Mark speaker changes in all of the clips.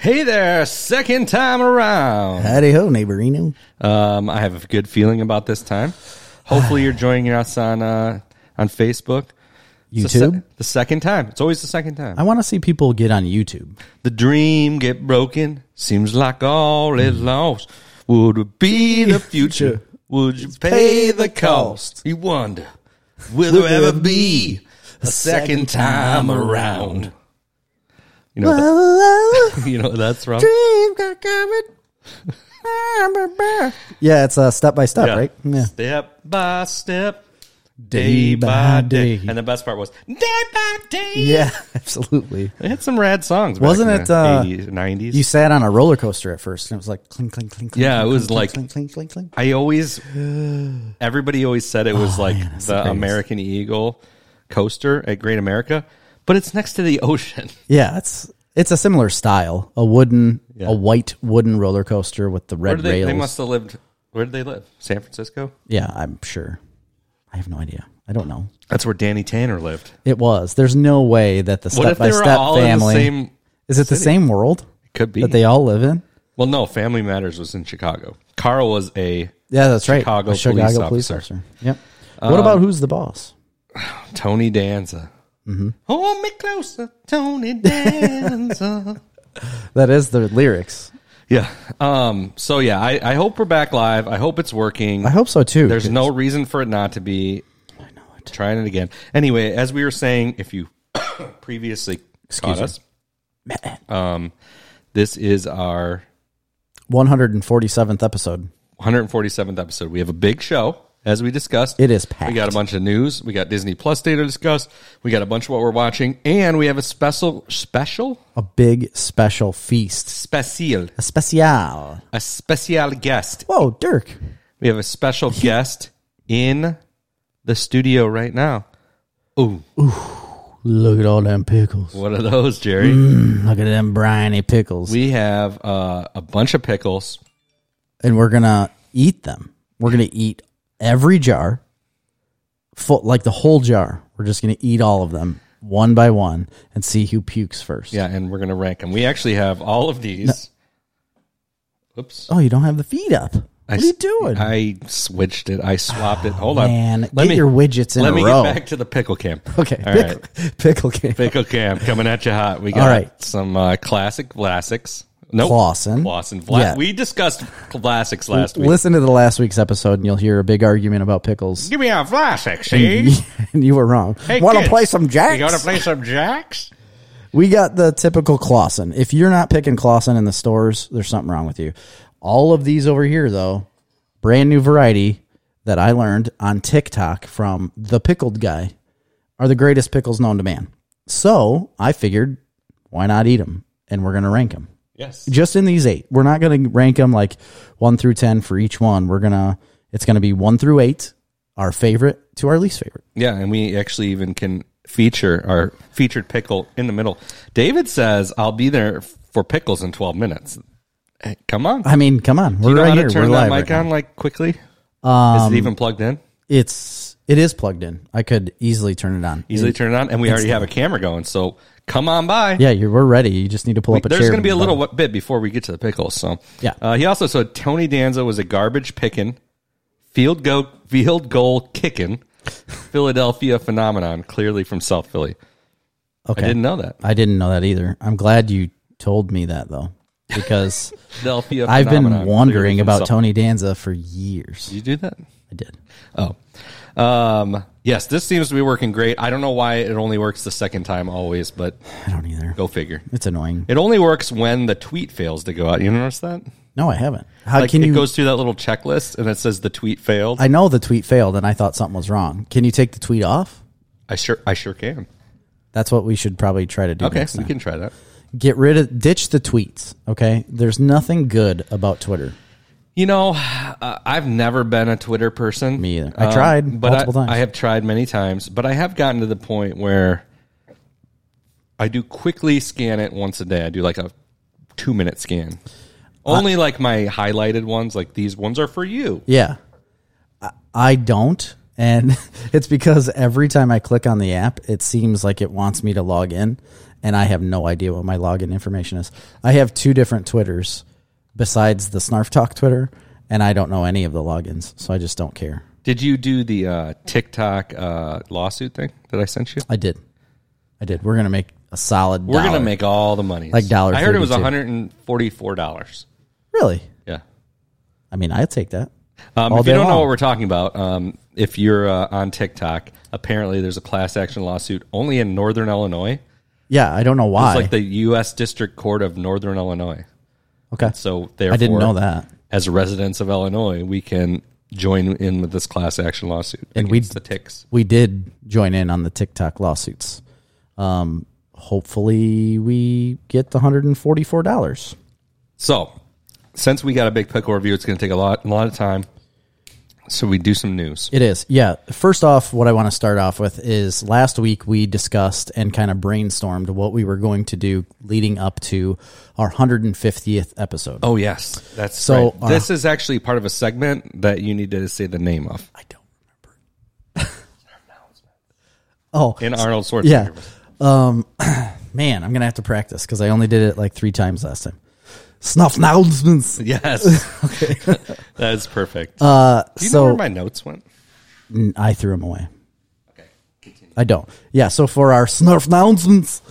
Speaker 1: Hey there, second time around.
Speaker 2: Howdy ho, neighborino.
Speaker 1: Um, I have a good feeling about this time. Hopefully, you're joining us on uh, on Facebook, It's the se-
Speaker 2: YouTube?
Speaker 1: the second time. It's always the second time.
Speaker 2: I want to see people get on YouTube.
Speaker 1: the dream get broken. Seems like all is lost. Would it be the Hmm. future? Would you pay the cost? You wonder, will there ever be a second time around? You know, that- you know what that's from.
Speaker 2: yeah, it's uh, step by step, right? Yeah.
Speaker 1: Step by step, day by day. And the best part was day by day.
Speaker 2: Yeah, absolutely.
Speaker 1: They had some rad songs. back
Speaker 2: Wasn't
Speaker 1: in
Speaker 2: it,
Speaker 1: the
Speaker 2: uh,
Speaker 1: 80s, 90s?
Speaker 2: You sat on a roller coaster at first, and it was like clink, clink, clink. clink,
Speaker 1: Yeah, it
Speaker 2: clink,
Speaker 1: was
Speaker 2: clink,
Speaker 1: like-
Speaker 2: clink, clink, clink, clink.
Speaker 1: I always, everybody always said it
Speaker 2: Oh,
Speaker 1: was like the, American Eagle coaster at Great America, but it's next to the ocean.
Speaker 2: Yeah, it's it's a similar style, a wooden,
Speaker 1: Yeah.
Speaker 2: a white wooden roller coaster with the
Speaker 1: Where
Speaker 2: red
Speaker 1: did they,
Speaker 2: rails.
Speaker 1: they must have lived. Where did they live? San Francisco?
Speaker 2: yeah, I'm sure. I have no idea. I don't know.
Speaker 1: That's where Danny Tanner lived.
Speaker 2: It was. There's no way that the
Speaker 1: What if
Speaker 2: step
Speaker 1: they
Speaker 2: by
Speaker 1: were
Speaker 2: step
Speaker 1: all in the
Speaker 2: family
Speaker 1: same?
Speaker 2: is it the same world
Speaker 1: Could be.
Speaker 2: that they all live in?
Speaker 1: well, no, Family Matters was in Chicago. Carl was a
Speaker 2: Yeah, that's right.
Speaker 1: Chicago
Speaker 2: A
Speaker 1: police officer.
Speaker 2: Yep. what about who's the boss?
Speaker 1: Tony Danza.
Speaker 2: Mm-hmm.
Speaker 1: Hold me closer, Tony Danza.
Speaker 2: That is the lyrics.
Speaker 1: yeah. Um. So yeah, I, I hope we're back live. I hope it's working.
Speaker 2: I hope so too.
Speaker 1: There's no reason for it not to be.
Speaker 2: I know it.
Speaker 1: Trying it again. Anyway, as we were saying, if you previously caught us, um, this is our
Speaker 2: 147th episode.
Speaker 1: 147th episode. We have a big show, as we discussed.
Speaker 2: It is packed.
Speaker 1: We got a bunch of news. We got Disney Plus data to discuss. We got a bunch of what we're watching, and we have a special, special,
Speaker 2: a big special feast.
Speaker 1: special,
Speaker 2: A special.
Speaker 1: a special guest.
Speaker 2: Whoa, Dirk.
Speaker 1: We have a special guest in the studio right now. Ooh,
Speaker 2: Look at all them pickles.
Speaker 1: what are those, Jerry?
Speaker 2: Mm. Look at them briny pickles.
Speaker 1: We have uh, a bunch of pickles.
Speaker 2: and we're going to eat them. We're going to eat every jar, full, like the whole jar. We're just going to eat all of them one by one and see who pukes first.
Speaker 1: Yeah, and we're gonna rank them. We actually have all of these. Oops.
Speaker 2: Oh, you don't have the feet up.
Speaker 1: I
Speaker 2: What are you
Speaker 1: s-
Speaker 2: doing? Oh,
Speaker 1: I switched it. I swapped it. Hold on.
Speaker 2: man, get your widgets in
Speaker 1: Let
Speaker 2: a
Speaker 1: me
Speaker 2: row.
Speaker 1: get back to the pickle cam.
Speaker 2: Okay.
Speaker 1: All
Speaker 2: pickle,
Speaker 1: right.
Speaker 2: pickle game.
Speaker 1: Pickle cam coming at you hot. We got
Speaker 2: All right.
Speaker 1: some uh, classic classics. Nope.
Speaker 2: Clausen.
Speaker 1: Clausen. Vla-
Speaker 2: Yeah.
Speaker 1: We discussed classics last week.
Speaker 2: Listen to the last week's episode and you'll hear a big argument about pickles.
Speaker 1: Give me a classic, see?
Speaker 2: and you were wrong. want to
Speaker 1: kids,
Speaker 2: play some jacks?
Speaker 1: You want to play some jacks?
Speaker 2: we got the typical Clausen. If you're not picking Clausen in the stores, there's something wrong with you. All of these over here, though, brand new variety that I learned on TikTok from the pickled guy, are the greatest pickles known to man. So I figured, why not eat them? And we're going to rank them.
Speaker 1: Yes.
Speaker 2: just in these eight. We're not going to rank them like one through ten for each one. We're gonna it's gonna be one through eight, our favorite to our least favorite.
Speaker 1: Yeah, and we actually even can feature our featured pickle in the middle. David says, "I'll be there for pickles in 12 minutes." Hey, come on,
Speaker 2: I mean, come on, we're
Speaker 1: you know
Speaker 2: right
Speaker 1: how
Speaker 2: here.
Speaker 1: to turn
Speaker 2: we're
Speaker 1: that mic
Speaker 2: live. right now. Um,
Speaker 1: on like quickly? Is it even plugged in?
Speaker 2: It's it is plugged in. I could easily turn it on.
Speaker 1: Easily turn it on, and we already have a camera going. So come on by.
Speaker 2: Yeah, you're, we're ready. You just need to pull up a
Speaker 1: There's
Speaker 2: chair.
Speaker 1: going to be a little bit before we get to the pickles. So
Speaker 2: Yeah.
Speaker 1: uh, he also said Tony Danza was a garbage picking, field go field goal kicking, Philadelphia phenomenon, clearly from South Philly.
Speaker 2: Okay,
Speaker 1: I didn't know that.
Speaker 2: I didn't know that either. I'm glad you told me that though, because
Speaker 1: Philadelphia.
Speaker 2: I've been
Speaker 1: phenomenon, clearly
Speaker 2: wondering
Speaker 1: from
Speaker 2: about
Speaker 1: South-
Speaker 2: Tony Danza for years.
Speaker 1: Did you do that?
Speaker 2: I did.
Speaker 1: Oh, um, yes. This seems to be working great. I don't know why it only works the second time always, but
Speaker 2: I don't either.
Speaker 1: go figure.
Speaker 2: It's annoying.
Speaker 1: It only works when the tweet fails to go out. You notice that?
Speaker 2: No, I haven't. How
Speaker 1: Like
Speaker 2: Uh, can
Speaker 1: it
Speaker 2: you
Speaker 1: goes through that little checklist and it says the tweet failed. I,
Speaker 2: I know the tweet failed and I thought something was wrong. Can you take the tweet off?
Speaker 1: sure, I sure can.
Speaker 2: That's what we should probably try to do.
Speaker 1: Okay,
Speaker 2: next
Speaker 1: we
Speaker 2: time.
Speaker 1: can try that.
Speaker 2: Get rid of, ditch the tweets. Okay, there's nothing good about Twitter.
Speaker 1: You know, uh, I've never been a Twitter person. Um,
Speaker 2: Me either. I tried
Speaker 1: but
Speaker 2: multiple
Speaker 1: I,
Speaker 2: times.
Speaker 1: I have tried many times, but I have gotten to the point where I do quickly scan it once a day. I do like a two minute scan.
Speaker 2: Uh,
Speaker 1: Only like my highlighted ones, like these ones are for you.
Speaker 2: Yeah, I, I don't, and it's because every time I click on the app, it seems like it wants me to log in, and I have no idea what my login information is. I have two different Twitters besides the Snarf Talk Twitter, and I don't know any of the logins, so I just don't care.
Speaker 1: Did you do the uh, TikTok uh, lawsuit thing that I sent you?
Speaker 2: I did. I did. We're gonna make a solid.
Speaker 1: We're
Speaker 2: dollar.
Speaker 1: gonna make all the money.
Speaker 2: Like dollar
Speaker 1: I heard it was one
Speaker 2: 32.
Speaker 1: hundred and forty-four dollars.
Speaker 2: really.
Speaker 1: Yeah.
Speaker 2: I mean, I'll take that.
Speaker 1: Um,
Speaker 2: All
Speaker 1: if you
Speaker 2: day
Speaker 1: don't know
Speaker 2: long.
Speaker 1: what we're talking about, um, if you're uh, on TikTok, apparently there's a class action lawsuit only in Northern Illinois.
Speaker 2: Yeah, I don't know why.
Speaker 1: It's like the U.S. District Court of Northern Illinois.
Speaker 2: okay,
Speaker 1: So therefore,
Speaker 2: I didn't know that.
Speaker 1: As residents of Illinois, we can join in with this class action lawsuit
Speaker 2: And we-
Speaker 1: against the ticks.
Speaker 2: we did join in on the TikTok lawsuits. Um, hopefully, we get the hundred and forty-four dollars.
Speaker 1: So, since we got a big pickle review, it's going to take a lot, a lot of time. So we do some news.
Speaker 2: It is, yeah. First off, what I want to start off with is last week we discussed and kind of brainstormed what we were going to do leading up to our hundred and fiftieth episode.
Speaker 1: Oh yes, that's
Speaker 2: So, uh,
Speaker 1: so. this is actually part of a segment that you need to say the name of
Speaker 2: I don't remember. oh,
Speaker 1: in Arnold Schwarzenegger.
Speaker 2: Yeah. Um, man, I'm gonna have to practice because I only did it like three times last time. Snuff announcements.
Speaker 1: Yes. that is perfect.
Speaker 2: Uh,
Speaker 1: Do you
Speaker 2: so
Speaker 1: know where my notes went?
Speaker 2: Mm, I threw them away.
Speaker 1: Okay. Continue.
Speaker 2: I don't. Yeah. So for our snuff announcements,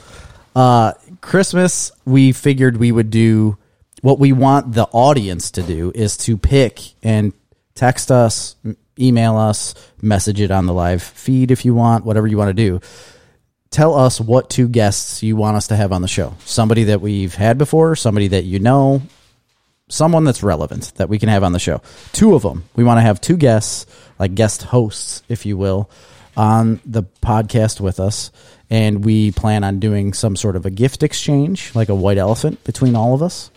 Speaker 2: uh, Christmas, we figured we would do what we want the audience to do is to pick and text us, m- email us, message it on the live feed if you want, whatever you want to do. Tell us what two guests you want us to have on the show. Somebody that we've had before, somebody that you know, someone that's relevant that we can have on the show. Two of them. We want to have two guests, like guest hosts, if you will, on the podcast with us. And we plan on doing some sort of a gift exchange, like a white elephant between all of us.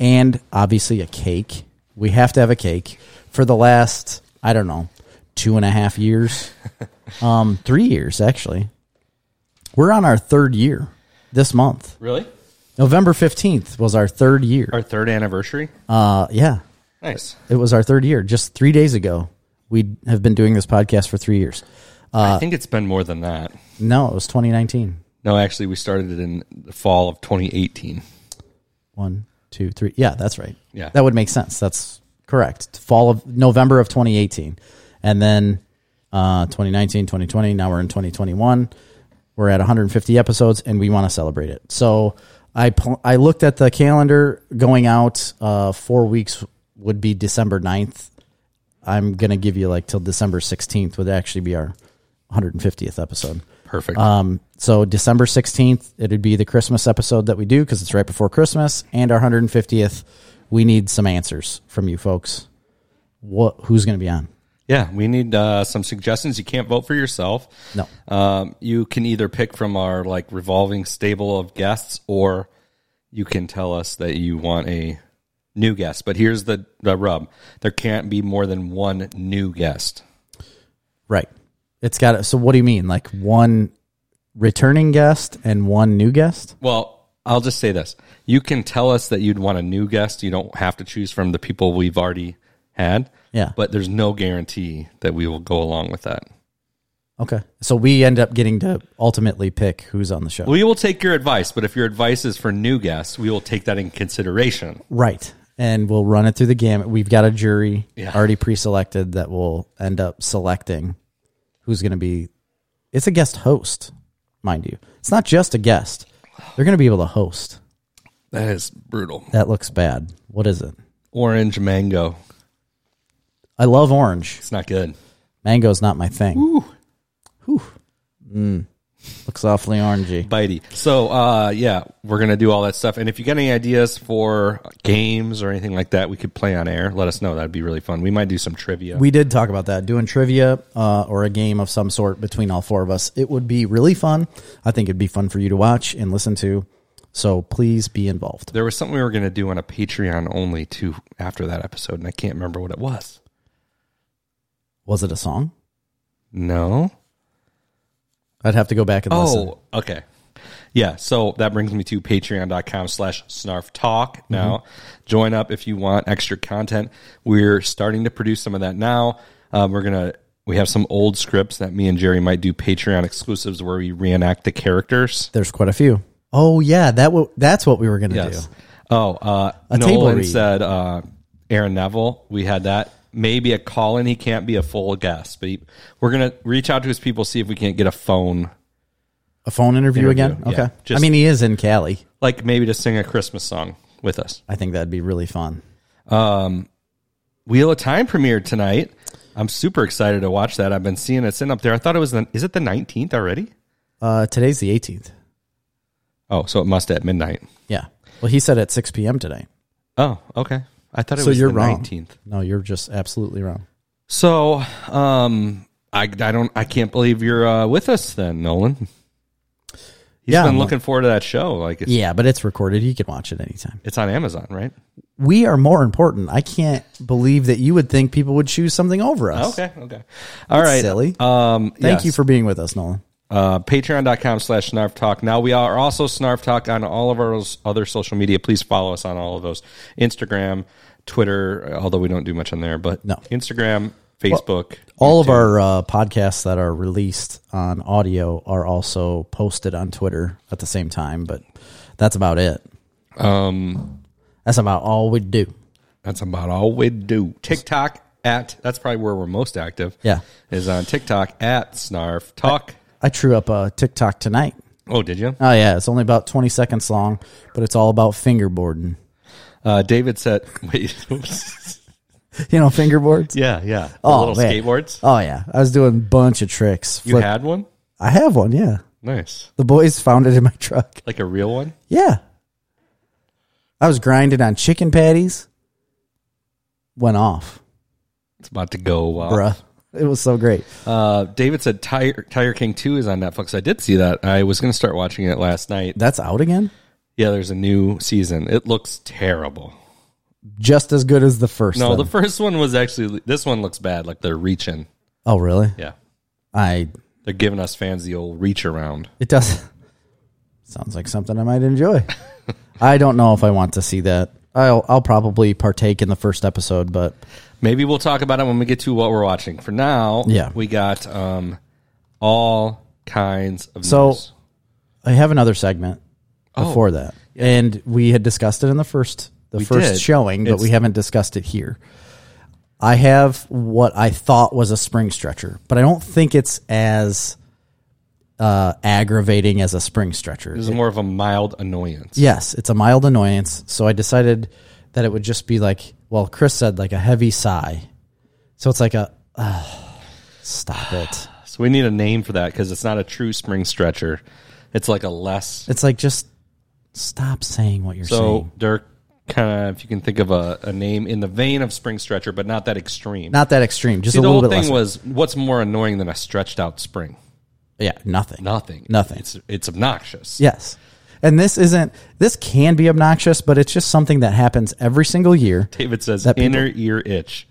Speaker 2: And obviously a cake. We have to have a cake for the last, I don't know, two and a half years. um, three years, actually. We're on our third year this month.
Speaker 1: Really?
Speaker 2: November 15th was our third year.
Speaker 1: Our third anniversary?
Speaker 2: Uh, yeah.
Speaker 1: Nice.
Speaker 2: It was our third year. Just three days ago, we have been doing this podcast for three years. uh,
Speaker 1: I think it's been more than that.
Speaker 2: No, it was 2019.
Speaker 1: No, actually, we started it in the fall of 2018.
Speaker 2: One, two, three. Yeah, that's right.
Speaker 1: Yeah.
Speaker 2: that would make sense. That's correct. Fall of November of 2018, and then uh, 2019, 2020. Now we're in 2021. We're at 150 episodes, and we want to celebrate it. So I pl- I looked at the calendar going out. Uh, four weeks would be December 9th. I'm gonna give you like till December 16th would actually be our 150th episode.
Speaker 1: Perfect.
Speaker 2: Um, so December 16th, it'd be the Christmas episode that we do because it's right before Christmas and our 150th. We need some answers from you folks. What, who's going to be on?
Speaker 1: yeah, we need uh, some suggestions. You can't vote for yourself.
Speaker 2: No.
Speaker 1: Um, you can either pick from our like revolving stable of guests, or you can tell us that you want a new guest. But here's the, the rub: there can't be more than one new guest.
Speaker 2: Right. It's got to, so what do you mean? Like one returning guest and one new guest?
Speaker 1: Well, I'll just say this. You can tell us that you'd want a new guest. You don't have to choose from the people we've already had.
Speaker 2: Yeah.
Speaker 1: But there's no guarantee that we will go along with that.
Speaker 2: Okay. So we end up getting to ultimately pick who's on the show.
Speaker 1: We will take your advice, but if your advice is for new guests, we will take that in consideration.
Speaker 2: Right. And we'll run it through the gamut. We've got a jury
Speaker 1: Yeah.
Speaker 2: already pre selected that will end up selecting who's going to be. It's a guest host, mind you. It's not just a guest, they're going to be able to host.
Speaker 1: That is brutal.
Speaker 2: That looks bad. What is it?
Speaker 1: Orange mango.
Speaker 2: I love orange.
Speaker 1: It's not good.
Speaker 2: Mango's not my thing. Ooh. Whew. Mm. Looks awfully orangey.
Speaker 1: Bitey. So, uh, yeah, we're going to do all that stuff. And if you got any ideas for games or anything like that, we could play on air. Let us know. That'd be really fun. We might do some trivia.
Speaker 2: We did talk about that doing trivia uh, or a game of some sort between all four of us. It would be really fun. I think it'd be fun for you to watch and listen to. So please be involved.
Speaker 1: There was something we were going to do on a Patreon only too after that episode, and I can't remember what it was.
Speaker 2: Was it a song?
Speaker 1: No.
Speaker 2: I'd have to go back and listen.
Speaker 1: Oh, okay. Yeah, so that brings me to patreon.com slash snarf talk now. Join up if you want extra content. We're starting to produce some of that now. Um, we're gonna we have some old scripts that me and Jerry might do Patreon exclusives where we reenact the characters.
Speaker 2: There's quite a few. Oh yeah, that w- that's what we were gonna
Speaker 1: Yes.
Speaker 2: do.
Speaker 1: Oh, uh,
Speaker 2: A table
Speaker 1: Nolan
Speaker 2: read.
Speaker 1: said uh, Aaron Neville. We had that. Maybe a call in. He can't be a full guest, but he, we're gonna reach out to his people see if we can't get a phone,
Speaker 2: A phone interview,
Speaker 1: Interview,
Speaker 2: again.
Speaker 1: yeah.
Speaker 2: Okay.
Speaker 1: Just-
Speaker 2: I mean, he is in Cali.
Speaker 1: like maybe to sing a Christmas song with us. Um,
Speaker 2: I think that'd be really fun.
Speaker 1: Wheel of Time premiere tonight. I'm super excited to watch that. I've been seeing it sitting up there. I thought it was the is it the 19th already?
Speaker 2: Uh, today's the 18th.
Speaker 1: Oh, so it must at midnight.
Speaker 2: Yeah. Well, he said at 6 p.m. today.
Speaker 1: Oh, okay. I thought it
Speaker 2: So
Speaker 1: was
Speaker 2: you're
Speaker 1: the
Speaker 2: wrong.
Speaker 1: 19th.
Speaker 2: No, you're just absolutely wrong.
Speaker 1: So, um, I, I don't, I can't believe you're uh, with us then, Nolan. He's
Speaker 2: Yeah,
Speaker 1: been
Speaker 2: I'm-
Speaker 1: looking forward to that show. Like it's,
Speaker 2: Yeah, but it's recorded. You can watch it anytime.
Speaker 1: it's on Amazon, right?
Speaker 2: We are more important. I can't believe that you would think people would choose something over us.
Speaker 1: Okay. Okay. All right.
Speaker 2: silly.
Speaker 1: Um,
Speaker 2: Thank
Speaker 1: yes.
Speaker 2: you for being with us, Nolan.
Speaker 1: uh, patreon.com slash snarf talk now we are also snarf talk on all of our other social media please follow us on all of those instagram twitter uh, although we don't do much on there but
Speaker 2: No.
Speaker 1: instagram facebook
Speaker 2: All of
Speaker 1: YouTube.
Speaker 2: our uh, podcasts that are released on audio are also posted on Twitter at the same time, but that's about it.
Speaker 1: um
Speaker 2: That's about all we do.
Speaker 1: that's about all we do tiktok at that's probably where we're most active
Speaker 2: Yeah.
Speaker 1: is on tiktok at snarf talk
Speaker 2: I threw up a TikTok tonight.
Speaker 1: oh did you
Speaker 2: Oh yeah, it's only about 20 seconds long, but it's all about fingerboarding.
Speaker 1: uh david said wait
Speaker 2: You know, fingerboards?
Speaker 1: yeah yeah The
Speaker 2: Oh,
Speaker 1: little
Speaker 2: man.
Speaker 1: skateboards
Speaker 2: Oh yeah, I was doing a bunch of tricks.
Speaker 1: you
Speaker 2: Flip-
Speaker 1: had one
Speaker 2: I have one, yeah.
Speaker 1: nice
Speaker 2: The boys found it in my truck.
Speaker 1: like a real one
Speaker 2: Yeah. I was grinding on chicken patties. Went off,
Speaker 1: it's about to go uh,
Speaker 2: bruh. It was so great.
Speaker 1: Uh, David said Tiger, Tiger King 2 is on Netflix. I did see that. I was going to start watching it last night.
Speaker 2: That's out again.
Speaker 1: Yeah, there's a new season. It looks terrible.
Speaker 2: Just as good as the first.
Speaker 1: No,
Speaker 2: one.
Speaker 1: the first one was actually, this one looks bad. Like they're reaching.
Speaker 2: oh really?
Speaker 1: Yeah.
Speaker 2: I.
Speaker 1: They're giving us fans the old reach around.
Speaker 2: It does. Sounds like something I might enjoy. I don't know if I want to see that. I'll I'll probably partake in the first episode, but
Speaker 1: Maybe we'll talk about it when we get to what we're watching. For now,
Speaker 2: Yeah.
Speaker 1: we got um, all kinds of
Speaker 2: So-
Speaker 1: news.
Speaker 2: I have another segment
Speaker 1: Oh.
Speaker 2: before that, and we had discussed it in the first the first
Speaker 1: did.
Speaker 2: showing, but we
Speaker 1: It's-
Speaker 2: haven't discussed it here. I have what I thought was a spring stretcher, but I don't think it's as uh, aggravating as a spring stretcher.
Speaker 1: This is more of a mild annoyance.
Speaker 2: Yes, it's a mild annoyance. So I decided that it would just be like, well, Chris said like a heavy sigh. So it's like a ah, stop it.
Speaker 1: So we need a name for that because it's not a true spring stretcher. It's like a less
Speaker 2: It's like just stop saying what you're
Speaker 1: So
Speaker 2: saying.
Speaker 1: Dirk, kind of, if you can think of a, a name in the vein of spring stretcher, but not that extreme.
Speaker 2: Not that extreme, just
Speaker 1: See,
Speaker 2: a
Speaker 1: the
Speaker 2: little
Speaker 1: whole
Speaker 2: bit
Speaker 1: thing
Speaker 2: less.
Speaker 1: was what's more annoying than a stretched out spring?
Speaker 2: yeah, nothing.
Speaker 1: Nothing.
Speaker 2: Nothing.
Speaker 1: It's it's obnoxious.
Speaker 2: Yes. And this isn't this can be obnoxious, but it's just something that happens every single year.
Speaker 1: David says
Speaker 2: That people-
Speaker 1: inner ear itch.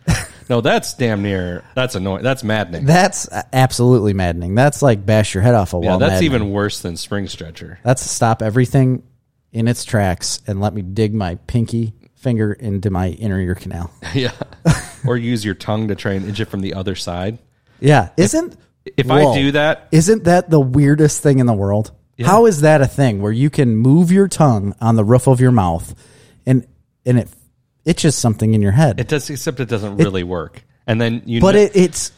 Speaker 1: no, that's damn near. That's annoying. That's maddening.
Speaker 2: That's absolutely maddening. That's like bash your head off a wall.
Speaker 1: yeah, that's
Speaker 2: maddening.
Speaker 1: even worse than spring stretcher.
Speaker 2: That's stop everything in its tracks and let me dig my pinky finger into my inner ear canal.
Speaker 1: yeah. or use your tongue to try and itch it from the other side.
Speaker 2: Yeah, isn't
Speaker 1: If
Speaker 2: Whoa.
Speaker 1: I do that,
Speaker 2: isn't that the weirdest thing in the world? How is that a thing where you can move your tongue on the roof of your mouth and and it itches something in your head?
Speaker 1: it does. Except it doesn't really work. And then you.
Speaker 2: but
Speaker 1: kn-
Speaker 2: it, it's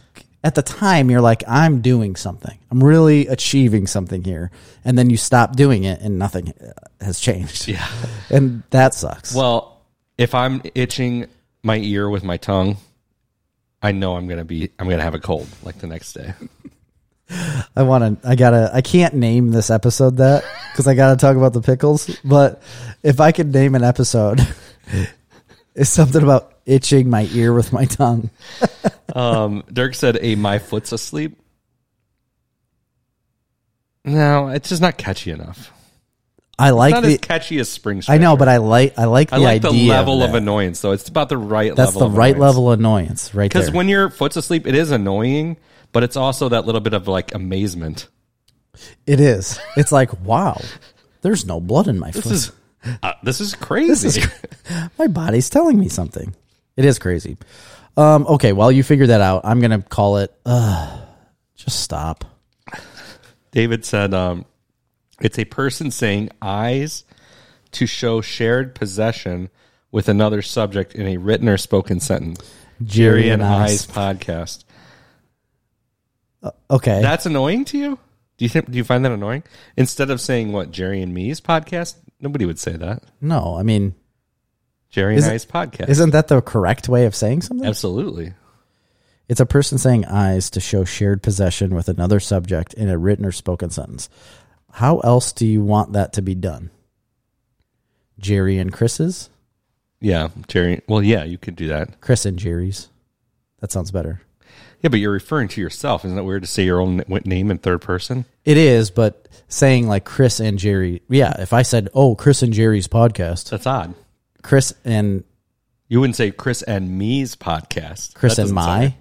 Speaker 2: at the time you're like I'm doing something. I'm really achieving something here. And then you stop doing it and nothing uh, has changed. Yeah. And that sucks.
Speaker 1: Well, if I'm itching my ear with my tongue, I know I'm gonna be I'm gonna have a cold like the next day.
Speaker 2: I want to. I gotta. I can't name this episode that because I gotta talk about the pickles. But if I could name an episode, it's something about itching my ear with my tongue.
Speaker 1: Um, Dirk said, "A my foot's asleep." No, it's just not catchy enough.
Speaker 2: I
Speaker 1: It's
Speaker 2: like
Speaker 1: not
Speaker 2: the.
Speaker 1: as catchy as spring.
Speaker 2: I
Speaker 1: Stretcher.
Speaker 2: know, but I like. I like the
Speaker 1: I like the
Speaker 2: idea.
Speaker 1: level of,
Speaker 2: that.
Speaker 1: annoyance, though. It's about the right
Speaker 2: That's
Speaker 1: level.
Speaker 2: the
Speaker 1: of
Speaker 2: right
Speaker 1: annoyance.
Speaker 2: level of annoyance, right
Speaker 1: Because
Speaker 2: there.
Speaker 1: when your foot's asleep, it is annoying, but it's also that little bit of like amazement.
Speaker 2: it is. It's like wow. There's no blood in my foot.
Speaker 1: This is uh, this is crazy.
Speaker 2: my body's telling me something. It is crazy. Um, okay, while you figure that out, I'm gonna call it. Uh, just stop.
Speaker 1: David said, um, It's a person saying eyes to show shared possession with another subject in a written or spoken sentence. Jerry and Eyes podcast.
Speaker 2: Okay.
Speaker 1: That's annoying to you? Do you think do you find that annoying? Instead of saying what Jerry and Me's podcast, nobody would say that.
Speaker 2: no, I mean,
Speaker 1: Jerry and
Speaker 2: Isn't-
Speaker 1: I's podcast.
Speaker 2: isn't that the correct way of saying something?
Speaker 1: Absolutely.
Speaker 2: It's a person saying eyes to show shared possession with another subject in a written or spoken sentence. How else do you want that to be done? Jerry and Chris's?
Speaker 1: Yeah, Jerry. Well, yeah, you could do that.
Speaker 2: Chris and Jerry's. That sounds better.
Speaker 1: Yeah, but you're referring to yourself. Isn't it weird to say your own n- name in third person?
Speaker 2: It is, but saying like Chris and Jerry. Yeah, if I said, oh, Chris and Jerry's podcast,
Speaker 1: That's odd.
Speaker 2: Chris and
Speaker 1: You wouldn't say Chris and me's podcast.
Speaker 2: Chris
Speaker 1: That
Speaker 2: and
Speaker 1: doesn't sound
Speaker 2: my.
Speaker 1: right.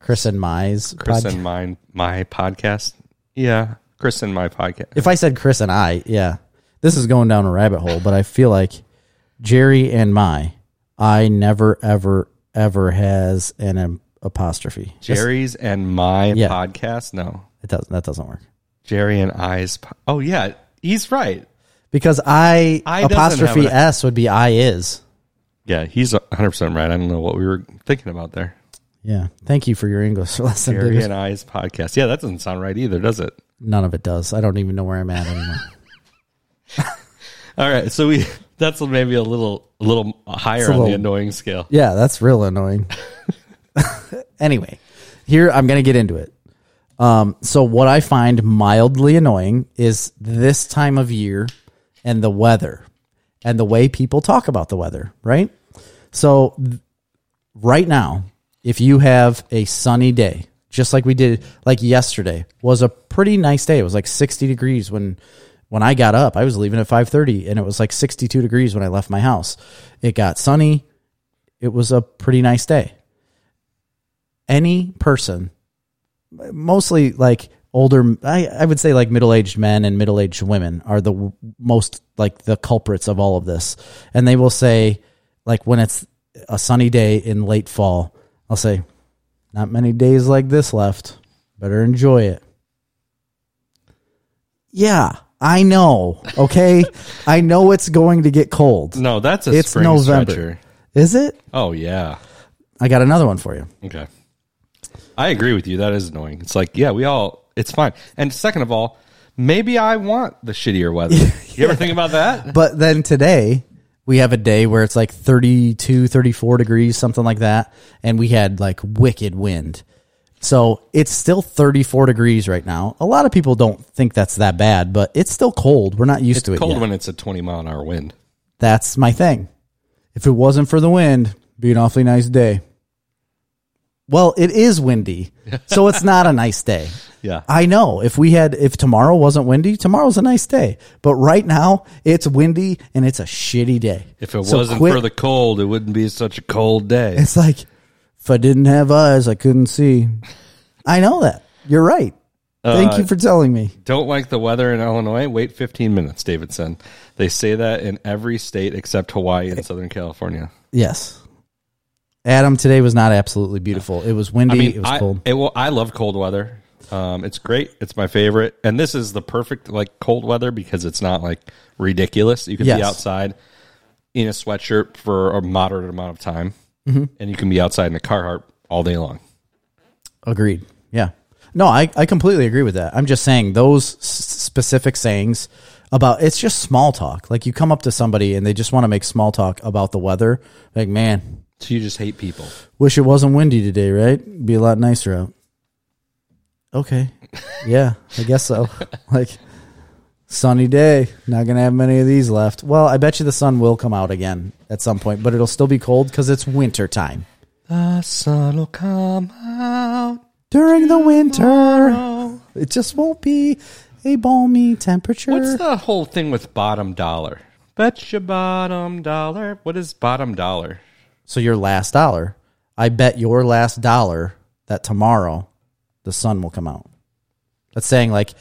Speaker 2: Chris and my's
Speaker 1: Chris
Speaker 2: podcast.
Speaker 1: and mine my podcast. Yeah, Chris and my podcast.
Speaker 2: if I said Chris and I, yeah, this is going down a rabbit hole, but I feel like Jerry and my, I never, ever, ever has an um, apostrophe.
Speaker 1: Jerry's and my
Speaker 2: Yeah.
Speaker 1: podcast. No,
Speaker 2: It doesn't, that doesn't work.
Speaker 1: Jerry and I's. po- Oh yeah, he's right.
Speaker 2: Because I,
Speaker 1: I doesn't have
Speaker 2: apostrophe
Speaker 1: an-
Speaker 2: S would be I is.
Speaker 1: Yeah, he's 100 percent right. I don't know what we were thinking about there.
Speaker 2: Yeah. Thank you for your English lesson.
Speaker 1: Jerry
Speaker 2: Davis.
Speaker 1: and I's podcast. Yeah, that doesn't sound right either, does it?
Speaker 2: None of it does. I don't even know where I'm at anymore.
Speaker 1: All right, so we that's maybe a little a little higher
Speaker 2: a
Speaker 1: on the
Speaker 2: little-
Speaker 1: annoying scale.
Speaker 2: Yeah, that's real annoying. anyway, here I'm going to get into it. Um, so what I find mildly annoying is this time of year and the weather and the way people talk about the weather, right? So th- right now, if you have a sunny day, just like we did like yesterday was a pretty nice day. It was like 60 degrees when when I got up. I was leaving at 5:30 and it was like 62 degrees when I left my house. It got sunny, it was a pretty nice day. Any person, mostly like older, I, I would say like middle aged men and middle aged women are the w- most like the culprits of all of this. And they will say, like, when it's a sunny day in late fall, I'll say, not many days like this left. Better enjoy it. Yeah, I know. Okay. I know it's going to get cold.
Speaker 1: No, that's a
Speaker 2: It's
Speaker 1: spring
Speaker 2: November.
Speaker 1: stretcher.
Speaker 2: Is it?
Speaker 1: Oh yeah.
Speaker 2: I got another one for you.
Speaker 1: Okay. I agree with you. That is annoying. It's like, yeah, we all it's fine. And second of all, maybe I want the shittier weather. You ever think about that?
Speaker 2: but then today we have a day where it's like 32 34 degrees something like that and we had like wicked wind so it's still 34 degrees right now a lot of people don't think that's that bad but it's still cold we're not used to it
Speaker 1: Cold
Speaker 2: yet.
Speaker 1: when it's a 20 mile an hour wind.
Speaker 2: that's my thing if it wasn't for the wind be an awfully nice day well it is windy so it's not a nice day
Speaker 1: Yeah.
Speaker 2: I know if we had if tomorrow wasn't windy, tomorrow's a nice day. But right now it's windy and it's a shitty day.
Speaker 1: If it
Speaker 2: So
Speaker 1: wasn't
Speaker 2: quit-
Speaker 1: for the cold, it wouldn't be such a cold day.
Speaker 2: it's like if I didn't have eyes, I couldn't see. I know that. You're right.
Speaker 1: Uh,
Speaker 2: Thank you for telling me.
Speaker 1: Don't like the weather in Illinois? Wait 15 minutes, Davidson. They say that in every state except Hawaii and Southern California.
Speaker 2: Yes. Adam, today was not absolutely beautiful. It was windy,
Speaker 1: I mean,
Speaker 2: it was
Speaker 1: I,
Speaker 2: cold.
Speaker 1: it will- I love cold weather. Um, it's great. It's my favorite. And this is the perfect like cold weather because it's not like ridiculous. You can
Speaker 2: Yes.
Speaker 1: be outside in a sweatshirt for a moderate amount of time,
Speaker 2: Mm-hmm.
Speaker 1: and you can be outside in a Carhartt all day long.
Speaker 2: Agreed. Yeah. No, I, I completely agree with that. I'm just saying those s- specific sayings about it's just small talk. Like you come up to somebody and they just want to make small talk about the weather. Like, man,
Speaker 1: So you just hate people.
Speaker 2: wish it wasn't windy today, right? It'd be a lot nicer out. Okay. Yeah, I guess so. like sunny day. Not going to have many of these left. Well, I bet you the sun will come out again at some point, but it'll still be cold cuz it's winter time.
Speaker 1: The sun will come out.
Speaker 2: During the winter, it just won't be a balmy temperature.
Speaker 1: What's the whole thing with bottom dollar? Bet your bottom dollar. What is bottom dollar?
Speaker 2: so your last dollar, I bet your last dollar that tomorrow the sun will come out. That's saying like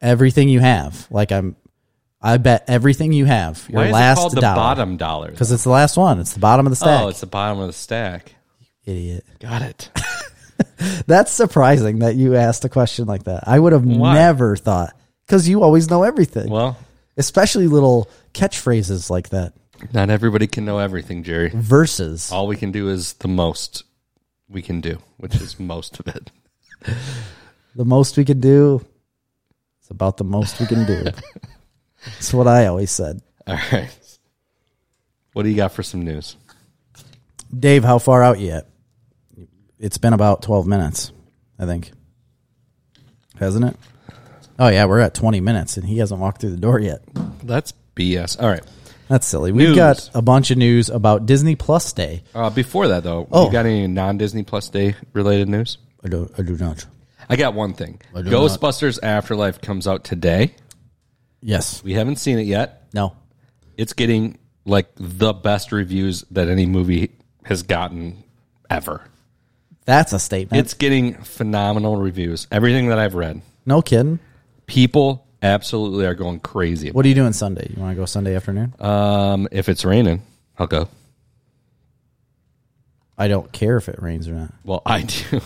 Speaker 2: everything you have, like I'm I bet everything you have, your
Speaker 1: Why is it
Speaker 2: last
Speaker 1: called the
Speaker 2: dollar.
Speaker 1: bottom dollar?
Speaker 2: Because it's the last one. It's the bottom of the stack.
Speaker 1: Oh, it's the bottom of the stack.
Speaker 2: Idiot.
Speaker 1: Got it.
Speaker 2: That's surprising that you asked a question like that. I would have
Speaker 1: Why?
Speaker 2: never thought because you always know everything,
Speaker 1: Well,
Speaker 2: especially little catchphrases like that.
Speaker 1: not everybody can know everything, Jerry.
Speaker 2: Versus.
Speaker 1: All we can do is the most we can do, which is most of it.
Speaker 2: the most we can do it's about the most we can do that's what i always said
Speaker 1: All right. What do you got for some news?
Speaker 2: dave how far out yet it's been about 12 minutes i think hasn't it oh yeah we're at 20 minutes and he hasn't walked through the door yet
Speaker 1: That's BS. All right.
Speaker 2: that's silly we've
Speaker 1: News.
Speaker 2: got a bunch of news about disney plus day
Speaker 1: Uh, before that, though,
Speaker 2: Oh.
Speaker 1: you got any non Disney Plus Day related news?
Speaker 2: i do, I do not
Speaker 1: I got one thing.
Speaker 2: do not.
Speaker 1: Ghostbusters Afterlife comes out today.
Speaker 2: yes
Speaker 1: We haven't seen it yet.
Speaker 2: no
Speaker 1: It's getting like the best reviews that any movie has gotten ever.
Speaker 2: that's a statement
Speaker 1: It's getting phenomenal reviews. Everything that I've read,
Speaker 2: no kidding
Speaker 1: people absolutely are going crazy.
Speaker 2: what are you doing sunday you want to go sunday afternoon
Speaker 1: Um, if it's raining, I'll go.
Speaker 2: i don't care if it rains or not
Speaker 1: Well, I do.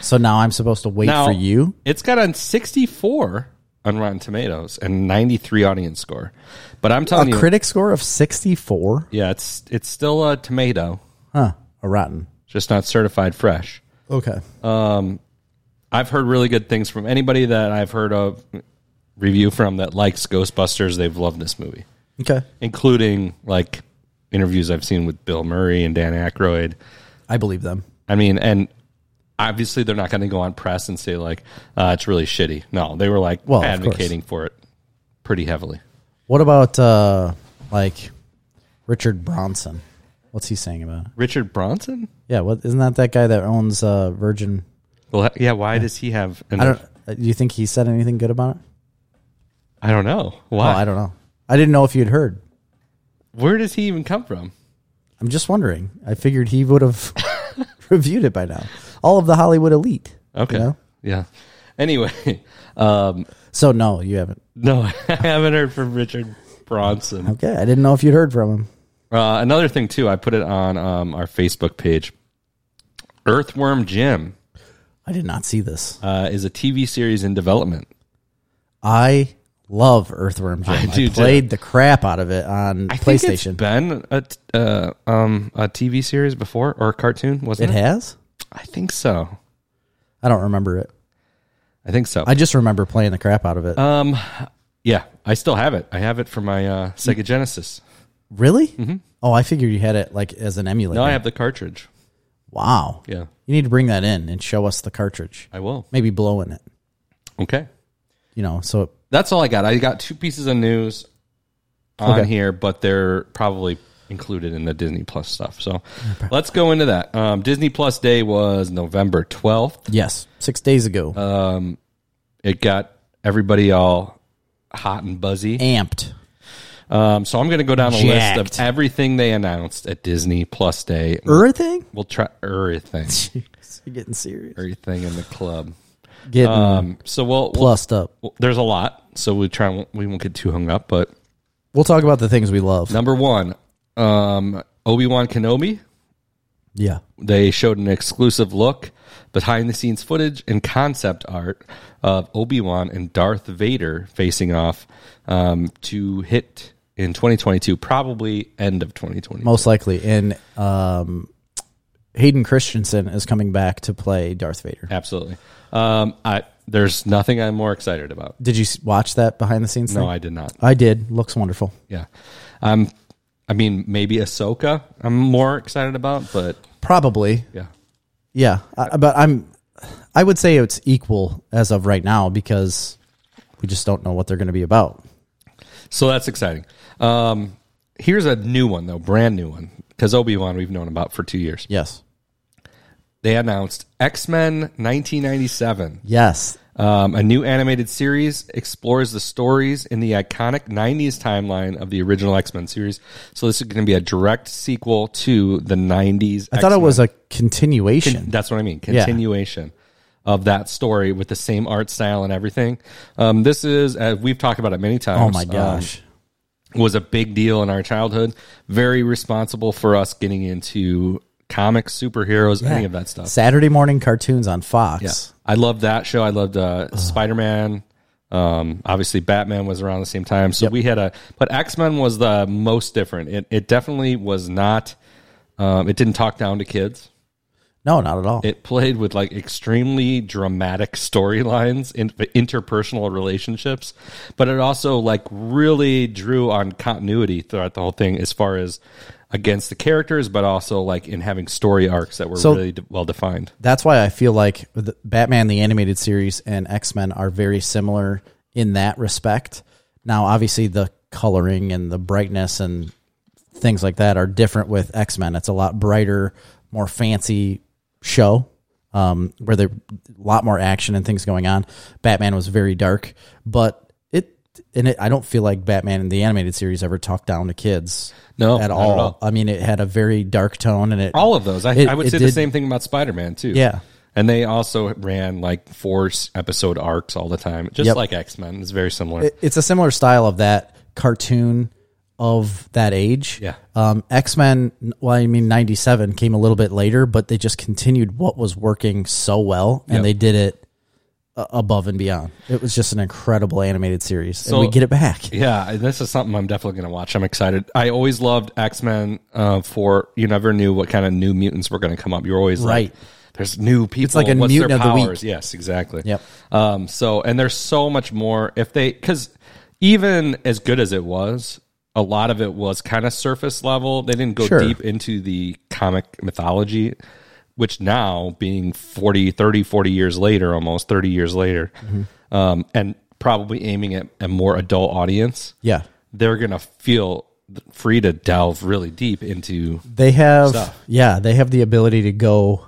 Speaker 2: so now i'm supposed to wait
Speaker 1: Now,
Speaker 2: for you
Speaker 1: It's got on 64 on Rotten Tomatoes and 93 audience score. But I'm telling
Speaker 2: a
Speaker 1: you,
Speaker 2: critic score of 64
Speaker 1: yeah, it's it's still a tomato,
Speaker 2: huh a rotten Uh,
Speaker 1: just not certified fresh.
Speaker 2: okay
Speaker 1: I've heard really good things from anybody that I've heard of review from that likes Ghostbusters. They've loved this movie,
Speaker 2: okay
Speaker 1: including like interviews I've seen with Bill Murray and Dan Aykroyd.
Speaker 2: i believe them
Speaker 1: I mean, and obviously they're not going to go on press and say like uh, it's really shitty. No, they were like
Speaker 2: Well, of
Speaker 1: advocating for it pretty heavily.
Speaker 2: what about uh like richard bronson what's he saying about it?
Speaker 1: Richard Bronson?
Speaker 2: yeah what isn't that that guy that owns uh virgin
Speaker 1: Well, yeah. Why does he have? An,
Speaker 2: i don't uh, do you think he said anything good about it
Speaker 1: know.
Speaker 2: oh
Speaker 1: Why?
Speaker 2: i don't know i didn't know if you'd heard
Speaker 1: Where does he even come from?
Speaker 2: i'm just wondering i figured he would have reviewed it by now all of the hollywood elite you
Speaker 1: Okay.
Speaker 2: know?
Speaker 1: Yeah. Anyway, um,
Speaker 2: so no you haven't
Speaker 1: no, I haven't heard from Richard Bronson.
Speaker 2: okay i didn't know if you'd heard from him
Speaker 1: Uh, another thing too, I put it on um, our Facebook page. Earthworm Jim
Speaker 2: i did not see this
Speaker 1: uh, is a TV series in development.
Speaker 2: I love Earthworm Jim. I,
Speaker 1: do, too.
Speaker 2: played the crap out of it on
Speaker 1: I think it's
Speaker 2: PlayStation.
Speaker 1: been a t- uh, um, a TV series before or a cartoon,
Speaker 2: It
Speaker 1: wasn't it?
Speaker 2: has?
Speaker 1: I think so.
Speaker 2: I don't remember it.
Speaker 1: I think so.
Speaker 2: I just remember playing the crap out of it.
Speaker 1: um, yeah, I still have it. I have it for my uh, Sega Genesis.
Speaker 2: really? Oh, I figured you had it like as an emulator.
Speaker 1: mm-hmm. No, I have the cartridge.
Speaker 2: wow.
Speaker 1: Yeah,
Speaker 2: You need to bring that in and show us the cartridge.
Speaker 1: I will.
Speaker 2: Maybe blow in it.
Speaker 1: Okay,
Speaker 2: You know, so it,
Speaker 1: that's all I got. I got two pieces of news on
Speaker 2: Okay.
Speaker 1: here, but they're probably included in the Disney Plus stuff. So let's go into that. Um, Disney Plus Day was November twelfth. Um,
Speaker 2: yes, six days ago,
Speaker 1: Uh, It got everybody all hot and buzzy.
Speaker 2: amped.
Speaker 1: Um, so I'm going to go down a list
Speaker 2: Jacked. Er-
Speaker 1: of everything they announced at Disney Plus Day.
Speaker 2: Everything?
Speaker 1: We'll try everything,
Speaker 2: Jeez, you're getting serious.
Speaker 1: everything in the club.
Speaker 2: Getting
Speaker 1: Um, so we'll, we'll,
Speaker 2: plussed up.
Speaker 1: there's a lot, so we try and- we won't get too hung up. But
Speaker 2: We'll talk about the things we love.
Speaker 1: number one, um, Obi Wan Kenobi.
Speaker 2: Yeah.
Speaker 1: They showed an exclusive look, behind the scenes footage, and concept art of Obi Wan and Darth Vader facing off um, to hit in 2022, probably end of 2020.
Speaker 2: Most likely. And um, Hayden Christensen is coming back to play Darth Vader.
Speaker 1: Absolutely. Um, I there's nothing I'm more excited about.
Speaker 2: Did you s- watch that behind the scenes
Speaker 1: No,
Speaker 2: thing?
Speaker 1: I did not.
Speaker 2: I did. Looks wonderful.
Speaker 1: Yeah. Um, I mean, maybe Ahsoka. I'm more excited about, but
Speaker 2: Probably.
Speaker 1: yeah,
Speaker 2: Yeah. I, but I'm I would say it's equal as of right now because we just don't know what they're going to be about.
Speaker 1: so that's exciting. Um, here's a new one though, brand new one, because Obi Wan we've known about for two years.
Speaker 2: Yes.
Speaker 1: They announced X Men 1997.
Speaker 2: Yes.
Speaker 1: Um, a new animated series explores the stories in the iconic 90s timeline of the original X Men series. So, this is going to be a direct sequel to the 90s.
Speaker 2: I thought it was a continuation.
Speaker 1: That's what I mean. Continuation of that story with the same art style and everything. Um, this is, uh, we've talked about it many
Speaker 2: oh
Speaker 1: times.
Speaker 2: my
Speaker 1: um,
Speaker 2: gosh.
Speaker 1: was a big deal in our childhood. Very responsible for us getting into comics, superheroes, any of that stuff.
Speaker 2: Saturday morning cartoons on Fox.
Speaker 1: I loved that show. I loved uh, Spider Man, Um, obviously, Batman was around the same time, so we had a. But X Men was the most different. It it definitely was not. Um, it didn't talk down to kids.
Speaker 2: No, not at all.
Speaker 1: It played with like extremely dramatic storylines in interpersonal relationships, but it also like really drew on continuity throughout the whole thing as far as against the characters, but also like in having story arcs that were
Speaker 2: So-
Speaker 1: really d- well defined.
Speaker 2: That's why I feel like the Batman the animated series and X Men are very similar in that respect. Now, obviously, the coloring and the brightness and things like that are different with X Men. It's a lot brighter, more fancy show um, where there a lot more action and things going on. Batman was very dark, but it and it, I don't feel like Batman in the animated series ever talked down to kids.
Speaker 1: No,
Speaker 2: at
Speaker 1: not at
Speaker 2: all.
Speaker 1: all.
Speaker 2: I mean, it had a very dark tone, and it
Speaker 1: All of those, I,
Speaker 2: It-
Speaker 1: I would
Speaker 2: it
Speaker 1: say the
Speaker 2: did-
Speaker 1: same thing about Spider Man too.
Speaker 2: Yeah.
Speaker 1: and they also ran like four s- episode arcs all the time, just
Speaker 2: Yep.
Speaker 1: like X Men. It's very similar.
Speaker 2: it- it's a similar style of that cartoon of that age.
Speaker 1: Yeah.
Speaker 2: Um, X Men, well, I mean, 97 came a little bit later, but they just continued what was working so well and
Speaker 1: Yep.
Speaker 2: they did it a- above and beyond. It was just an incredible animated series.
Speaker 1: So-
Speaker 2: and we get it back.
Speaker 1: Yeah, this is something I'm definitely going to watch. I'm excited. I always loved X Men uh, for you never knew what kind of new mutants were going to come up. You're always
Speaker 2: Right.
Speaker 1: Like, there's new people. It's
Speaker 2: like a
Speaker 1: What's
Speaker 2: mutant
Speaker 1: their
Speaker 2: of the week.
Speaker 1: powers? Yes, exactly.
Speaker 2: Yep.
Speaker 1: Um. So and there's so much more if they because even as good as it was. A lot of it was kind of surface level. They didn't go
Speaker 2: Sure.
Speaker 1: deep into the comic mythology, which now being 40, 30, 40 years later, almost 30 years later, um, and probably aiming at a more adult audience
Speaker 2: Yeah.
Speaker 1: they're gonna feel free to delve really deep into
Speaker 2: They have,
Speaker 1: Stuff.
Speaker 2: yeah, they have the ability to go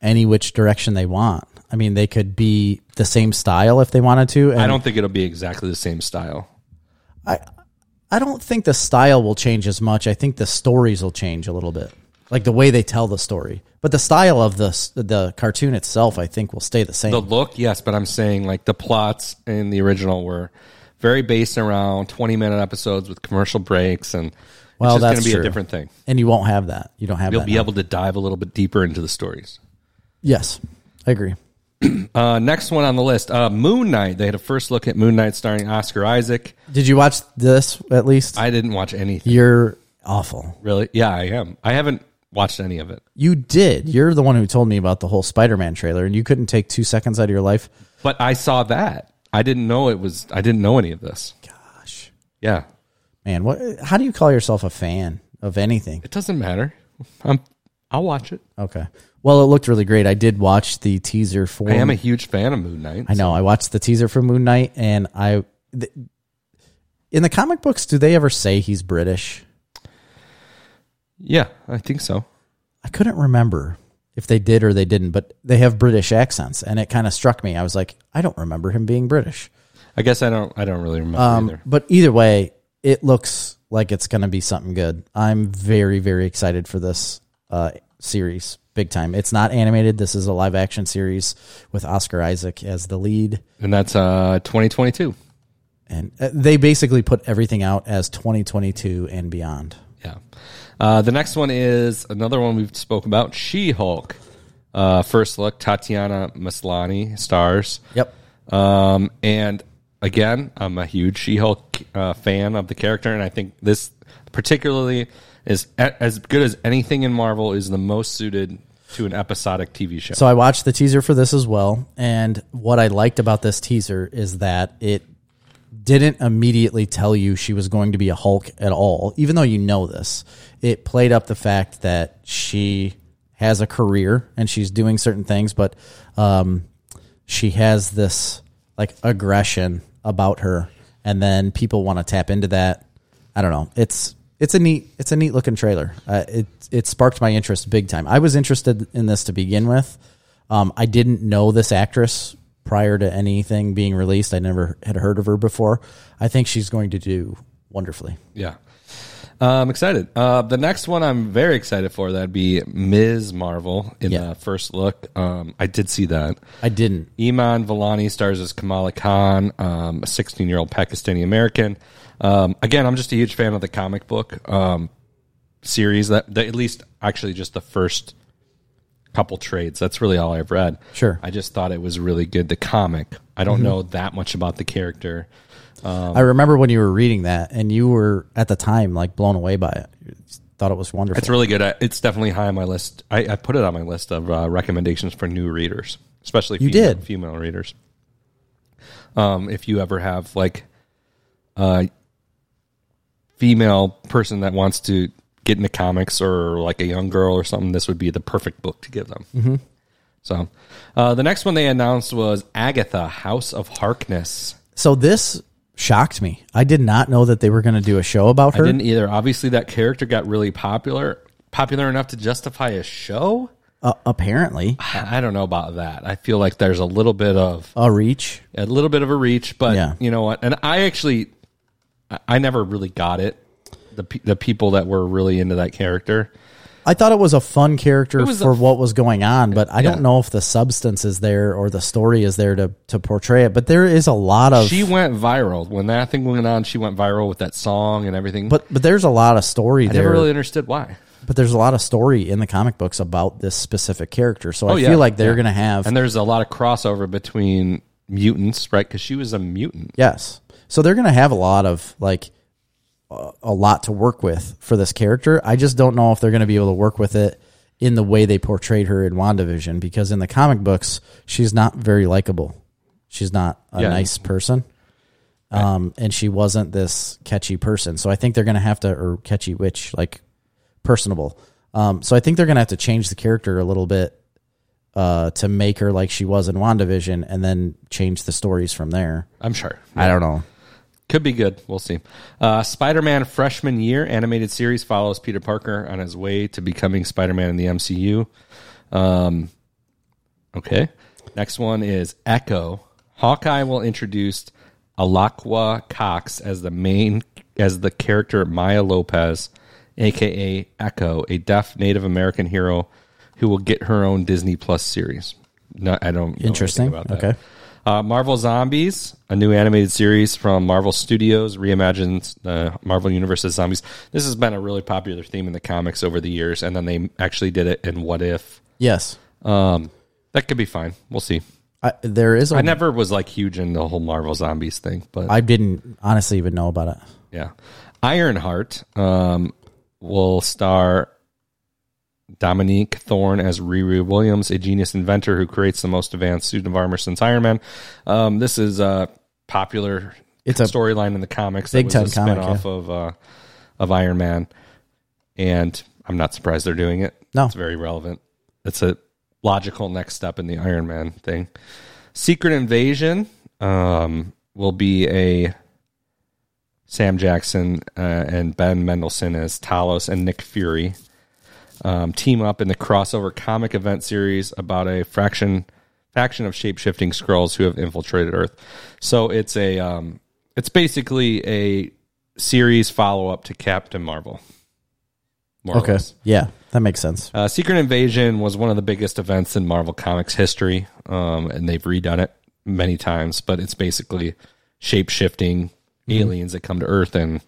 Speaker 2: any which direction they want. I mean, they could be the same style if they wanted to. And
Speaker 1: i don't think it'll be exactly the same style
Speaker 2: I don't think the style will change as much. I think the stories will change a little bit, like the way they tell the story. But the style of the the cartoon itself, I think, will stay the same.
Speaker 1: the look yes but i'm saying like the plots in the original were very based around 20 minute episodes with commercial breaks and
Speaker 2: Well,
Speaker 1: it's just
Speaker 2: that's
Speaker 1: gonna be
Speaker 2: true.
Speaker 1: a different thing
Speaker 2: and you won't have that. You don't have
Speaker 1: you'll
Speaker 2: that.
Speaker 1: be
Speaker 2: now.
Speaker 1: able to dive a little bit deeper into the stories
Speaker 2: yes, I agree.
Speaker 1: uh, next one on the list uh, moon knight they had a first look at moon knight starring oscar isaac
Speaker 2: Did you watch this at least?
Speaker 1: i didn't watch anything
Speaker 2: You're awful.
Speaker 1: really yeah i am i haven't watched any of it
Speaker 2: You did. You're the one who told me about the whole Spider-Man trailer, and you couldn't take two seconds out of your life.
Speaker 1: but i saw that i didn't know it was i didn't know any of this
Speaker 2: Gosh,
Speaker 1: yeah
Speaker 2: man, what? How do you call yourself a fan of anything?
Speaker 1: It doesn't matter. I'm, I'll watch it.
Speaker 2: Okay. Well, it looked really great. I did watch the teaser for.
Speaker 1: I am a huge fan of Moon Knight.
Speaker 2: I know. I watched the teaser for Moon Knight, and I. Th- in the comic books, do they ever say he's British?
Speaker 1: Yeah, I think so.
Speaker 2: I couldn't remember if they did or they didn't, but they have British accents, and it kind of struck me. I was like, I don't remember him being British.
Speaker 1: I guess I don't. I don't really remember
Speaker 2: Um,
Speaker 1: either.
Speaker 2: but either way, it looks like it's going to be something good. I'm very, very excited for this uh, series, big time. It's not animated. This is a live action series with Oscar Isaac as the lead.
Speaker 1: And that's uh 2022.
Speaker 2: and uh, they basically put everything out as 2022 and beyond.
Speaker 1: Yeah. Uh, the next one is another one we've spoke about. She Hulk. Uh, first look. Tatiana Maslany stars.
Speaker 2: Yep.
Speaker 1: Um, and again, I'm a huge She-Hulk uh, fan of the character, and I think this particularly is a- as good as anything in Marvel is the most suited to an episodic TV show.
Speaker 2: So I watched the teaser for this as well, and what I liked about this teaser is that it didn't immediately tell you she was going to be a Hulk at all, even though you know this. It played up the fact that she has a career and she's doing certain things, but um, she has this like aggression about her, and then people want to tap into that. I don't know. It's it's a neat it's a neat looking trailer. Uh, it it sparked my interest big time. I was interested in this to begin with. Um, I didn't know this actress prior to anything being released. I never had heard of her before. I think she's going to do wonderfully.
Speaker 1: Yeah. Uh, I'm excited. Uh, the next one I'm very excited for that'd be Ms. Marvel in
Speaker 2: Yeah.
Speaker 1: the first look. Um, I did see that.
Speaker 2: I didn't.
Speaker 1: Iman Vellani stars as Kamala Khan, um, a 16 year old Pakistani American. Um, again, I'm just a huge fan of the comic book um, series that, that at least actually just the first couple trades. That's really all I've read.
Speaker 2: Sure. Mm-hmm.
Speaker 1: I just thought it was really good. The comic. I don't know that much about the character. Um,
Speaker 2: I remember when you were reading that, and you were at the time like blown away by it. You thought it was wonderful.
Speaker 1: It's really good. I, it's definitely high on my list. I, I put it on my list of uh, recommendations for new readers, especially
Speaker 2: You
Speaker 1: female,
Speaker 2: did.
Speaker 1: female readers. Um, if you ever have like a female person that wants to get into comics or like a young girl or something, this would be the perfect book to give them.
Speaker 2: Mm-hmm.
Speaker 1: So, uh, the next one they announced was Agatha, House of Harkness.
Speaker 2: so this shocked me. I did not know that they were going to do a show about
Speaker 1: I
Speaker 2: her.
Speaker 1: didn't either. Obviously, that character got really popular, popular enough to justify a show.
Speaker 2: Uh, apparently,
Speaker 1: I don't know about that. I feel like there's a little bit of
Speaker 2: a reach.
Speaker 1: a little bit of a reach, but
Speaker 2: Yeah.
Speaker 1: you know what? And I actually, I- I never really got it. The pe- the people that were really into that character,
Speaker 2: I thought it was a fun character
Speaker 1: was
Speaker 2: for what was going on, but I
Speaker 1: Yeah.
Speaker 2: don't know if the substance is there or the story is there to to portray it. But there is a lot of
Speaker 1: she went viral when that thing went on. She went viral with that song and everything.
Speaker 2: but but there's a lot of story
Speaker 1: I
Speaker 2: there.
Speaker 1: never really understood why.
Speaker 2: but there's a lot of story in the comic books about this specific character. So I
Speaker 1: Oh, yeah,
Speaker 2: feel like they're
Speaker 1: yeah.
Speaker 2: going to have
Speaker 1: And there's a lot of crossover between mutants, right? Because she was a mutant.
Speaker 2: Yes. So they're going to have a lot of like a a lot to work with for this character. I just don't know if they're going to be able to work with it in the way they portrayed her in WandaVision because in the comic books she's not very likable. She's not a
Speaker 1: Yeah.
Speaker 2: nice person. Um and she wasn't this catchy person. So I think they're going to have to or catchy witch like personable. Um so I think they're going to have to change the character a little bit uh to make her like she was in WandaVision and then change the stories from there.
Speaker 1: I'm sure.
Speaker 2: I don't know.
Speaker 1: Could be good. We'll see. Uh, Spider Man freshman year animated series follows Peter Parker on his way to becoming Spider Man in the MCU. Um, okay. Next one is Echo. Hawkeye will introduce Alakwa Cox as the main as the character Maya Lopez, aka Echo, a deaf Native American hero who will get her own Disney Plus series. No, I don't know anything
Speaker 2: Interesting.
Speaker 1: about that.
Speaker 2: Okay.
Speaker 1: Uh, Marvel Zombies, a new animated series from Marvel Studios, reimagines the Marvel Universe as zombies. This has been a really popular theme in the comics over the years, and then they actually did it in What If.
Speaker 2: Yes.
Speaker 1: Um, that could be fine. We'll see.
Speaker 2: I, there is. A,
Speaker 1: I
Speaker 2: I
Speaker 1: never was like huge in the whole Marvel Zombies thing, but
Speaker 2: didn't honestly even know about it.
Speaker 1: yeah. Ironheart um, will star Dominique Thorne as Riri Williams, a genius inventor who creates the most advanced suit of armor since Iron Man. Um, this is a popular
Speaker 2: It's a-
Speaker 1: storyline in the comics.
Speaker 2: Big
Speaker 1: that was
Speaker 2: time
Speaker 1: a
Speaker 2: comic,
Speaker 1: spinoff of uh, of Iron Man, and I'm not surprised they're doing it.
Speaker 2: No.
Speaker 1: it's very relevant. It's a logical next step in the Iron Man thing. Secret Invasion um, will be a Sam Jackson uh, and Ben Mendelsohn as Talos and Nick Fury um, team up in the crossover comic event series about a fraction faction of shape-shifting scrolls who have infiltrated Earth. So it's a um, it's basically a series follow-up to Captain Marvel. More or
Speaker 2: Okay.
Speaker 1: less.
Speaker 2: Yeah, that makes sense.
Speaker 1: Uh, Secret Invasion was one of the biggest events in Marvel Comics history, um, and they've redone it many times. But it's basically shape shifting aliens that come to Earth, and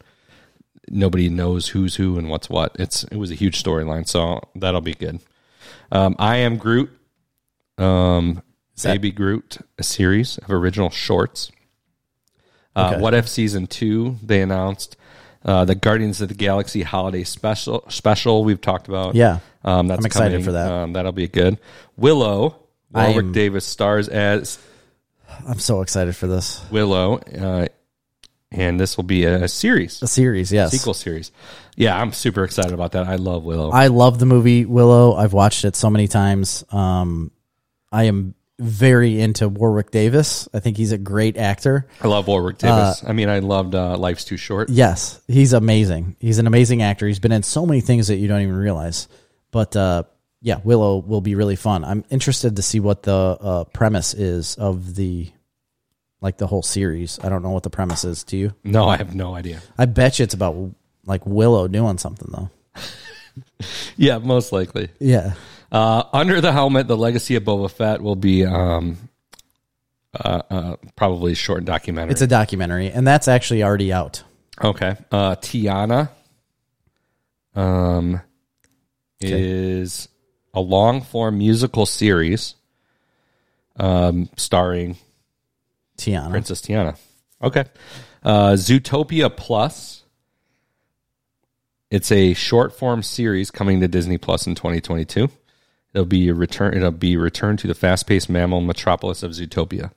Speaker 1: nobody knows who's who and what's what. It's it was a huge storyline, so that'll be good. Um, I am Groot, um, Baby Groot, a series of original shorts. Uh, What if season two? They announced uh, the Guardians of the Galaxy holiday special. Special we've talked about.
Speaker 2: Yeah.
Speaker 1: um, that's
Speaker 2: I'm excited
Speaker 1: coming.
Speaker 2: for that.
Speaker 1: Um, that'll be good. Willow
Speaker 2: I
Speaker 1: Warwick
Speaker 2: am-
Speaker 1: Davis stars as
Speaker 2: I'm so excited for this
Speaker 1: Willow, uh, and this will be a, a series,
Speaker 2: the series. Yes,
Speaker 1: sequel series. Yeah, I'm super excited about that. I love Willow.
Speaker 2: I love the movie Willow. I've watched it so many times. Um, I am very into Warwick Davis. I think he's a great actor.
Speaker 1: I love Warwick Davis. I mean, I loved uh, Life's Too Short.
Speaker 2: Yes, he's amazing. He's an amazing actor. He's been in so many things that you don't even realize. But uh, yeah, Willow will be really fun. I'm interested to see what the uh, premise is of the like the whole series. I don't know what the premise is. Do you?
Speaker 1: No, I have no idea.
Speaker 2: I bet you it's about like Willow doing something though.
Speaker 1: Yeah, most likely.
Speaker 2: Yeah.
Speaker 1: Uh, under the helmet, the legacy of Boba Fett will be um, uh, uh, probably a short documentary.
Speaker 2: It's a documentary and that's actually already out.
Speaker 1: okay. Uh, Tiana um, is a long form musical series um, starring
Speaker 2: Tiana.
Speaker 1: Princess Tiana. Okay. Uh, Zootopia Plus. It's a short form series coming to Disney Plus in 2022. It'll be a return. It'll be returned to the fast paced mammal metropolis of Zootopia.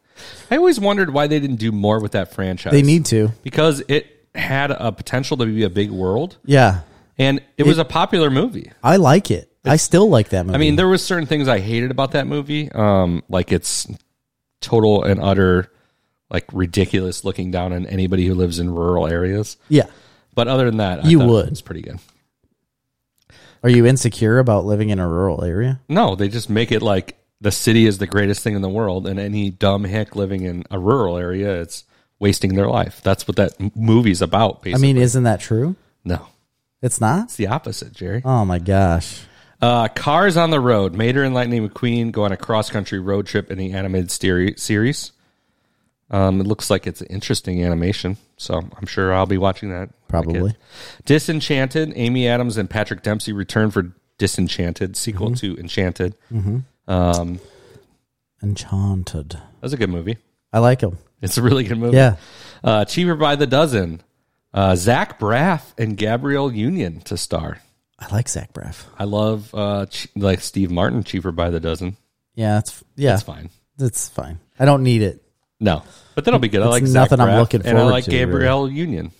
Speaker 1: I always wondered why they didn't do more with that franchise.
Speaker 2: They need to.
Speaker 1: because it had a potential to be a big world,
Speaker 2: Yeah.
Speaker 1: and it, was a popular movie.
Speaker 2: I like it. I still like that movie.
Speaker 1: I mean, there was certain things I hated about that movie, um, like its total and utter like ridiculous looking down on anybody who lives in rural areas.
Speaker 2: yeah.
Speaker 1: But other than that, I
Speaker 2: You
Speaker 1: thought
Speaker 2: would.
Speaker 1: It's pretty good.
Speaker 2: Are you insecure about living in a rural area?
Speaker 1: No, they just make it like the city is the greatest thing in the world, and any dumb hick living in a rural area, it's wasting their life. That's what that m- movie's about.
Speaker 2: I
Speaker 1: Basically,
Speaker 2: mean, isn't that true?
Speaker 1: no,
Speaker 2: It's not?
Speaker 1: it's the opposite, Jerry.
Speaker 2: Oh my gosh.
Speaker 1: Uh, Cars on the Road. Mater and Lightning McQueen go on a cross country road trip in the animated steri- series. Um, it looks like it's an interesting animation, so I'm sure I'll be watching that. when I get-
Speaker 2: Probably.
Speaker 1: Disenchanted. Amy Adams and Patrick Dempsey return for Disenchanted, sequel
Speaker 2: Mm-hmm.
Speaker 1: to Enchanted. Um, that
Speaker 2: Enchanted.
Speaker 1: was a good movie.
Speaker 2: I like him.
Speaker 1: It's a really good movie.
Speaker 2: Yeah.
Speaker 1: Uh, Cheaper by the Dozen. Uh, Zach Braff and Gabrielle Union to star.
Speaker 2: I like Zach Braff.
Speaker 1: I love uh, Ch- like Steve Martin, Cheaper by the Dozen.
Speaker 2: Yeah, it's yeah,
Speaker 1: That's
Speaker 2: it's fine.
Speaker 1: fine.
Speaker 2: I don't need it.
Speaker 1: No, but that'll be good. I like Zach
Speaker 2: nothing I'm
Speaker 1: Braff,
Speaker 2: looking
Speaker 1: and I
Speaker 2: forward
Speaker 1: like
Speaker 2: to,
Speaker 1: Gabrielle Union.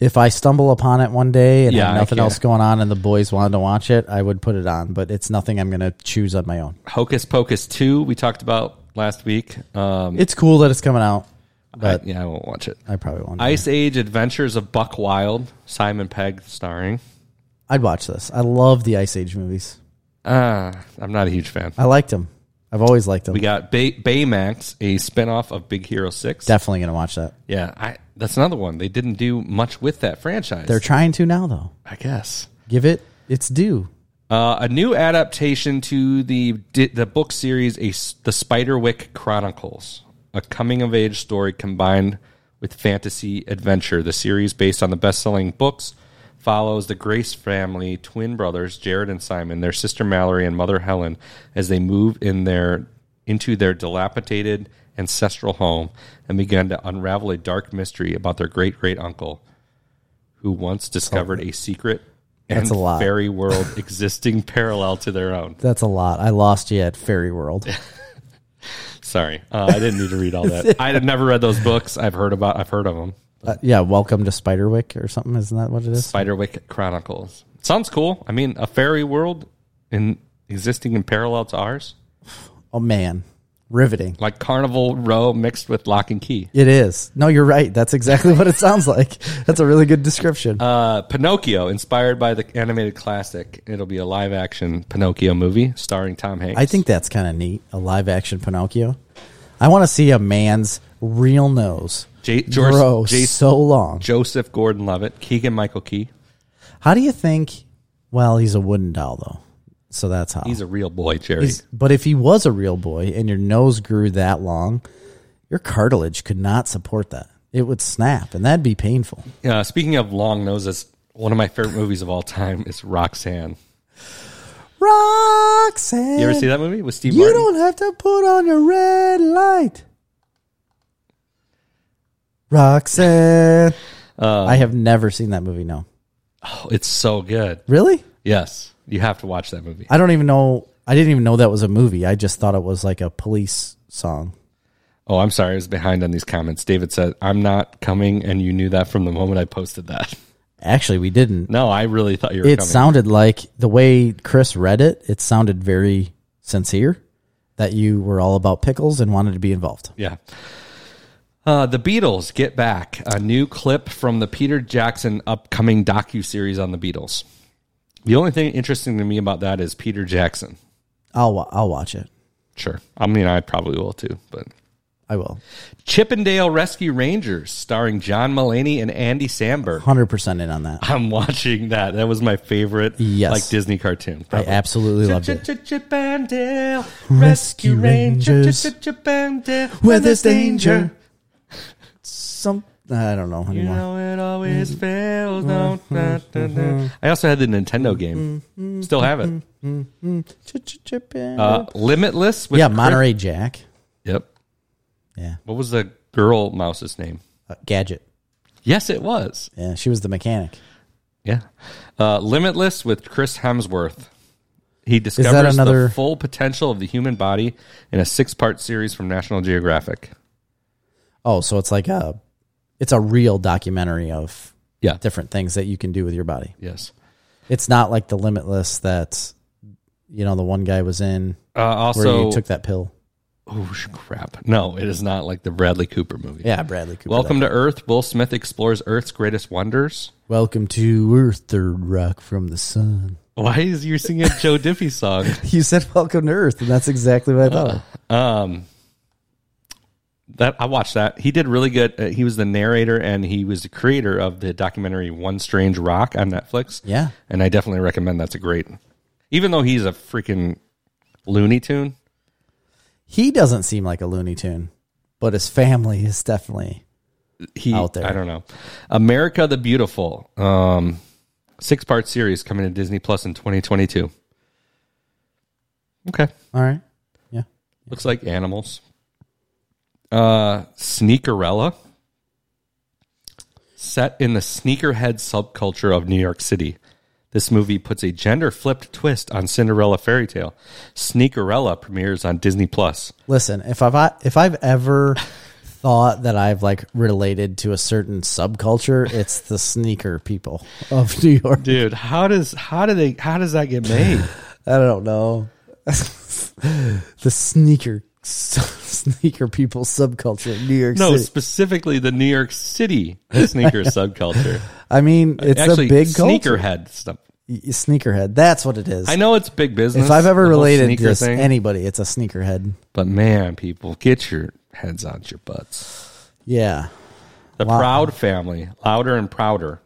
Speaker 2: If I stumble upon it one day and
Speaker 1: Yeah,
Speaker 2: have
Speaker 1: I
Speaker 2: nothing
Speaker 1: can't.
Speaker 2: else going on and the boys wanted to watch it, I would put it on, but it's nothing I'm going to choose on my own.
Speaker 1: Hocus Pocus two we talked about last week. Um,
Speaker 2: It's cool that it's coming out,
Speaker 1: I-
Speaker 2: but
Speaker 1: yeah, I won't watch it.
Speaker 2: I, probably won't.
Speaker 1: Ice Age Adventures of Buck Wild, Simon Pegg starring.
Speaker 2: I'd watch this. I love the Ice Age movies.
Speaker 1: Uh, I'm not a huge fan.
Speaker 2: I liked them. I've always liked them.
Speaker 1: We got Bay- Baymax, a spinoff of Big Hero Six.
Speaker 2: Definitely going to watch that.
Speaker 1: yeah, I, that's another one. They didn't do much with that franchise.
Speaker 2: They're trying to now though.
Speaker 1: I guess.
Speaker 2: Give it its due.
Speaker 1: Uh, a new adaptation to the di- the book series, a, S- the Spiderwick Chronicles, a coming of age story combined with fantasy adventure. The series, based on the best selling books, follows the Grace family, twin brothers Jared and Simon, their sister Mallory, and mother Helen, as they move in their into their dilapidated ancestral home and begin to unravel a dark mystery about their great great uncle, who once discovered a secret.
Speaker 2: That's
Speaker 1: and
Speaker 2: a lot.
Speaker 1: fairy world existing parallel to their own.
Speaker 2: That's a lot. I lost you at Fairy World.
Speaker 1: Sorry, uh, I didn't need to read all that. I had never read those books. I've heard about. I've heard of them.
Speaker 2: Uh, yeah, Welcome to Spiderwick or something. Isn't that what it is?
Speaker 1: Spiderwick Chronicles sounds cool. I mean, a fairy world in existing in parallel to ours,
Speaker 2: Oh man, riveting.
Speaker 1: like Carnival Row mixed with Lock and Key.
Speaker 2: It is. No, you're right. That's exactly what it sounds like. That's a really good description.
Speaker 1: Uh, Pinocchio, inspired by the animated classic, it'll be a live action Pinocchio movie starring Tom Hanks.
Speaker 2: I think that's kind of neat. A live action Pinocchio. I want to see a man's real nose
Speaker 1: J- George-
Speaker 2: grow
Speaker 1: J-
Speaker 2: so long.
Speaker 1: Joseph Gordon-Levitt, Keegan Michael Key.
Speaker 2: How do you think? Well, he's a wooden doll though, so that's how.
Speaker 1: He's a real boy, Jerry.
Speaker 2: He's- but if he was a real boy and your nose grew that long, your cartilage could not support that. It would snap, and that'd be painful.
Speaker 1: Uh, speaking of long noses, one of my favorite movies of all time is Roxanne.
Speaker 2: Roxanne,
Speaker 1: You ever see that movie with Steve
Speaker 2: You
Speaker 1: Martin?
Speaker 2: don't have to put on your red light. Roxanne.
Speaker 1: Uh.
Speaker 2: I have never seen that movie, no.
Speaker 1: Oh, it's so good.
Speaker 2: Really?
Speaker 1: Yes, you have to watch that movie.
Speaker 2: I don't even know. I didn't even know that was a movie. I just thought it was like a police song.
Speaker 1: Oh, I'm sorry, I was behind on these comments. David said, "I'm not coming," and you knew that from the moment I posted that.
Speaker 2: Actually, we didn't.
Speaker 1: No, I really thought you were
Speaker 2: It
Speaker 1: coming.
Speaker 2: sounded like the way Chris read it, it sounded very sincere that you were all about pickles and wanted to be involved.
Speaker 1: yeah. Uh, the Beatles get back a new clip from the Peter Jackson upcoming docu series on the Beatles. The only thing interesting to me about that is Peter Jackson.
Speaker 2: I'll, wa- I'll watch it.
Speaker 1: Sure, I mean I probably will too, but
Speaker 2: I will.
Speaker 1: Chippendale Rescue Rangers, starring John Mulaney and Andy Samberg.
Speaker 2: 100% in on that.
Speaker 1: I'm watching that. That was my favorite,
Speaker 2: Yes.
Speaker 1: like Disney cartoon.
Speaker 2: I absolutely loved it.
Speaker 1: Chippendale Rescue Rangers.
Speaker 2: Rangers.
Speaker 1: Chippendale,
Speaker 2: where there's danger. Some I don't know
Speaker 1: You
Speaker 2: anymore.
Speaker 1: know it always fails. Don't, dun, dun, dun. I also had the Nintendo game. Still have it.
Speaker 2: Ch-ch-chippin'.
Speaker 1: Uh, Limitless. With
Speaker 2: yeah,
Speaker 1: Crypt-
Speaker 2: Monterey Jack.
Speaker 1: Yep.
Speaker 2: Yeah,
Speaker 1: What was the girl mouse's name?
Speaker 2: uh, Gadget.
Speaker 1: Yes, it was.
Speaker 2: Yeah, she was the mechanic.
Speaker 1: Yeah. Uh, Limitless with Chris Hemsworth. He discovers
Speaker 2: another-
Speaker 1: the full potential of the human body in a six-part series from National Geographic.
Speaker 2: Oh, so it's like a, it's a real documentary of
Speaker 1: Yeah.
Speaker 2: different things that you can do with your body.
Speaker 1: Yes.
Speaker 2: It's not like the Limitless that's, you know, the one guy was in
Speaker 1: Uh,
Speaker 2: where
Speaker 1: also,
Speaker 2: you took that pill.
Speaker 1: oh sh- crap! No, it is not like the Bradley Cooper movie.
Speaker 2: Yeah, Bradley Cooper.
Speaker 1: Welcome to Earth. Will Smith explores Earth's greatest wonders.
Speaker 2: Welcome to Earth, third rock from the sun.
Speaker 1: Why is you singing a Joe Diffie song?
Speaker 2: You said welcome to Earth, and that's exactly what I thought. of.
Speaker 1: Um, that I watched that. He did really good. Uh, he was the narrator and he was the creator of the documentary One Strange Rock on Netflix.
Speaker 2: Yeah.
Speaker 1: and I definitely recommend that's a great. Even though he's a freaking Looney Tune,
Speaker 2: He doesn't seem like a Looney Tune, but his family is definitely.
Speaker 1: he
Speaker 2: Out there.
Speaker 1: I don't know. America the Beautiful, um, six part series coming to Disney Plus in 2022. Okay,
Speaker 2: All right. Yeah.
Speaker 1: looks like animals. Uh, Sneakerella, set in the sneakerhead subculture of New York City. This movie puts a gender flipped twist on Cinderella fairy tale. Sneakerella premieres on Disney Plus.
Speaker 2: Listen, if I've if I've ever thought that I've like related to a certain subculture, it's the sneaker people of New York.
Speaker 1: dude how does how do they how does that get made
Speaker 2: I don't know. the sneaker sneaker people subculture of New York
Speaker 1: no
Speaker 2: City.
Speaker 1: specifically the new york city sneaker subculture
Speaker 2: I mean, it's
Speaker 1: actually
Speaker 2: a big culture.
Speaker 1: sneakerhead stuff
Speaker 2: sneakerhead. That's what it is.
Speaker 1: i know it's big business
Speaker 2: if I've ever
Speaker 1: the whole
Speaker 2: related
Speaker 1: sneaker
Speaker 2: to
Speaker 1: thing,
Speaker 2: anybody, it's a sneakerhead.
Speaker 1: but man people get your heads out your butts
Speaker 2: Yeah.
Speaker 1: the proud family louder and prouder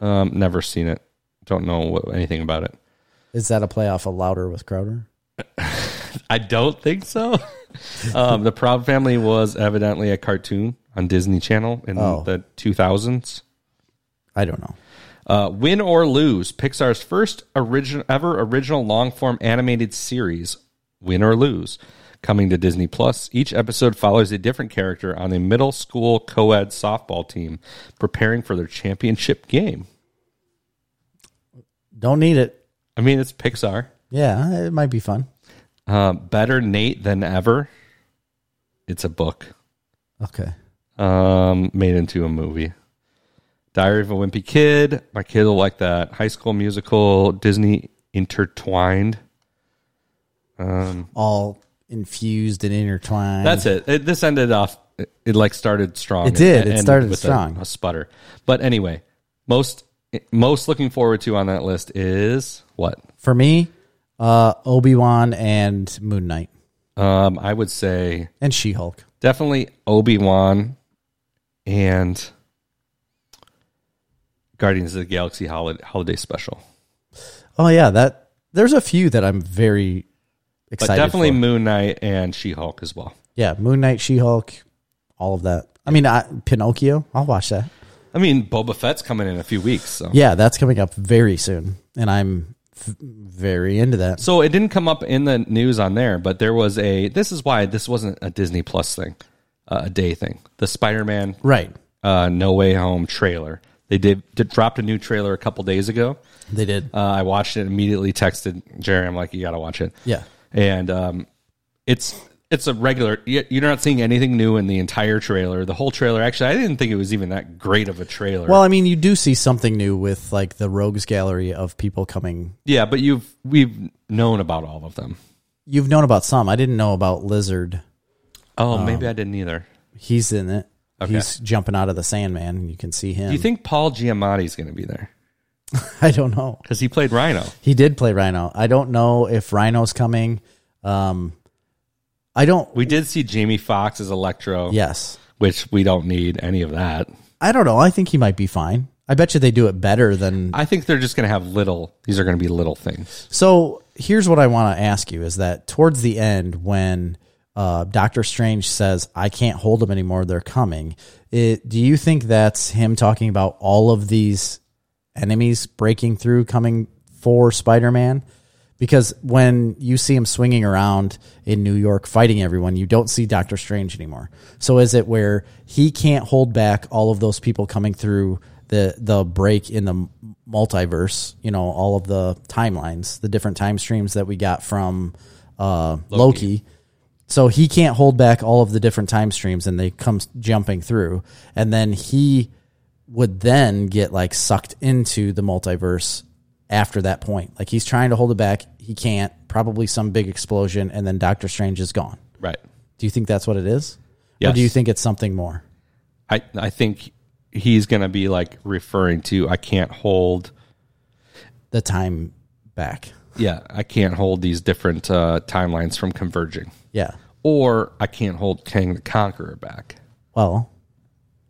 Speaker 1: um never seen it don't know what, anything about it
Speaker 2: Is that a play off of Louder with Crowder?
Speaker 1: i don't think so um the proud family was evidently a cartoon on disney channel in
Speaker 2: Oh.
Speaker 1: the 2000s
Speaker 2: I don't know.
Speaker 1: Uh, Win or Lose, Pixar's first origin, ever original long form animated series, Win or Lose, coming to Disney Plus. Each episode follows a different character on a middle school co ed softball team preparing for their championship game.
Speaker 2: Don't need it.
Speaker 1: I mean, it's Pixar.
Speaker 2: Yeah, it might be fun.
Speaker 1: Uh, Better Nate Than Ever. It's a book
Speaker 2: Okay.
Speaker 1: um, made into a movie. Diary of a Wimpy Kid. My kid will like that. High School Musical, Disney Intertwined.
Speaker 2: All infused and intertwined.
Speaker 1: That's it. it. This ended off. It, it, like started strong.
Speaker 2: It did. It
Speaker 1: ended
Speaker 2: started
Speaker 1: with a-
Speaker 2: strong.
Speaker 1: A, sputter. But anyway, most most looking forward to on that list is what?
Speaker 2: for me, uh, Obi Wan and Moon Knight
Speaker 1: Um, I would say
Speaker 2: and She Hulk.
Speaker 1: definitely Obi Wan and Guardians of the Galaxy holiday, holiday special.
Speaker 2: Oh yeah, that there's a few that I'm very
Speaker 1: But
Speaker 2: excited.
Speaker 1: definitely
Speaker 2: for.
Speaker 1: Moon Knight and She Hulk as well.
Speaker 2: yeah, Moon Knight, She Hulk, all of that. I mean, I, Pinocchio. I'll watch that.
Speaker 1: I mean, Boba Fett's coming in a few weeks. So.
Speaker 2: Yeah, that's coming up very soon, and I'm f- very into that.
Speaker 1: So it didn't come up in the news on there, but there was a. This is why this wasn't a Disney Plus thing, uh, a day thing. The Spider-Man
Speaker 2: Right?
Speaker 1: uh, No Way Home trailer. They did, did dropped a new trailer a couple days ago.
Speaker 2: They did.
Speaker 1: Uh, I watched it immediately. Texted Jerry. I'm like, you got to watch it.
Speaker 2: Yeah.
Speaker 1: And um, it's it's a regular. you- You're not seeing anything new in the entire trailer. The whole trailer. Actually, I didn't think it was even that great of a trailer.
Speaker 2: Well, I mean, you do see something new with like the rogues gallery of people coming.
Speaker 1: yeah, but you've we've known about all of them.
Speaker 2: You've known about some. I didn't know about Lizard.
Speaker 1: Oh, maybe I didn't either.
Speaker 2: He's in it. He's jumping out of the Sandman. and You can see him.
Speaker 1: Do you think Paul Giamatti's going to be there?
Speaker 2: I don't know.
Speaker 1: because he played Rhino.
Speaker 2: He did play Rhino. I don't know if Rhino's coming. Um, I don't.
Speaker 1: We did see Jamie Foxx as Electro,
Speaker 2: Yes,
Speaker 1: which we don't need any of that.
Speaker 2: I don't know. I think he might be fine. I bet you they do it better than.
Speaker 1: I think they're just going to have little. These are going to be little things.
Speaker 2: So here's what I want to ask you: Is that towards the end when uh, Doctor Strange says, I can't hold them anymore. They're coming. It, do you think that's him talking about all of these enemies breaking through, coming for Spider Man? Because when you see him swinging around in New York fighting everyone, you don't see Doctor Strange anymore. So is it where he can't hold back all of those people coming through the the break in the multiverse? You know, all of the timelines, the different time streams that we got from uh, Loki. So he can't hold back all of the different time streams, and they come jumping through, and then he would then get like sucked into the multiverse after that point. Like he's trying to hold it back, he can't. Probably some big explosion, and then Doctor Strange is gone.
Speaker 1: Right.
Speaker 2: Do you think that's what it is? Or
Speaker 1: Yes.
Speaker 2: do you think it's something more?
Speaker 1: I I think he's gonna be like referring to I can't hold
Speaker 2: The time back.
Speaker 1: yeah, I can't hold these different uh, timelines from converging.
Speaker 2: Yeah.
Speaker 1: Or I can't hold Kang the Conqueror back.
Speaker 2: Well,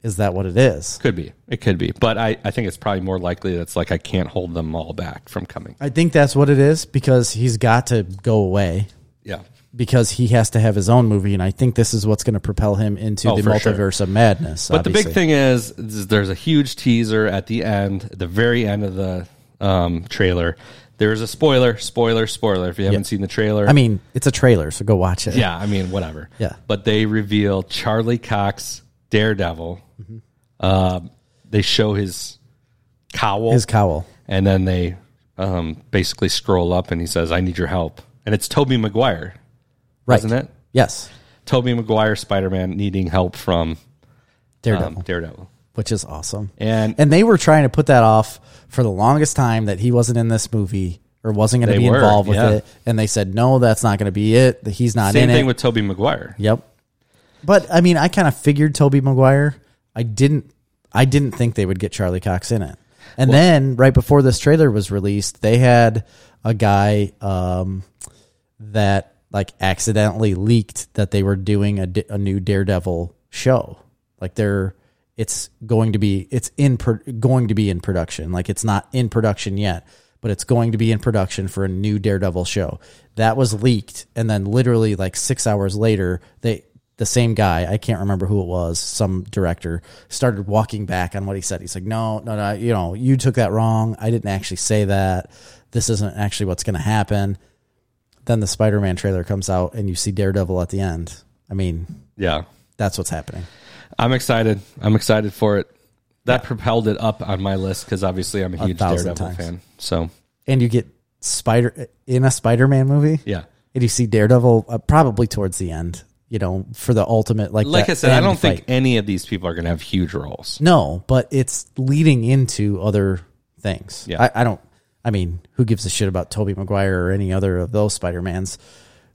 Speaker 2: is that what it is?
Speaker 1: Could be. It could be. But I, I think it's probably more likely that's like I can't hold them all back from coming.
Speaker 2: I think that's what it is because he's got to go away
Speaker 1: Yeah.
Speaker 2: because he has to have his own movie, and I think this is what's going to propel him into
Speaker 1: Oh,
Speaker 2: the
Speaker 1: for sure.
Speaker 2: multiverse of madness.
Speaker 1: But the big thing is, is there's a huge teaser at the end, at the very end of the um, trailer. There's a spoiler, spoiler, spoiler. If you haven't seen the trailer,
Speaker 2: I mean, it's a trailer, so go watch it.
Speaker 1: yeah, I mean, whatever.
Speaker 2: Yeah.
Speaker 1: But they reveal Charlie Cox, Daredevil.
Speaker 2: Mm-hmm.
Speaker 1: Um, they show his cowl,
Speaker 2: his cowl.
Speaker 1: and then they um, basically scroll up, and he says, "I need your help." And it's Toby Maguire,
Speaker 2: Right.
Speaker 1: isn't it?
Speaker 2: Yes.
Speaker 1: Toby Maguire, Spider Man, needing help from
Speaker 2: Daredevil,
Speaker 1: um, Daredevil,
Speaker 2: which is awesome.
Speaker 1: and
Speaker 2: And they were trying to put that off for the longest time that he wasn't in this movie or wasn't going to
Speaker 1: They
Speaker 2: be
Speaker 1: were,
Speaker 2: involved with
Speaker 1: yeah.
Speaker 2: it. And they said, no, that's not going to be it. That he's not
Speaker 1: same
Speaker 2: in
Speaker 1: thing
Speaker 2: it.
Speaker 1: with Toby Maguire.
Speaker 2: yep. But I mean, I kind of figured Toby Maguire. I didn't. I didn't think they would get Charlie Cox in it. And then right before this trailer was released, they had a guy um, that like accidentally leaked that they were doing a, d- a new Daredevil show. Like they're it's going to be it's in pro- going to be in production. Like it's not in production yet, but it's going to be in production for a new Daredevil show. That was leaked and then literally like 6 hours later they the same guy, I can't remember who it was, some director started walking back on what he said. He's like, "No, no, no, you know, you took that wrong. I didn't actually say that. This isn't actually what's going to happen." then the Spider-Man trailer comes out and you see Daredevil at the end. I mean,
Speaker 1: Yeah,
Speaker 2: that's what's happening.
Speaker 1: I'm excited. I'm excited for it. That propelled it up on my list because obviously I'm a huge
Speaker 2: thousand
Speaker 1: Daredevil
Speaker 2: times.
Speaker 1: fan. So
Speaker 2: And you get Spider in a Spider-Man movie,
Speaker 1: yeah,
Speaker 2: and you see Daredevil uh, probably towards the end. You know, for the ultimate like
Speaker 1: like
Speaker 2: the
Speaker 1: I said, I
Speaker 2: end
Speaker 1: don't think
Speaker 2: fight.
Speaker 1: any of these people are going to have huge roles.
Speaker 2: no, but it's leading into other things.
Speaker 1: Yeah.
Speaker 2: I, I don't. I mean, who gives a shit about Tobey Maguire or any other of those Spider-Mans?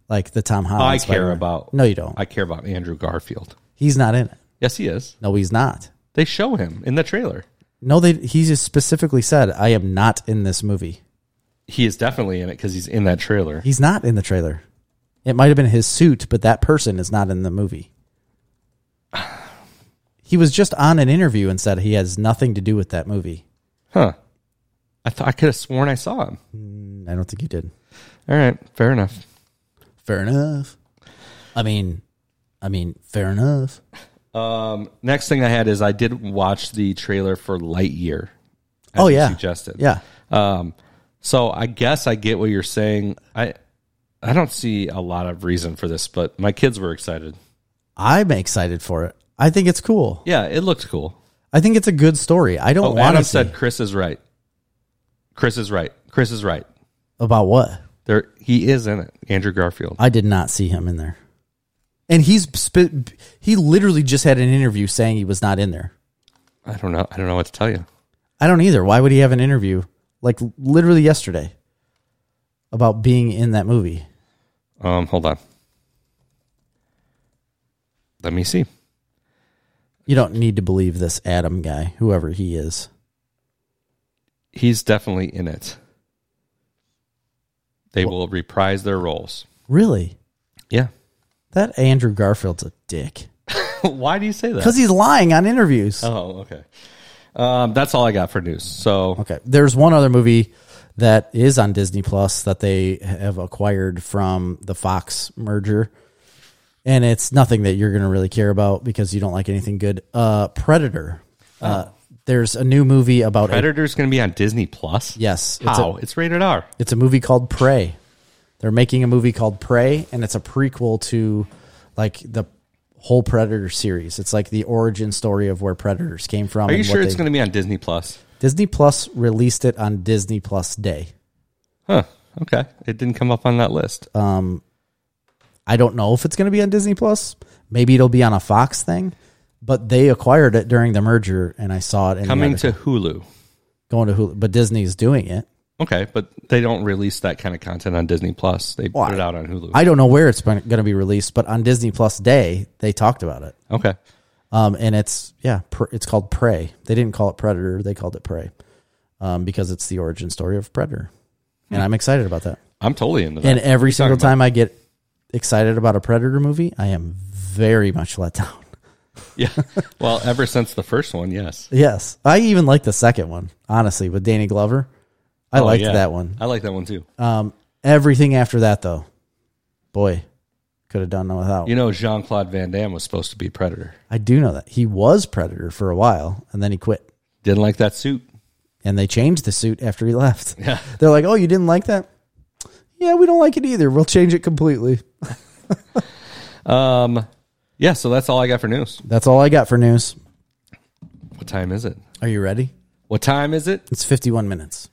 Speaker 2: Like the Tom Holland.
Speaker 1: I care
Speaker 2: Spider-Man.
Speaker 1: about.
Speaker 2: No, you don't.
Speaker 1: I care about Andrew Garfield.
Speaker 2: he's not in it.
Speaker 1: Yes, he is.
Speaker 2: No, he's not.
Speaker 1: They show him in the trailer.
Speaker 2: No, they. He just specifically said, "I am not in this movie."
Speaker 1: He is definitely in it because he's in that trailer.
Speaker 2: He's not in the trailer. It might have been his suit, but that person is not in the movie. He was just on an interview and said he has nothing to do with that movie.
Speaker 1: Huh. I thought I could have sworn I saw him.
Speaker 2: Mm, I don't think you did.
Speaker 1: All right, fair enough.
Speaker 2: Fair enough. I mean, I mean, fair enough.
Speaker 1: Um, next thing I had is I did watch the trailer for Lightyear. as
Speaker 2: Oh,
Speaker 1: you
Speaker 2: yeah.
Speaker 1: suggested.
Speaker 2: Yeah.
Speaker 1: Um, so I guess I get what you're saying. I I don't see a lot of reason for this, but my kids were excited.
Speaker 2: I'm excited for it. I think it's cool.
Speaker 1: Yeah, it looked cool.
Speaker 2: I think it's a good story. I don't
Speaker 1: Oh,
Speaker 2: want
Speaker 1: Adam
Speaker 2: to
Speaker 1: said Chris is right. Chris is right. Chris is right.
Speaker 2: about what
Speaker 1: There he is in it. Andrew Garfield.
Speaker 2: I did not see him in there. And he's sp- he literally just had an interview saying he was not in there.
Speaker 1: I don't know. I don't know what to tell you.
Speaker 2: I don't either. Why would he have an interview like literally yesterday about being in that movie?
Speaker 1: Um, hold on. Let me see.
Speaker 2: You don't need to believe this Adam guy, whoever he is.
Speaker 1: He's definitely in it. They will reprise their roles.
Speaker 2: Really?
Speaker 1: Yeah.
Speaker 2: That Andrew Garfield's a dick.
Speaker 1: Why do you say that?
Speaker 2: Because he's lying on interviews.
Speaker 1: Oh, okay. Um, that's all I got for news. So
Speaker 2: Okay. There's one other movie that is on Disney Plus that they have acquired from the Fox merger. and it's nothing that you're going to really care about because you don't like anything good. Uh, Predator.
Speaker 1: Oh.
Speaker 2: Uh, there's a new movie about a-
Speaker 1: Predator's going to be on Disney Plus.
Speaker 2: yes. It's a,
Speaker 1: How? It's rated R.
Speaker 2: it's a movie called Prey. They're making a movie called Prey, and it's a prequel to like the whole Predator series. It's like the origin story of where Predators came from.
Speaker 1: Are you
Speaker 2: and what
Speaker 1: sure it's
Speaker 2: they-
Speaker 1: going to be on Disney Plus?
Speaker 2: Disney Plus released it on Disney Plus Day.
Speaker 1: Huh. Okay. It didn't come up on that list.
Speaker 2: Um, I don't know if it's going to be on Disney Plus. Maybe it'll be on a Fox thing, but they acquired it during the merger, and I saw it. In the
Speaker 1: Coming
Speaker 2: other-
Speaker 1: to Hulu.
Speaker 2: going to Hulu, but Disney's doing it.
Speaker 1: Okay, but they don't release that kind of content on Disney Plus. They
Speaker 2: Why?
Speaker 1: put it out on Hulu.
Speaker 2: I don't know where it's going to be released, but on Disney Plus Day they talked about it,
Speaker 1: okay.
Speaker 2: um, and it's yeah, pr- it's called Prey. They didn't call it Predator; they called it Prey um, because it's the origin story of Predator, and I'm excited about that.
Speaker 1: I'm totally into that.
Speaker 2: And every single
Speaker 1: Hmm. talking about?
Speaker 2: time I get excited about a Predator movie, I am very much let down.
Speaker 1: yeah. Well, ever since the first one, yes.
Speaker 2: Yes, I even like the second one, honestly, with Danny Glover. I
Speaker 1: Oh,
Speaker 2: liked
Speaker 1: yeah.
Speaker 2: that one.
Speaker 1: I like that one too.
Speaker 2: Um, everything after that, though, boy, could have done without.
Speaker 1: You know, Jean Claude Van Damme was supposed to be Predator.
Speaker 2: I do know that he was Predator for a while, and then he quit.
Speaker 1: Didn't like that suit.
Speaker 2: And they changed the suit after he left.
Speaker 1: Yeah.
Speaker 2: They're like, "Oh, you didn't like that? Yeah, we don't like it either. We'll change it completely."
Speaker 1: Um. Yeah. So that's all I got for news.
Speaker 2: That's all I got for news.
Speaker 1: What time is it?
Speaker 2: Are you ready?
Speaker 1: What time is it?
Speaker 2: It's fifty-one minutes.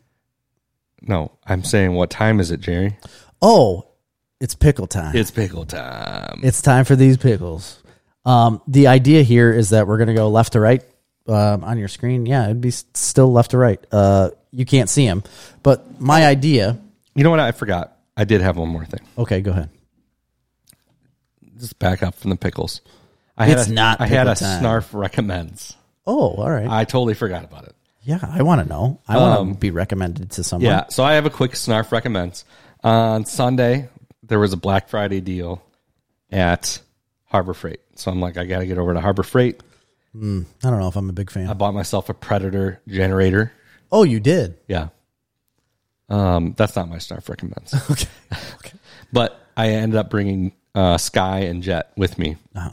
Speaker 1: No, I'm saying what time is it, Jerry?
Speaker 2: Oh, it's pickle time.
Speaker 1: It's pickle time.
Speaker 2: It's time for these pickles. Um, the idea here is that we're going to go left to right um, on your screen. Yeah, it'd be s- still left to right. Uh, you can't see them, but my idea.
Speaker 1: You know what? I forgot. I did have one more thing.
Speaker 2: Okay, go ahead.
Speaker 1: Just back up from the pickles. I had
Speaker 2: It's
Speaker 1: a,
Speaker 2: not
Speaker 1: I had a
Speaker 2: pickle time.
Speaker 1: snarf recommends.
Speaker 2: Oh, all right. Um,
Speaker 1: I totally forgot about it.
Speaker 2: yeah, I want to know. I want to be recommended to someone.
Speaker 1: Yeah. Um, So I have a quick snarf recommends. On Sunday, there was a Black Friday deal at Harbor Freight. So I'm like, I got to get over to Harbor Freight.
Speaker 2: I don't know if I'm a big fan.
Speaker 1: I bought myself a Predator generator.
Speaker 2: oh, you did.
Speaker 1: Yeah. Um, that's not my snarf recommends.
Speaker 2: Okay.
Speaker 1: But I ended up bringing uh, Sky and Jet with me
Speaker 2: Uh-huh.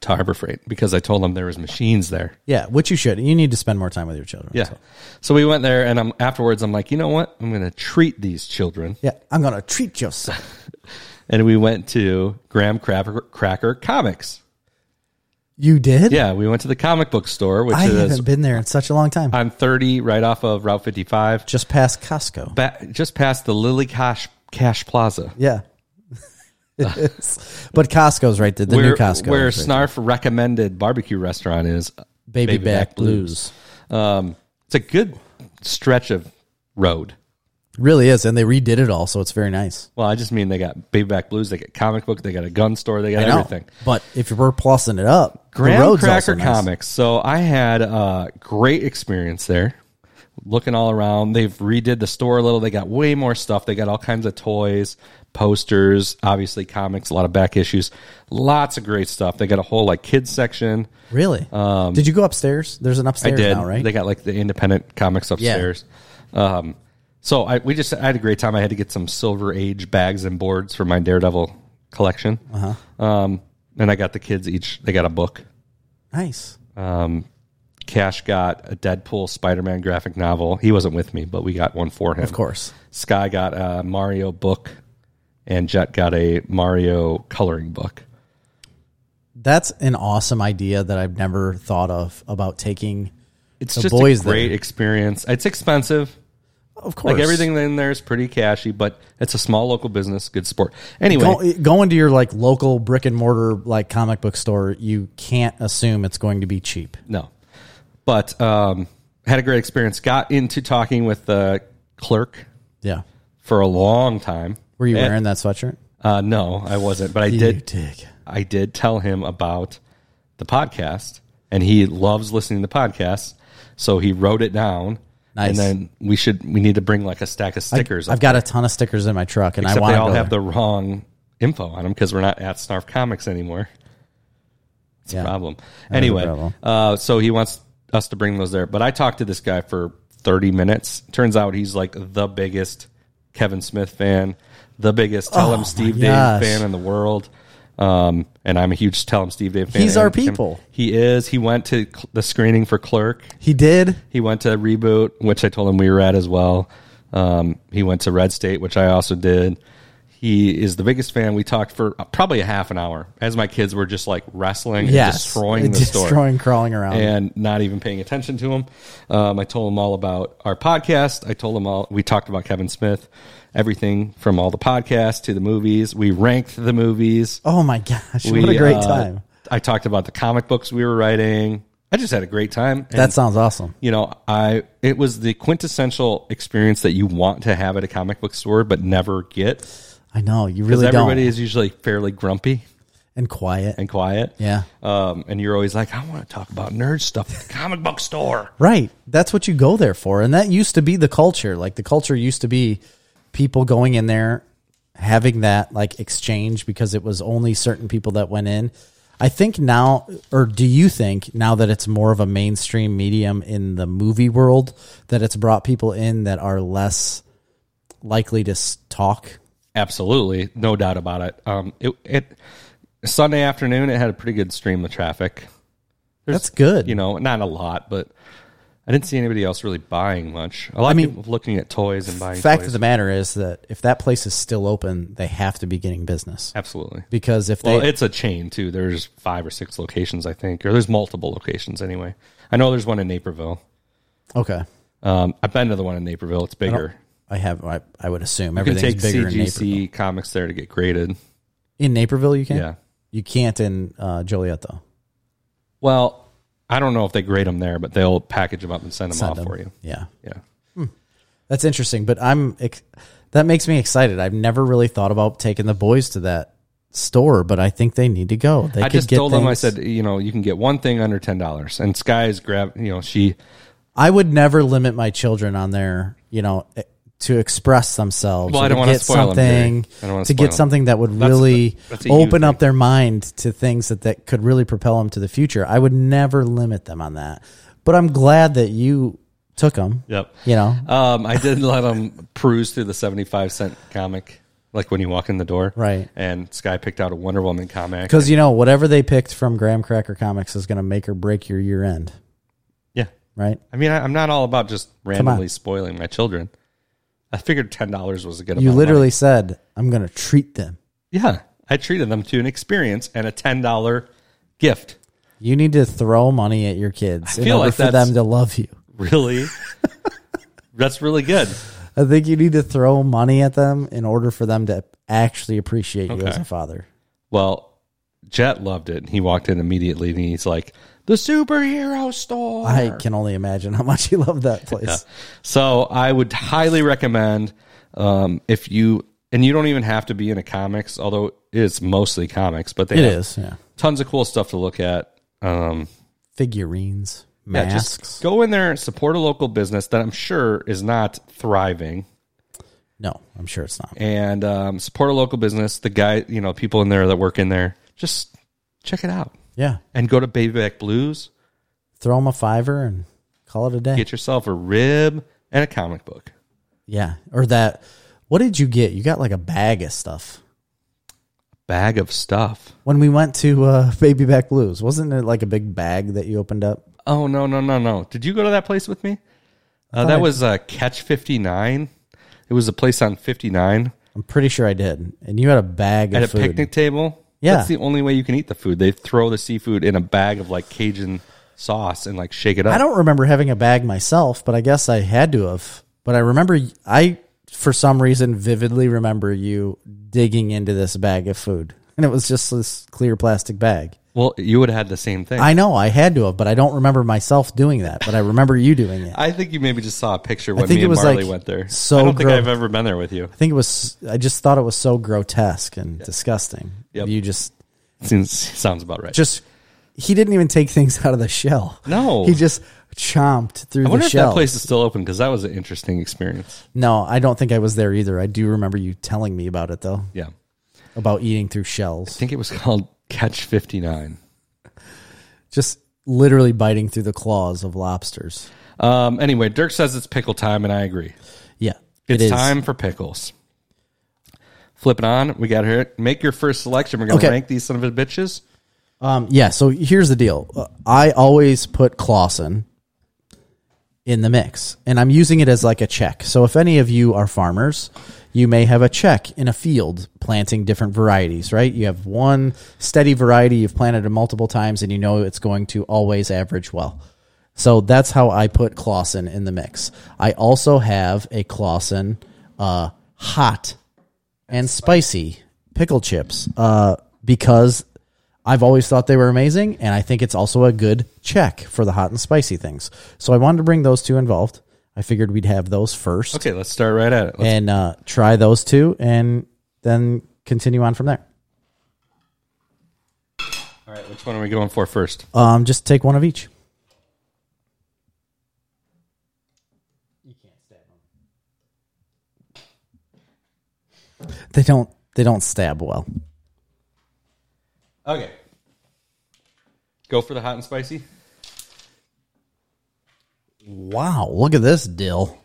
Speaker 1: to Harbor Freight because I told them there was machines there.
Speaker 2: Yeah, which you should. You need to spend more time with your children.
Speaker 1: Yeah.
Speaker 2: so.
Speaker 1: So we went there, and I'm afterwards. I'm like, you know what? I'm gonna treat these children.
Speaker 2: Yeah, I'm gonna treat you. son.
Speaker 1: And we went to Graham Cracker, Cracker Comics.
Speaker 2: You did?
Speaker 1: Yeah, we went to the comic book store, which
Speaker 2: I
Speaker 1: is
Speaker 2: haven't been there in such a long time.
Speaker 1: on 30, right off of Route 55,
Speaker 2: Just past Costco.
Speaker 1: ba- just past the Lily Cash Cash Plaza.
Speaker 2: Yeah. It is. But Costco's right there. The new
Speaker 1: where,
Speaker 2: Costco.
Speaker 1: where
Speaker 2: is right
Speaker 1: Snarf recommended barbecue restaurant is
Speaker 2: there. Baby, Back, Blues.
Speaker 1: Um, it's a good stretch of road.
Speaker 2: Really is. And they redid it all, so it's very nice.
Speaker 1: Well, I just mean they got Baby Back Blues, they got comic book, they got a gun store, they got
Speaker 2: I know.
Speaker 1: everything.
Speaker 2: But if we're plussing it up, the
Speaker 1: Graham
Speaker 2: road's
Speaker 1: Cracker
Speaker 2: also nice.
Speaker 1: Comics. So I had a great experience there. Looking all around, they've redid the store a little. They got way more stuff. They got all kinds of toys, posters, obviously comics, a lot of back issues, lots of great stuff. They got a whole like kids section.
Speaker 2: Really? did you go upstairs? There's an
Speaker 1: Um, I
Speaker 2: upstairs
Speaker 1: did.
Speaker 2: now, right?
Speaker 1: They got like the independent comics upstairs. Um, so I we just I had a great time. I had to get some Silver Age bags and boards for my Daredevil collection.
Speaker 2: Uh-huh.
Speaker 1: Um, and I got the kids each. They got a book.
Speaker 2: nice.
Speaker 1: Cash got a Deadpool Spider Man graphic novel. He wasn't with me, but we got one for him.
Speaker 2: Of course.
Speaker 1: Sky got a Mario book, and Jet got a Mario coloring book.
Speaker 2: That's an awesome idea that I've never thought of about taking.
Speaker 1: It's
Speaker 2: The
Speaker 1: just
Speaker 2: boys
Speaker 1: a great
Speaker 2: there.
Speaker 1: experience. It's expensive.
Speaker 2: Of course.
Speaker 1: Like everything in there is pretty cashy, but it's a small local business. Good sport. Anyway,
Speaker 2: Go, going to your like local brick and mortar like comic book store, you can't assume it's going to be cheap.
Speaker 1: no, but um, had a great experience. Got into talking with the clerk
Speaker 2: Yeah.
Speaker 1: for a long time.
Speaker 2: Were you
Speaker 1: And-
Speaker 2: wearing that sweatshirt?
Speaker 1: Uh, no, I wasn't, but I
Speaker 2: You
Speaker 1: did
Speaker 2: dig.
Speaker 1: I did tell him about the podcast, and he loves listening to podcasts. So he wrote it down.
Speaker 2: Nice.
Speaker 1: And then we should we need to bring like a stack of stickers.
Speaker 2: I've got a ton of stickers in my truck, and I
Speaker 1: except
Speaker 2: want
Speaker 1: they
Speaker 2: to
Speaker 1: all
Speaker 2: go
Speaker 1: have
Speaker 2: there.
Speaker 1: the wrong info on them because we're not at Snarf Comics anymore. It's
Speaker 2: Yeah.
Speaker 1: a problem. Anyway,
Speaker 2: problem.
Speaker 1: Uh, so he wants us to bring those there. But I talked to this guy for 30 minutes. Turns out he's like the biggest Kevin Smith fan, the biggest Tell Him Steve Dave
Speaker 2: Oh gosh.
Speaker 1: fan in the world. Um, and I'm a huge Tell Him Steve Dave fan.
Speaker 2: He's our
Speaker 1: And Tim-
Speaker 2: people.
Speaker 1: He is. He went to cl- the screening for Clerk.
Speaker 2: He did.
Speaker 1: He went to Reboot, which I told him we were at as well. Um, he went to Red State, which I also did. He is the biggest fan. We talked for uh, probably a half an hour as my kids were just like wrestling and
Speaker 2: Yes.
Speaker 1: destroying the
Speaker 2: destroying,
Speaker 1: store
Speaker 2: crawling around.
Speaker 1: and not even paying attention to him. Um, I told him all about our podcast. I told him all we talked about Kevin Smith, everything from all the podcasts to the movies. We ranked the movies.
Speaker 2: oh my gosh,
Speaker 1: We,
Speaker 2: what a great
Speaker 1: uh,
Speaker 2: time.
Speaker 1: I talked about the comic books we were writing. I just had a great time. And,
Speaker 2: That sounds awesome.
Speaker 1: you know, I it was the quintessential experience that you want to have at a comic book store but never get.
Speaker 2: I know you
Speaker 1: 'Cause
Speaker 2: really
Speaker 1: everybody
Speaker 2: don't.
Speaker 1: is usually fairly grumpy
Speaker 2: And quiet.
Speaker 1: and quiet.
Speaker 2: yeah.
Speaker 1: Um, and you're always like, I want to talk about nerd stuff at the comic book store.
Speaker 2: Right. That's what you go there for. And that used to be the culture. Like the culture used to be people going in there having that like exchange because it was only certain people that went in. I think now or do you think now that it's more of a mainstream medium in the movie world that it's brought people in that are less likely to s- talk?
Speaker 1: Absolutely, no doubt about it. Um, it, it Sunday afternoon, it had a pretty good stream of traffic. There's,
Speaker 2: That's good.
Speaker 1: You know, not a lot, but I didn't see anybody else really buying much. A lot of
Speaker 2: mean,
Speaker 1: people looking at toys and buying
Speaker 2: Fact
Speaker 1: toys.
Speaker 2: of the matter is that if that place is still open, they have to be getting business.
Speaker 1: Absolutely.
Speaker 2: Because if they
Speaker 1: Well, it's a chain too. There's five or six locations, I think, or there's multiple locations anyway. I know there's one in Naperville.
Speaker 2: Okay.
Speaker 1: Um, I've been to the one in Naperville. It's bigger.
Speaker 2: I have I, I would assume
Speaker 1: You can take
Speaker 2: everything's bigger in Naperville.
Speaker 1: CGC comics there to get graded.
Speaker 2: In Naperville, you can.
Speaker 1: Yeah.
Speaker 2: You can't in uh, Joliet though.
Speaker 1: Well, I don't know if they grade them there, but they'll package them up and send them
Speaker 2: Send
Speaker 1: off
Speaker 2: them.
Speaker 1: for you.
Speaker 2: Yeah,
Speaker 1: Yeah.
Speaker 2: that's interesting. But I'm ex- that makes me excited. I've never really thought about taking the boys to that store, but I think they need to go. They
Speaker 1: I
Speaker 2: could
Speaker 1: just
Speaker 2: get
Speaker 1: told them I
Speaker 2: things-
Speaker 1: said, you know, you can get one thing under ten dollars. And Sky's grab, you know, she
Speaker 2: I would never limit my children on their you know e- to express themselves.
Speaker 1: Well, I
Speaker 2: or
Speaker 1: don't
Speaker 2: to
Speaker 1: wanna
Speaker 2: get
Speaker 1: spoil 'em,
Speaker 2: something
Speaker 1: Jerry. I don't wanna
Speaker 2: to
Speaker 1: spoil 'em.
Speaker 2: get something that would really
Speaker 1: that's a you
Speaker 2: open up their mind to things that that could really propel them to the future. I would never limit them on that. But I'm glad that you took them.
Speaker 1: Yep.
Speaker 2: You know,
Speaker 1: Um, I did let them peruse through the seventy-five cent comic, like when you walk in the door,
Speaker 2: Right.
Speaker 1: And Sky picked out a Wonder Woman comic.
Speaker 2: Because you know, whatever they picked from Graham Cracker Comics is going to make or break your year end,
Speaker 1: Yeah,
Speaker 2: right?
Speaker 1: I mean, I, I'm not all about just randomly
Speaker 2: on.
Speaker 1: spoiling my children. I figured ten dollars was a good. amount
Speaker 2: You
Speaker 1: of
Speaker 2: literally said, "I'm going to treat them."
Speaker 1: money. yeah. I treated them to an experience and a ten dollar gift.
Speaker 2: You need to throw money at your kids in
Speaker 1: feel
Speaker 2: order
Speaker 1: like
Speaker 2: for
Speaker 1: that's-
Speaker 2: them to love you.
Speaker 1: Really, that's really good.
Speaker 2: I think you need to throw money at them in order for them to actually appreciate you as a father.
Speaker 1: Well, Jet loved it. and He walked in immediately and he's like, the superhero store.
Speaker 2: I can only imagine how much you love that place.
Speaker 1: so I would highly recommend um, if you, and you don't even have to be in a comics, although it's mostly comics, but they
Speaker 2: It
Speaker 1: have
Speaker 2: is, yeah.
Speaker 1: tons of cool stuff to look at. Um,
Speaker 2: Figurines,
Speaker 1: yeah,
Speaker 2: masks.
Speaker 1: just go in there and support a local business that I'm sure is not thriving.
Speaker 2: no, I'm sure it's not.
Speaker 1: And um, support a local business. The guy, you know, people in there that work in there, just check it out.
Speaker 2: Yeah,
Speaker 1: And go to Baby Back Blues.
Speaker 2: throw them a fiver and call it a day.
Speaker 1: get yourself a rib and a comic book.
Speaker 2: yeah, or that. What did you get? You got like a bag of stuff.
Speaker 1: Bag of stuff.
Speaker 2: when we went to uh, Baby Back Blues, wasn't it like a big bag that you opened up?
Speaker 1: Oh no no no no! Did you go to that place with me? Uh, that was uh, Catch Fifty Nine. It was a place on Fifty Nine
Speaker 2: I'm pretty sure I did. And you had a bag
Speaker 1: at
Speaker 2: of
Speaker 1: a
Speaker 2: food.
Speaker 1: picnic table.
Speaker 2: Yeah.
Speaker 1: that's the only way you can eat the food. They throw the seafood in a bag of like Cajun sauce and like shake it up.
Speaker 2: I don't remember having a bag myself, but I guess I had to have. But I remember I, for some reason, vividly remember you digging into this bag of food, and it was just this clear plastic bag.
Speaker 1: well, you would have had the same thing. I,
Speaker 2: I know I had to have, but I don't remember myself doing that. But I remember you doing it. I
Speaker 1: think you maybe just saw a picture when
Speaker 2: think
Speaker 1: me
Speaker 2: it
Speaker 1: and
Speaker 2: was,
Speaker 1: Marley
Speaker 2: like,
Speaker 1: went there.
Speaker 2: so
Speaker 1: I don't think
Speaker 2: gross.
Speaker 1: I've ever been there with you.
Speaker 2: think it was. I just thought it was so grotesque and disgusting.
Speaker 1: Yep.
Speaker 2: You just
Speaker 1: Seems sounds about right.
Speaker 2: just he didn't even take things out of the shell.
Speaker 1: No.
Speaker 2: he just chomped through
Speaker 1: I wonder
Speaker 2: the
Speaker 1: if
Speaker 2: shell.
Speaker 1: that place is still open because that was an interesting experience.
Speaker 2: no, I don't think I was there either. I do remember you telling me about it though,
Speaker 1: Yeah.
Speaker 2: about eating through shells,
Speaker 1: think it was called Catch 59.
Speaker 2: just literally biting through the claws of lobsters.
Speaker 1: Um, anyway, Dirk says it's pickle time, and I agree.
Speaker 2: Yeah,
Speaker 1: It's
Speaker 2: it is.
Speaker 1: time for pickles. Flip it on. We got here. Make your first selection. We're gonna
Speaker 2: Okay.
Speaker 1: rank these son of a bitches.
Speaker 2: Um, yeah. So here's the deal. Uh, I always put Clausen in the mix, and I'm using it as like a check. So if any of you are farmers, you may have a check in a field planting different varieties. Right? You have one steady variety you've planted it multiple times, and you know it's going to always average well. So that's how I put Clausen in the mix. I also have a Clausen uh, hot and spicy pickle chips uh, because I've always thought they were amazing, and I think it's also a good check for the hot and spicy things. So I wanted to bring those two involved. I figured we'd have those first
Speaker 1: Okay, let's start right at it. Let's-
Speaker 2: and uh, try those two, and then continue on from there.
Speaker 1: all right, which one are we going for first?
Speaker 2: Um, just take one of each. They don't. They don't stab well.
Speaker 1: Okay, go for the hot and spicy.
Speaker 2: Wow, look at this dill.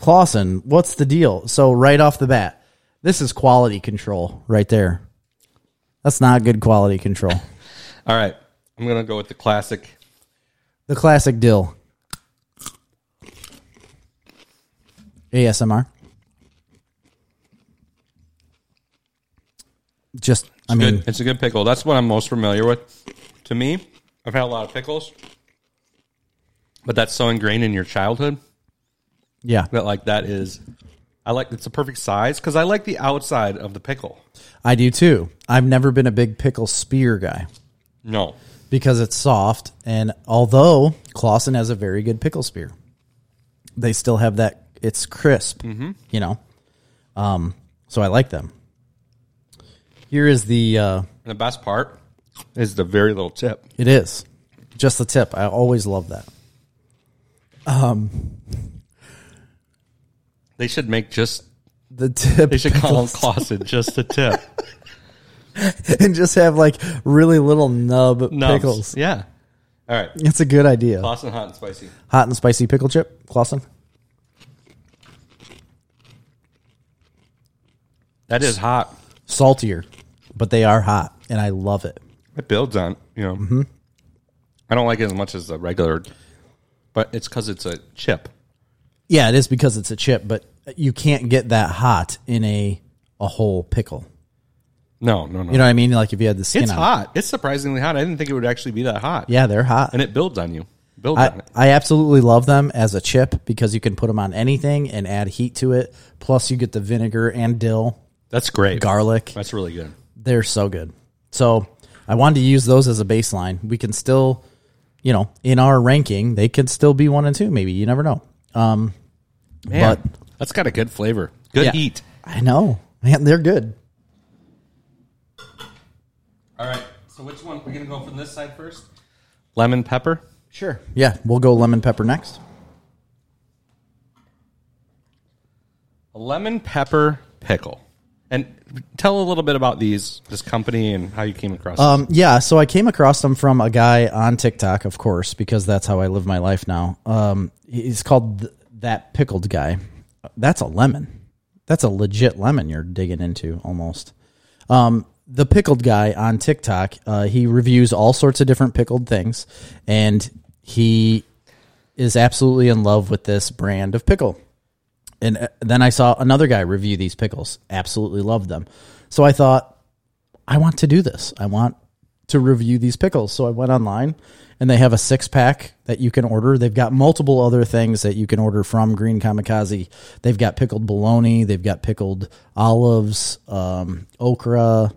Speaker 2: Clausen, what's the deal? So right off the bat, this is quality control right there. That's not good quality control.
Speaker 1: All right, I'm gonna go with the classic.
Speaker 2: the classic dill. ASMR. Just I
Speaker 1: Good,
Speaker 2: mean
Speaker 1: it's a good pickle. That's what I'm most familiar with. To me, I've had a lot of pickles, but that's so ingrained in your childhood.
Speaker 2: yeah.
Speaker 1: that like that is I like it's a perfect size because I like the outside of the pickle.
Speaker 2: I do too. I've never been a big pickle spear guy.
Speaker 1: No.
Speaker 2: because it's soft. And although Clausen has a very good pickle spear, they still have that. It's crisp,
Speaker 1: Mm-hmm.
Speaker 2: you know. Um, so I like them. Here is the. Uh,
Speaker 1: And the best part is the very little tip.
Speaker 2: it is just the tip. I always love that.
Speaker 1: They should make just
Speaker 2: The tip.
Speaker 1: they should call them
Speaker 2: pickles,
Speaker 1: Clausen just the tip.
Speaker 2: and just have like really little nub
Speaker 1: Nubs.
Speaker 2: pickles.
Speaker 1: Yeah. All right.
Speaker 2: It's a good idea.
Speaker 1: Clausen hot and spicy.
Speaker 2: Hot and spicy pickle chip, Clausen.
Speaker 1: That is hot.
Speaker 2: Saltier, but they are hot, and I love it.
Speaker 1: It builds on, you know.
Speaker 2: Mm-hmm.
Speaker 1: I don't like it as much as the regular but it's because it's a chip.
Speaker 2: Yeah, it is because it's a chip, but you can't get that hot in a a whole pickle.
Speaker 1: No, no, no.
Speaker 2: You know what I mean? Like if you had the skin
Speaker 1: it's
Speaker 2: on.
Speaker 1: hot. It's surprisingly hot. I didn't think it would actually be that hot.
Speaker 2: Yeah, they're hot.
Speaker 1: And it builds on you. Builds on
Speaker 2: I,
Speaker 1: it.
Speaker 2: I absolutely love them as a chip because you can put them on anything and add heat to it. Plus, you get the vinegar and dill,
Speaker 1: That's great.
Speaker 2: garlic.
Speaker 1: That's really good.
Speaker 2: They're so good. So, I wanted to use those as a baseline. We can still, you know, in our ranking, they could still be one and two, maybe. You never know. Um,
Speaker 1: Man,
Speaker 2: But-
Speaker 1: that's got a good flavor. Good
Speaker 2: Yeah.
Speaker 1: heat.
Speaker 2: I know. Man, they're good.
Speaker 1: All right. So which one? We're gonna go from this side first. Lemon pepper.
Speaker 2: Sure. Yeah, we'll go lemon pepper next.
Speaker 1: A lemon pepper pickle. And tell a little bit about these, this company, and how you came across. it.
Speaker 2: Um, yeah, so I came across them from a guy on TikTok, of course, because that's how I live my life now. Um, he's called Th- that pickled guy. That's a lemon. That's a legit lemon you're digging into almost. Um, the pickled guy on TikTok, uh, he reviews all sorts of different pickled things, and he is absolutely in love with this brand of pickle and uh, then I saw another guy review these pickles. Absolutely loved them. So I thought, I want to do this. I want to review these pickles. So I went online and they have a six pack that you can order. They've got multiple other things that you can order from Green Kamikaze. They've got pickled bologna, they've got pickled olives, um, okra.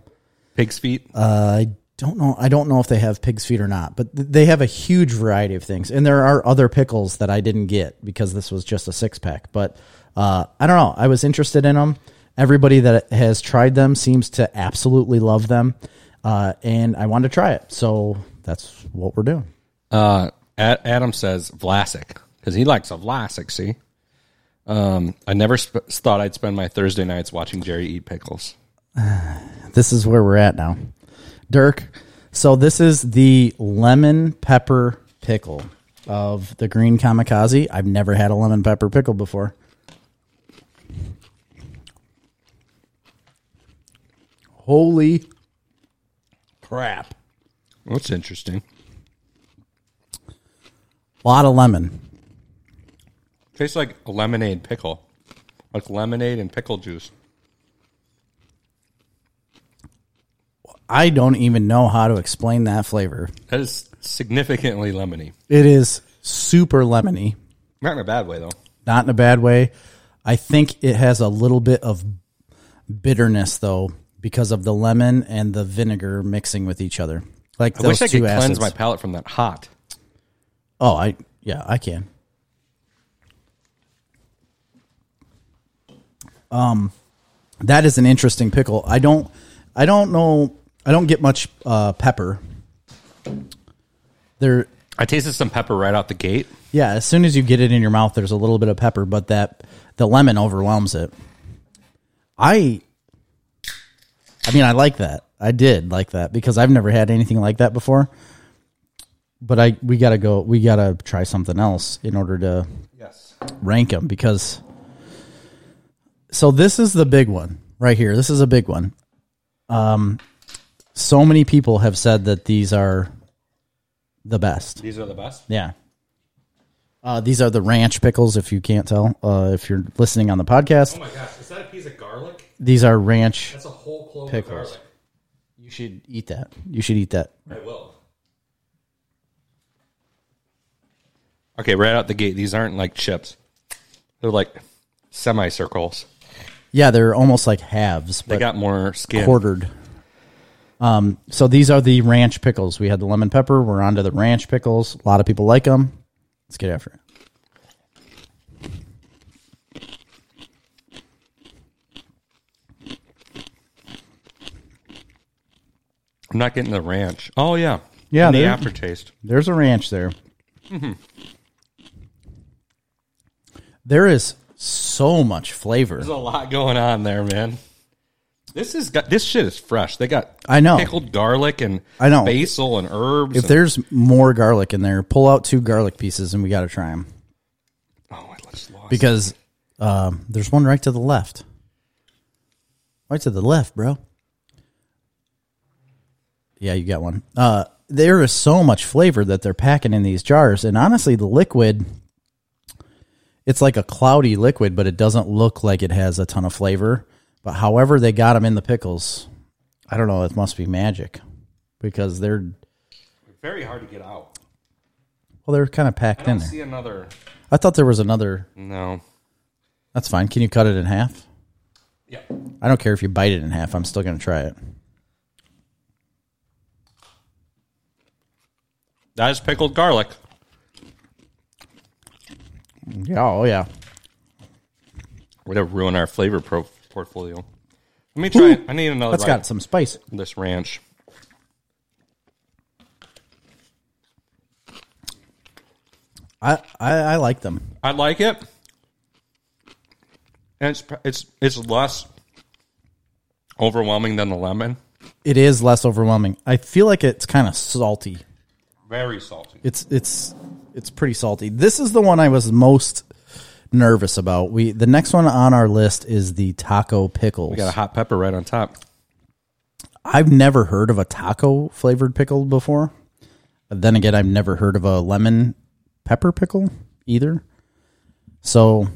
Speaker 1: Pig's feet.
Speaker 2: Uh, I don't know. I don't know if they have pig's feet or not, but th- they have a huge variety of things. And there are other pickles that I didn't get because this was just a six pack. But uh, I don't know. I was interested in them. Everybody that has tried them seems to absolutely love them, uh, and I wanted to try it. So that's what we're doing.
Speaker 1: Uh, A- Adam says Vlasic because he likes a Vlasic. See, um, I never sp- thought I'd spend my Thursday nights watching Jerry eat pickles.
Speaker 2: This is where we're at now, Dirk. So this is the lemon pepper pickle of the green kamikaze. I've never had a lemon pepper pickle before. Holy crap.
Speaker 1: That's interesting.
Speaker 2: A lot of lemon.
Speaker 1: Tastes like a lemonade pickle, like lemonade and pickle juice.
Speaker 2: I don't even know how to explain that flavor.
Speaker 1: That is significantly lemony.
Speaker 2: It is super lemony,
Speaker 1: Not in a bad way though.
Speaker 2: not in a bad way. I think it has a little bit of bitterness though because of the lemon and the vinegar mixing with each other. Like
Speaker 1: I wish
Speaker 2: those
Speaker 1: I could
Speaker 2: two acids.
Speaker 1: cleanse my palate from that hot.
Speaker 2: oh, I yeah, I can. Um Um, that is an interesting pickle. I don't I don't know I don't get much uh pepper. There
Speaker 1: I tasted some pepper right out the gate.
Speaker 2: Yeah, as soon as you get it in your mouth, there's a little bit of pepper, but that the lemon overwhelms it. I, I mean, I like that. I did like that because I've never had anything like that before. But I, we gotta go. We gotta try something else in order to
Speaker 1: Yes.
Speaker 2: rank them because. So this is the big one right here. This is a big one. Um, so many people have said that these are the best.
Speaker 1: These are the best.
Speaker 2: Yeah. Uh, these are the ranch pickles, if you can't tell. Uh, if you're listening on the podcast,
Speaker 1: Oh my gosh, is that a piece of garlic?
Speaker 2: these are ranch.
Speaker 1: That's a whole clove
Speaker 2: Pickles. garlic. You should eat that. You should eat that.
Speaker 1: I will. Okay, right out the gate, these aren't like chips. They're like semicircles.
Speaker 2: Yeah, they're almost like halves,
Speaker 1: They
Speaker 2: but
Speaker 1: got more skin.
Speaker 2: quartered. Um, so these are the ranch pickles. We had the lemon pepper. We're on to the ranch pickles. A lot of people like them. Let's get after it.
Speaker 1: I'm not getting the ranch. Oh yeah,
Speaker 2: Yeah,
Speaker 1: And the
Speaker 2: they're-
Speaker 1: aftertaste.
Speaker 2: There's a ranch there.
Speaker 1: Mm-hmm.
Speaker 2: There is so much flavor.
Speaker 1: There's a lot going on there, man. This is got, this shit is fresh. They got
Speaker 2: I know.
Speaker 1: pickled garlic and
Speaker 2: Oh. I know.
Speaker 1: basil and herbs.
Speaker 2: If
Speaker 1: and-
Speaker 2: there's more garlic in there, pull out two garlic pieces and we got to try them
Speaker 1: oh, I just lost.
Speaker 2: because um, there's one right to the left. Right to the left, bro. Yeah, you got one. Uh, there is so much flavor that they're packing in these jars, and honestly, the liquid. It's like a cloudy liquid, but it doesn't look like it has a ton of flavor. But however they got them in the pickles, I don't know. It must be magic, because they're
Speaker 1: very hard to get out.
Speaker 2: well, they're kind of
Speaker 1: I
Speaker 2: packed in
Speaker 1: don't
Speaker 2: there.
Speaker 1: see another.
Speaker 2: I thought there was another.
Speaker 1: No.
Speaker 2: That's fine. Can you cut it in half?
Speaker 1: Yeah.
Speaker 2: I don't care if you bite it in half. I'm still going to try it.
Speaker 1: That is pickled garlic.
Speaker 2: Yeah. Oh, yeah.
Speaker 1: We're gonna ruin our flavor pro- portfolio. Let me try. it. I need another.
Speaker 2: That's
Speaker 1: bite
Speaker 2: got some spice.
Speaker 1: of this ranch.
Speaker 2: I, I, I like them.
Speaker 1: I like it, and it's it's it's less overwhelming than the lemon.
Speaker 2: It is less overwhelming. I feel like it's kind of salty.
Speaker 1: Very salty.
Speaker 2: It's it's it's pretty salty. This is the one I was most nervous about. We the next one on our list is the taco pickles.
Speaker 1: We got a hot pepper right on top.
Speaker 2: I've never heard of a taco flavored pickle before. But then again, I've never heard of a lemon pepper pickle either. So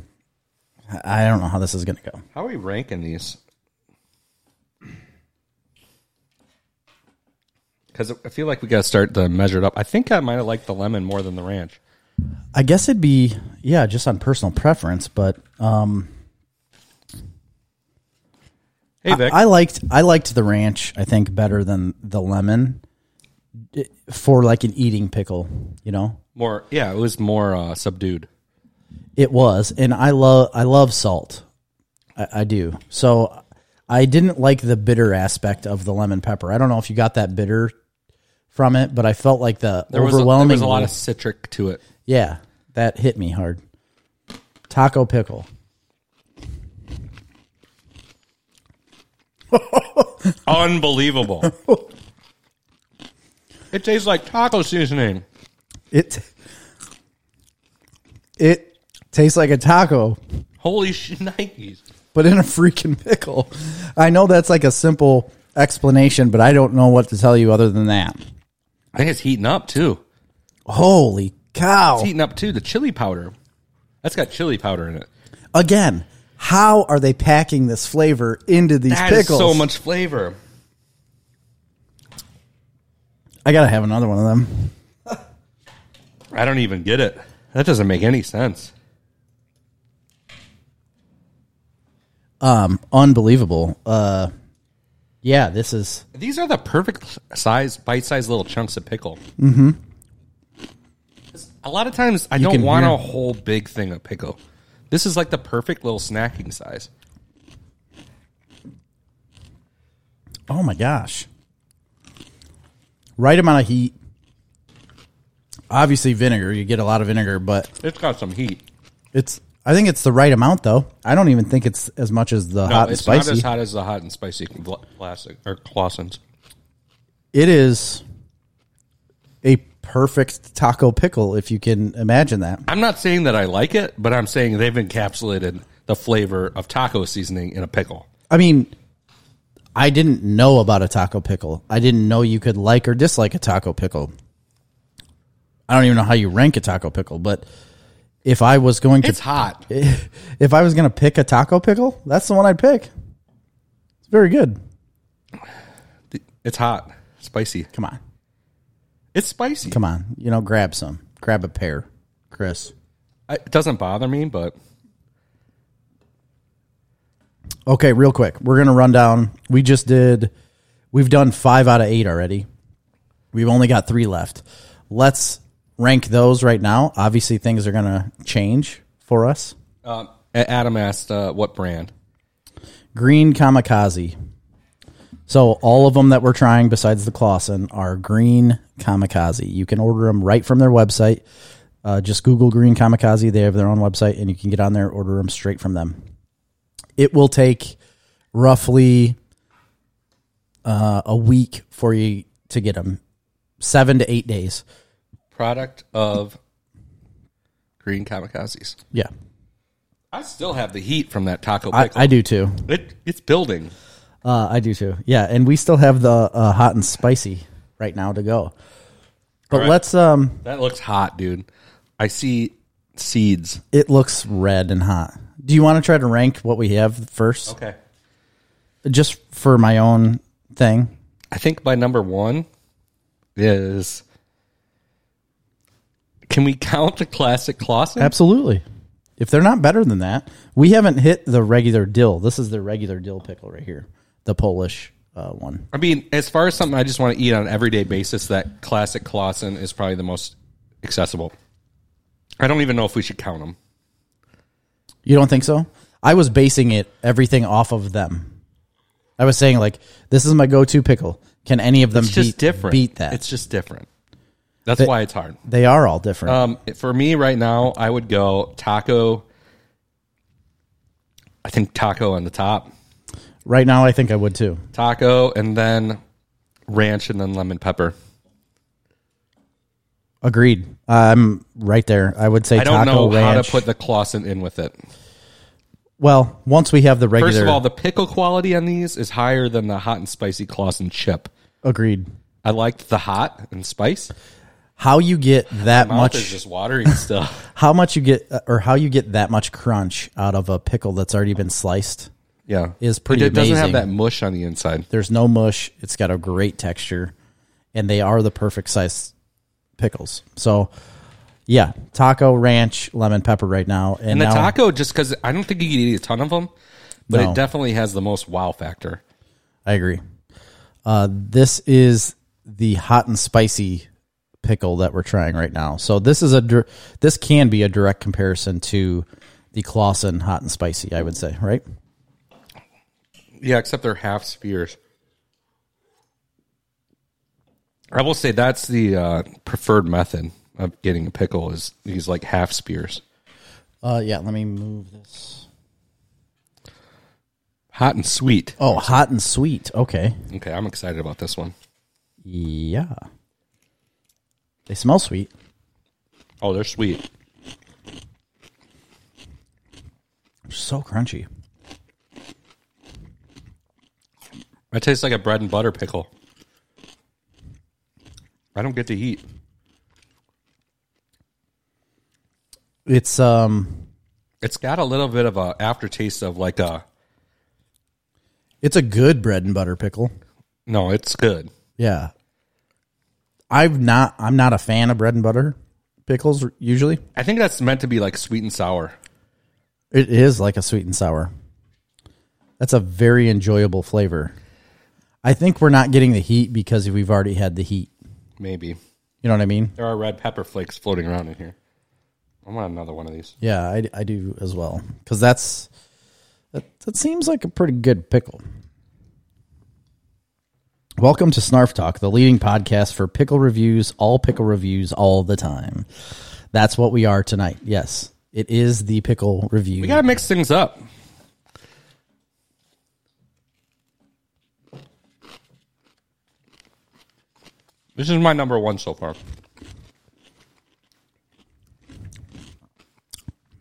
Speaker 2: I- I don't know how this is going to go.
Speaker 1: How are we ranking these? Because I feel like we got to start the measured up. I think I might have liked the lemon more than the ranch.
Speaker 2: I guess it'd be yeah, just on personal preference, but um,
Speaker 1: Hey Vic,
Speaker 2: I liked I liked the ranch I think better than the lemon It- for like an eating pickle, you know.
Speaker 1: more yeah, it was more uh, subdued.
Speaker 2: It was, and I love I love salt. I, I do. So I didn't like the bitter aspect of the lemon pepper. I don't know if you got that bitter from it, but I felt like the
Speaker 1: There was a, there
Speaker 2: overwhelming.
Speaker 1: was a lot of citric to it.
Speaker 2: yeah, that hit me hard. Taco pickle.
Speaker 1: Unbelievable! it tastes like taco seasoning.
Speaker 2: It it tastes like a taco,
Speaker 1: Holy shit, Nikes!
Speaker 2: but in a freaking pickle. I know that's like a simple explanation, but I don't know what to tell you other than that.
Speaker 1: I think it's heating up too.
Speaker 2: Holy cow.
Speaker 1: It's heating up too. The chili powder. That's got chili powder in it.
Speaker 2: Again, how are they packing this flavor into these
Speaker 1: That is
Speaker 2: pickles?
Speaker 1: so much flavor.
Speaker 2: I got to have another one of them.
Speaker 1: I don't even get it. That doesn't make any sense.
Speaker 2: Unbelievable. Uh Yeah, this is
Speaker 1: These are the perfect size, bite-sized little chunks of pickle. Mm-hmm. A lot of times, I don't
Speaker 2: can
Speaker 1: want
Speaker 2: hear-
Speaker 1: a whole big thing of pickle. This is like the perfect little snacking size.
Speaker 2: Oh my gosh. Right amount of heat. Obviously vinegar, you get a lot of vinegar, but
Speaker 1: It's got some heat.
Speaker 2: it's I think it's the right amount though. I don't even think it's as much as the
Speaker 1: No,
Speaker 2: hot and
Speaker 1: it's
Speaker 2: spicy.
Speaker 1: not as hot as the hot and spicy Vla- classic or Clausen's.
Speaker 2: It is a perfect taco pickle if you can imagine that.
Speaker 1: I'm not saying that I like it, but I'm saying they've encapsulated the flavor of taco seasoning in a pickle.
Speaker 2: I mean, I didn't know about a taco pickle. I didn't know you could like or dislike a taco pickle. I don't even know how you rank a taco pickle, but if I was going to
Speaker 1: It's hot.
Speaker 2: if I was going to pick a taco pickle, that's the one I'd pick. It's very good.
Speaker 1: It's hot. Spicy.
Speaker 2: Come on.
Speaker 1: It's spicy.
Speaker 2: Come on. You know, grab some. Grab a pair, Chris.
Speaker 1: I- It doesn't bother me, but
Speaker 2: Okay, real quick. We're going to run down. We just did, we've done five out of eight already. We've only got three left. Let's rank those right now. Obviously, things are going to change for us.
Speaker 1: um, A- Adam asked uh, what brand.
Speaker 2: Green kamikaze. So, all of them that we're trying besides the Clausen are green kamikaze. You can order them right from their website. Uh, just Google green kamikaze. They have their own website, and you can get on there, order them straight from them. It will take roughly uh, a week for you to get them, seven to eight days.
Speaker 1: Product of green kamikazes.
Speaker 2: Yeah,
Speaker 1: I still have the heat from that taco
Speaker 2: I,
Speaker 1: pickle.
Speaker 2: I do too.
Speaker 1: it, it's building.
Speaker 2: Uh, I do too. Yeah, and we still have the uh, hot and spicy right now to go. But
Speaker 1: right.
Speaker 2: let's um.
Speaker 1: That looks hot, dude. I see seeds.
Speaker 2: It looks red and hot. Do you want to try to rank what we have first?
Speaker 1: Okay.
Speaker 2: Just for my own thing.
Speaker 1: I think my number one is. Can we count the classic Clausen?
Speaker 2: Absolutely. If they're not better than that, we haven't hit the regular dill. This is the regular dill pickle right here, the Polish uh, one.
Speaker 1: I mean, as far as something I just want to eat on an everyday basis, that classic Clausen is probably the most accessible. I don't even know if we should count them.
Speaker 2: You don't think so? I was basing it everything off of them. I was saying like, this is my go-to pickle. Can any of them
Speaker 1: It's just
Speaker 2: beat,
Speaker 1: different.
Speaker 2: beat that?
Speaker 1: It's just different. That's why it's hard.
Speaker 2: they are all different.
Speaker 1: Um, for me right now, I would go taco. I think taco on the top,
Speaker 2: right now, I think I would too.
Speaker 1: taco, and then ranch, and then lemon pepper.
Speaker 2: Agreed. I'm right there. I would say
Speaker 1: I don't
Speaker 2: taco
Speaker 1: know
Speaker 2: ranch.
Speaker 1: how to put the Clausen in with it.
Speaker 2: Well, once we have the regular,
Speaker 1: First of all, the pickle quality on these is higher than the hot and spicy Clausen chip.
Speaker 2: agreed.
Speaker 1: I liked the hot and spice.
Speaker 2: How you get that
Speaker 1: Mouth is
Speaker 2: much?
Speaker 1: just watering still.
Speaker 2: how much you get, uh, or how you get that much crunch out of a pickle that's already been sliced?
Speaker 1: yeah,
Speaker 2: Is pretty
Speaker 1: It doesn't have
Speaker 2: amazing.
Speaker 1: that mush on the inside.
Speaker 2: There's no mush. It's got a great texture, and they are the perfect size pickles. So, yeah, taco ranch lemon pepper right now, and,
Speaker 1: And the
Speaker 2: now
Speaker 1: taco, just because I don't think you could eat a ton of them, but
Speaker 2: No.
Speaker 1: it definitely has the most wow factor.
Speaker 2: I agree. Uh, this is the hot and spicy pickle that we're trying right now. So this is a dir- this can be a direct comparison to the Clausen hot and spicy. I would say, right?
Speaker 1: Yeah, except they're half spheres. I will say that's the uh, preferred method of getting a pickle is these like half spears.
Speaker 2: Uh, yeah. Let me move this.
Speaker 1: Hot and sweet.
Speaker 2: Oh, hot and sweet. Okay.
Speaker 1: Okay, I'm excited about this one.
Speaker 2: Yeah. They smell sweet.
Speaker 1: Oh, they're sweet.
Speaker 2: So crunchy.
Speaker 1: That tastes like a bread and butter pickle. I don't get to eat.
Speaker 2: It's um,
Speaker 1: It's got a little bit of a aftertaste of like a
Speaker 2: it's a good bread and butter pickle.
Speaker 1: no, it's good.
Speaker 2: Yeah. I've not. I'm not a fan of bread and butter pickles usually.
Speaker 1: I think that's meant to be like sweet and sour.
Speaker 2: It is like a sweet and sour. That's a very enjoyable flavor. I think we're not getting the heat because we've already had the heat.
Speaker 1: Maybe.
Speaker 2: You know what I mean?
Speaker 1: There are red pepper flakes floating around in here. I want another one of these.
Speaker 2: Yeah, I, I do as well because that's that, that seems like a pretty good pickle. Welcome to Snarf Talk, the leading podcast for pickle reviews, all pickle reviews, all the time. That's what we are tonight. Yes, it is the pickle review.
Speaker 1: We gotta mix things up. This is my number one so far.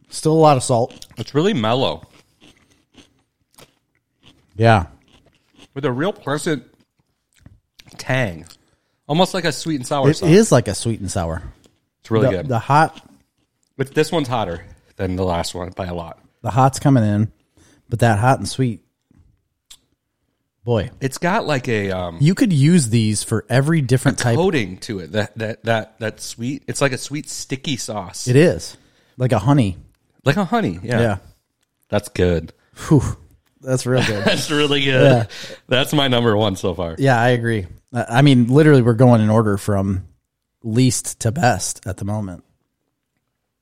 Speaker 2: Still a lot of salt.
Speaker 1: It's really mellow
Speaker 2: Yeah,
Speaker 1: with a real pleasant tang, almost like a sweet and sour.
Speaker 2: it
Speaker 1: sauce.
Speaker 2: is like a sweet and sour.
Speaker 1: It's really
Speaker 2: the,
Speaker 1: good.
Speaker 2: the hot
Speaker 1: but this one's hotter than the last one by a lot.
Speaker 2: the hot's coming in, but that hot and sweet. Boy,
Speaker 1: It's got like a um,
Speaker 2: you could use these for every different type.
Speaker 1: coating to it. That that that that sweet. It's like a sweet sticky sauce,
Speaker 2: It is like a honey.
Speaker 1: like a honey. Yeah,
Speaker 2: Yeah.
Speaker 1: that's good.
Speaker 2: Whew. That's real good.
Speaker 1: That's really good. That's my number one so far.
Speaker 2: yeah, I agree. I I mean, literally, we're going in order from least to best at the moment.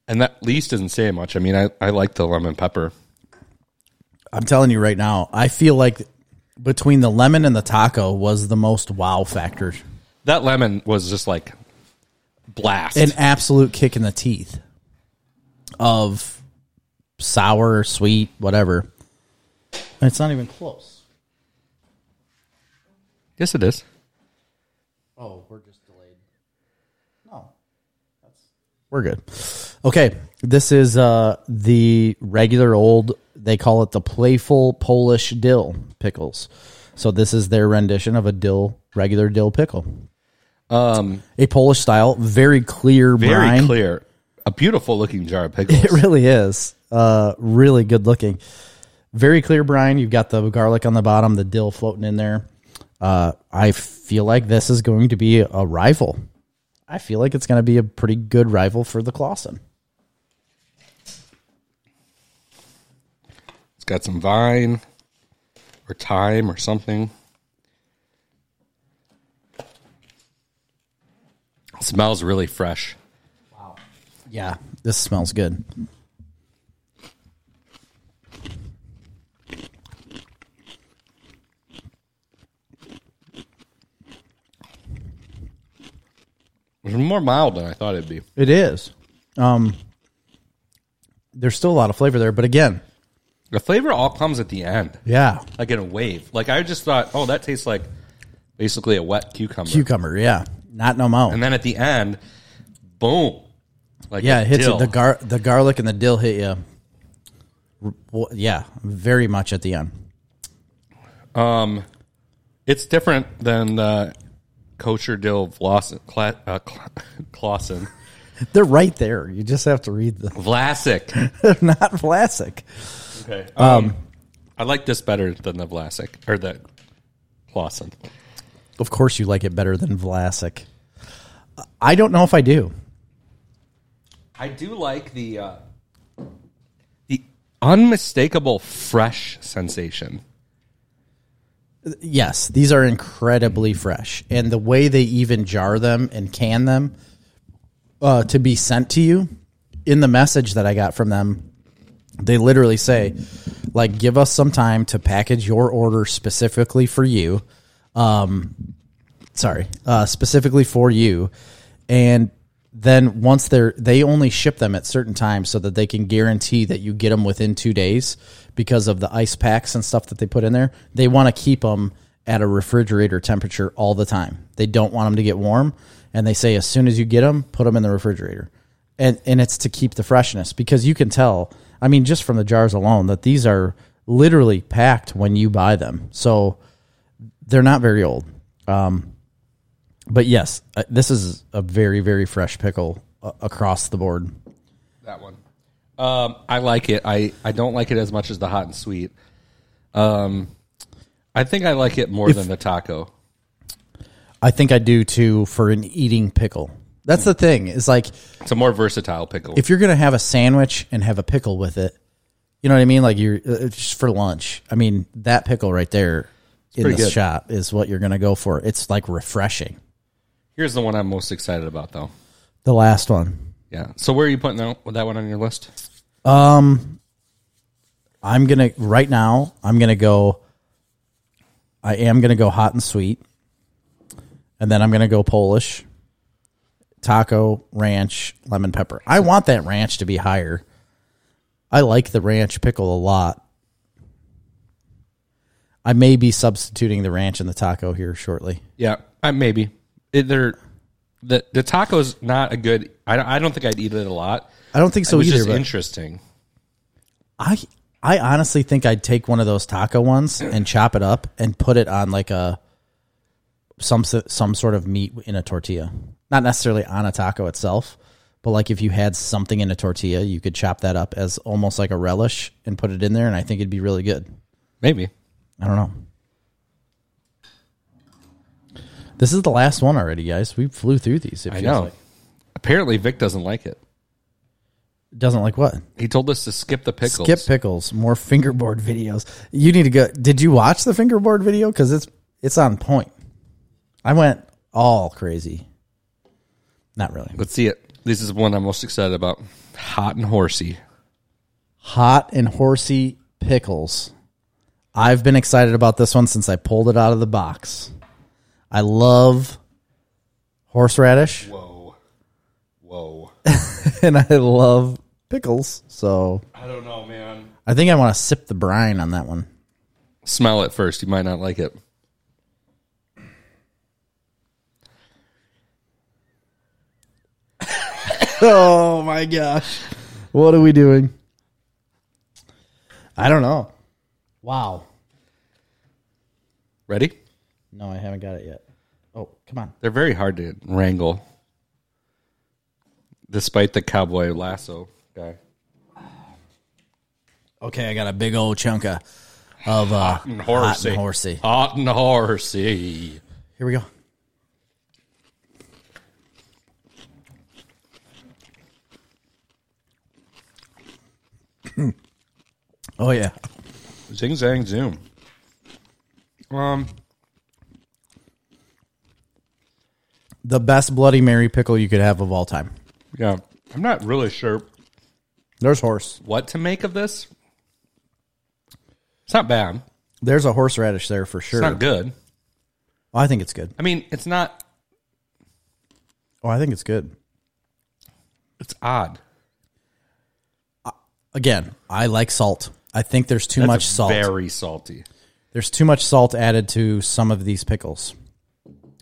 Speaker 1: And that least doesn't say much. I mean, I, I like the lemon pepper.
Speaker 2: I'm telling you right now, I feel like between the lemon and the taco was the most wow factor.
Speaker 1: That lemon was just like blast.
Speaker 2: An absolute kick in the teeth of sour, sweet, whatever. And it's not even close.
Speaker 1: yes, it is.
Speaker 2: Oh, we're just delayed. No. We're good. Okay. This is uh the regular old they call it the playful Polish dill pickles. So this is their rendition of a dill regular dill pickle.
Speaker 1: Um,
Speaker 2: A Polish style, very clear
Speaker 1: very
Speaker 2: brine.
Speaker 1: clear. A beautiful looking jar of pickles.
Speaker 2: It really is. Uh really good looking. Very clear brine. You've got the garlic on the bottom, the dill floating in there. Uh I feel like this is going to be a rival. I feel like it's going to be a pretty good rival for the Clausen.
Speaker 1: It's got some vine or thyme or something. smells really fresh.
Speaker 2: Yeah, this smells good.
Speaker 1: It's more mild than I thought it'd be.
Speaker 2: It is. Um there's still a lot of flavor there, but again,
Speaker 1: The flavor all comes at the end,
Speaker 2: yeah.
Speaker 1: like in a wave. Like I just thought, oh, that tastes like basically a wet cucumber.
Speaker 2: Cucumber, yeah. Not no mo.
Speaker 1: and then at the end, boom. Like
Speaker 2: Yeah,
Speaker 1: a
Speaker 2: it hits
Speaker 1: dill.
Speaker 2: it, the gar- the garlic and the dill hit you. R- w- Yeah, very much at the end.
Speaker 1: It's different than the kosher dill Vlasen, Cla- uh, Cla- Clausen.
Speaker 2: They're right there. You just have to read them.
Speaker 1: Vlasic.
Speaker 2: They're not classic.
Speaker 1: Okay. Um, I like this better than the Vlasic or the Clausen.
Speaker 2: Of course, you like it better than Vlasic. I don't know if I do.
Speaker 1: I do like the uh, the unmistakable fresh sensation.
Speaker 2: Yes, these are incredibly fresh, and the way they even jar them and can them uh, to be sent to you in the message that I got from them, they literally say, "Like, give us some time to package your order specifically for you." Um, sorry, uh, specifically for you, and then once they're they only ship them at certain times so that they can guarantee that you get them within two days because of the ice packs and stuff that they put in there they want to keep them at a refrigerator temperature all the time they don't want them to get warm and they say as soon as you get them put them in the refrigerator and and it's to keep the freshness because you can tell i mean just from the jars alone that these are literally packed when you buy them so They're not very old. Um, but yes, uh, this is a very, very fresh pickle uh, across the board.
Speaker 1: That one. Um, I like it. I, I don't like it as much as the hot and sweet. Um, I think I like it more than the taco.
Speaker 2: I think I do too for an eating pickle. That's the thing. Is like
Speaker 1: It's a more versatile pickle.
Speaker 2: if you're gonna have a sandwich and have a pickle with it, you know what I mean? Like you're uh, it's just for lunch. I mean that pickle right there in
Speaker 1: pretty
Speaker 2: this
Speaker 1: good.
Speaker 2: shop is what you're gonna go for. It's like refreshing.
Speaker 1: Here's the one I'm most excited about, though.
Speaker 2: The last one.
Speaker 1: Yeah. So where are you putting that, that one on your list?
Speaker 2: Um, I'm gonna right now. I'm gonna go. I am gonna go hot and sweet, and then I'm gonna go Polish, taco, ranch, lemon pepper. I want that ranch to be higher. I like the ranch pickle a lot. I may be substituting the ranch and the taco here shortly.
Speaker 1: Yeah, I, maybe. It, they're, the the taco's not a good. I don't, I don't think I'd eat it a lot.
Speaker 2: I don't think
Speaker 1: it
Speaker 2: so
Speaker 1: was
Speaker 2: either.
Speaker 1: just
Speaker 2: But
Speaker 1: interesting.
Speaker 2: I I honestly think I'd take one of those taco ones and chop it up and put it on like a some s- some sort of meat in a tortilla. Not necessarily on a taco itself, but like if you had something in a tortilla, you could chop that up as almost like a relish and put it in there and I think it'd be really good.
Speaker 1: Maybe.
Speaker 2: I don't know. This is the last one already, guys. We flew through these. It
Speaker 1: I
Speaker 2: feels
Speaker 1: know.
Speaker 2: Like.
Speaker 1: Apparently, Vic doesn't like it.
Speaker 2: Doesn't like what?
Speaker 1: He told us to skip the pickles.
Speaker 2: Skip pickles. More fingerboard videos. You need to go. Did you watch the fingerboard video? Because it's it's on point. I went all crazy. Not really.
Speaker 1: Let's see it. This is one I'm most excited about. Hot and horsey.
Speaker 2: Hot and horsey pickles. I've been excited about this one since I pulled it out of the box. I love horseradish
Speaker 1: Whoa. Whoa.
Speaker 2: and I love pickles. So
Speaker 1: I don't know, man.
Speaker 2: I think I want to sip the brine on that one.
Speaker 1: Smell it first. You might not like it.
Speaker 2: oh my gosh. What are we doing? I don't know. Wow.
Speaker 1: Ready?
Speaker 2: No, I haven't got it yet. Oh, come on.
Speaker 1: They're very hard to wrangle, despite the cowboy lasso guy.
Speaker 2: Okay, I got a big old chunk of, of uh, hot
Speaker 1: and horsey.
Speaker 2: and horsey.
Speaker 1: Hot and horsey.
Speaker 2: Here we go. oh, yeah.
Speaker 1: Zing zang zoom. Um,
Speaker 2: The best Bloody Mary pickle you could have of all time.
Speaker 1: yeah, I'm not really sure
Speaker 2: There's horse.
Speaker 1: what to make of this. It's not bad. It's
Speaker 2: There's a horseradish there for sure.
Speaker 1: not good.
Speaker 2: Oh, I think it's good.
Speaker 1: I mean, it's not.
Speaker 2: Oh, I think it's good.
Speaker 1: It's odd.
Speaker 2: Again, I like salt. I think there's too
Speaker 1: That's
Speaker 2: much salt.
Speaker 1: Very salty.
Speaker 2: there's too much salt added to some of these pickles.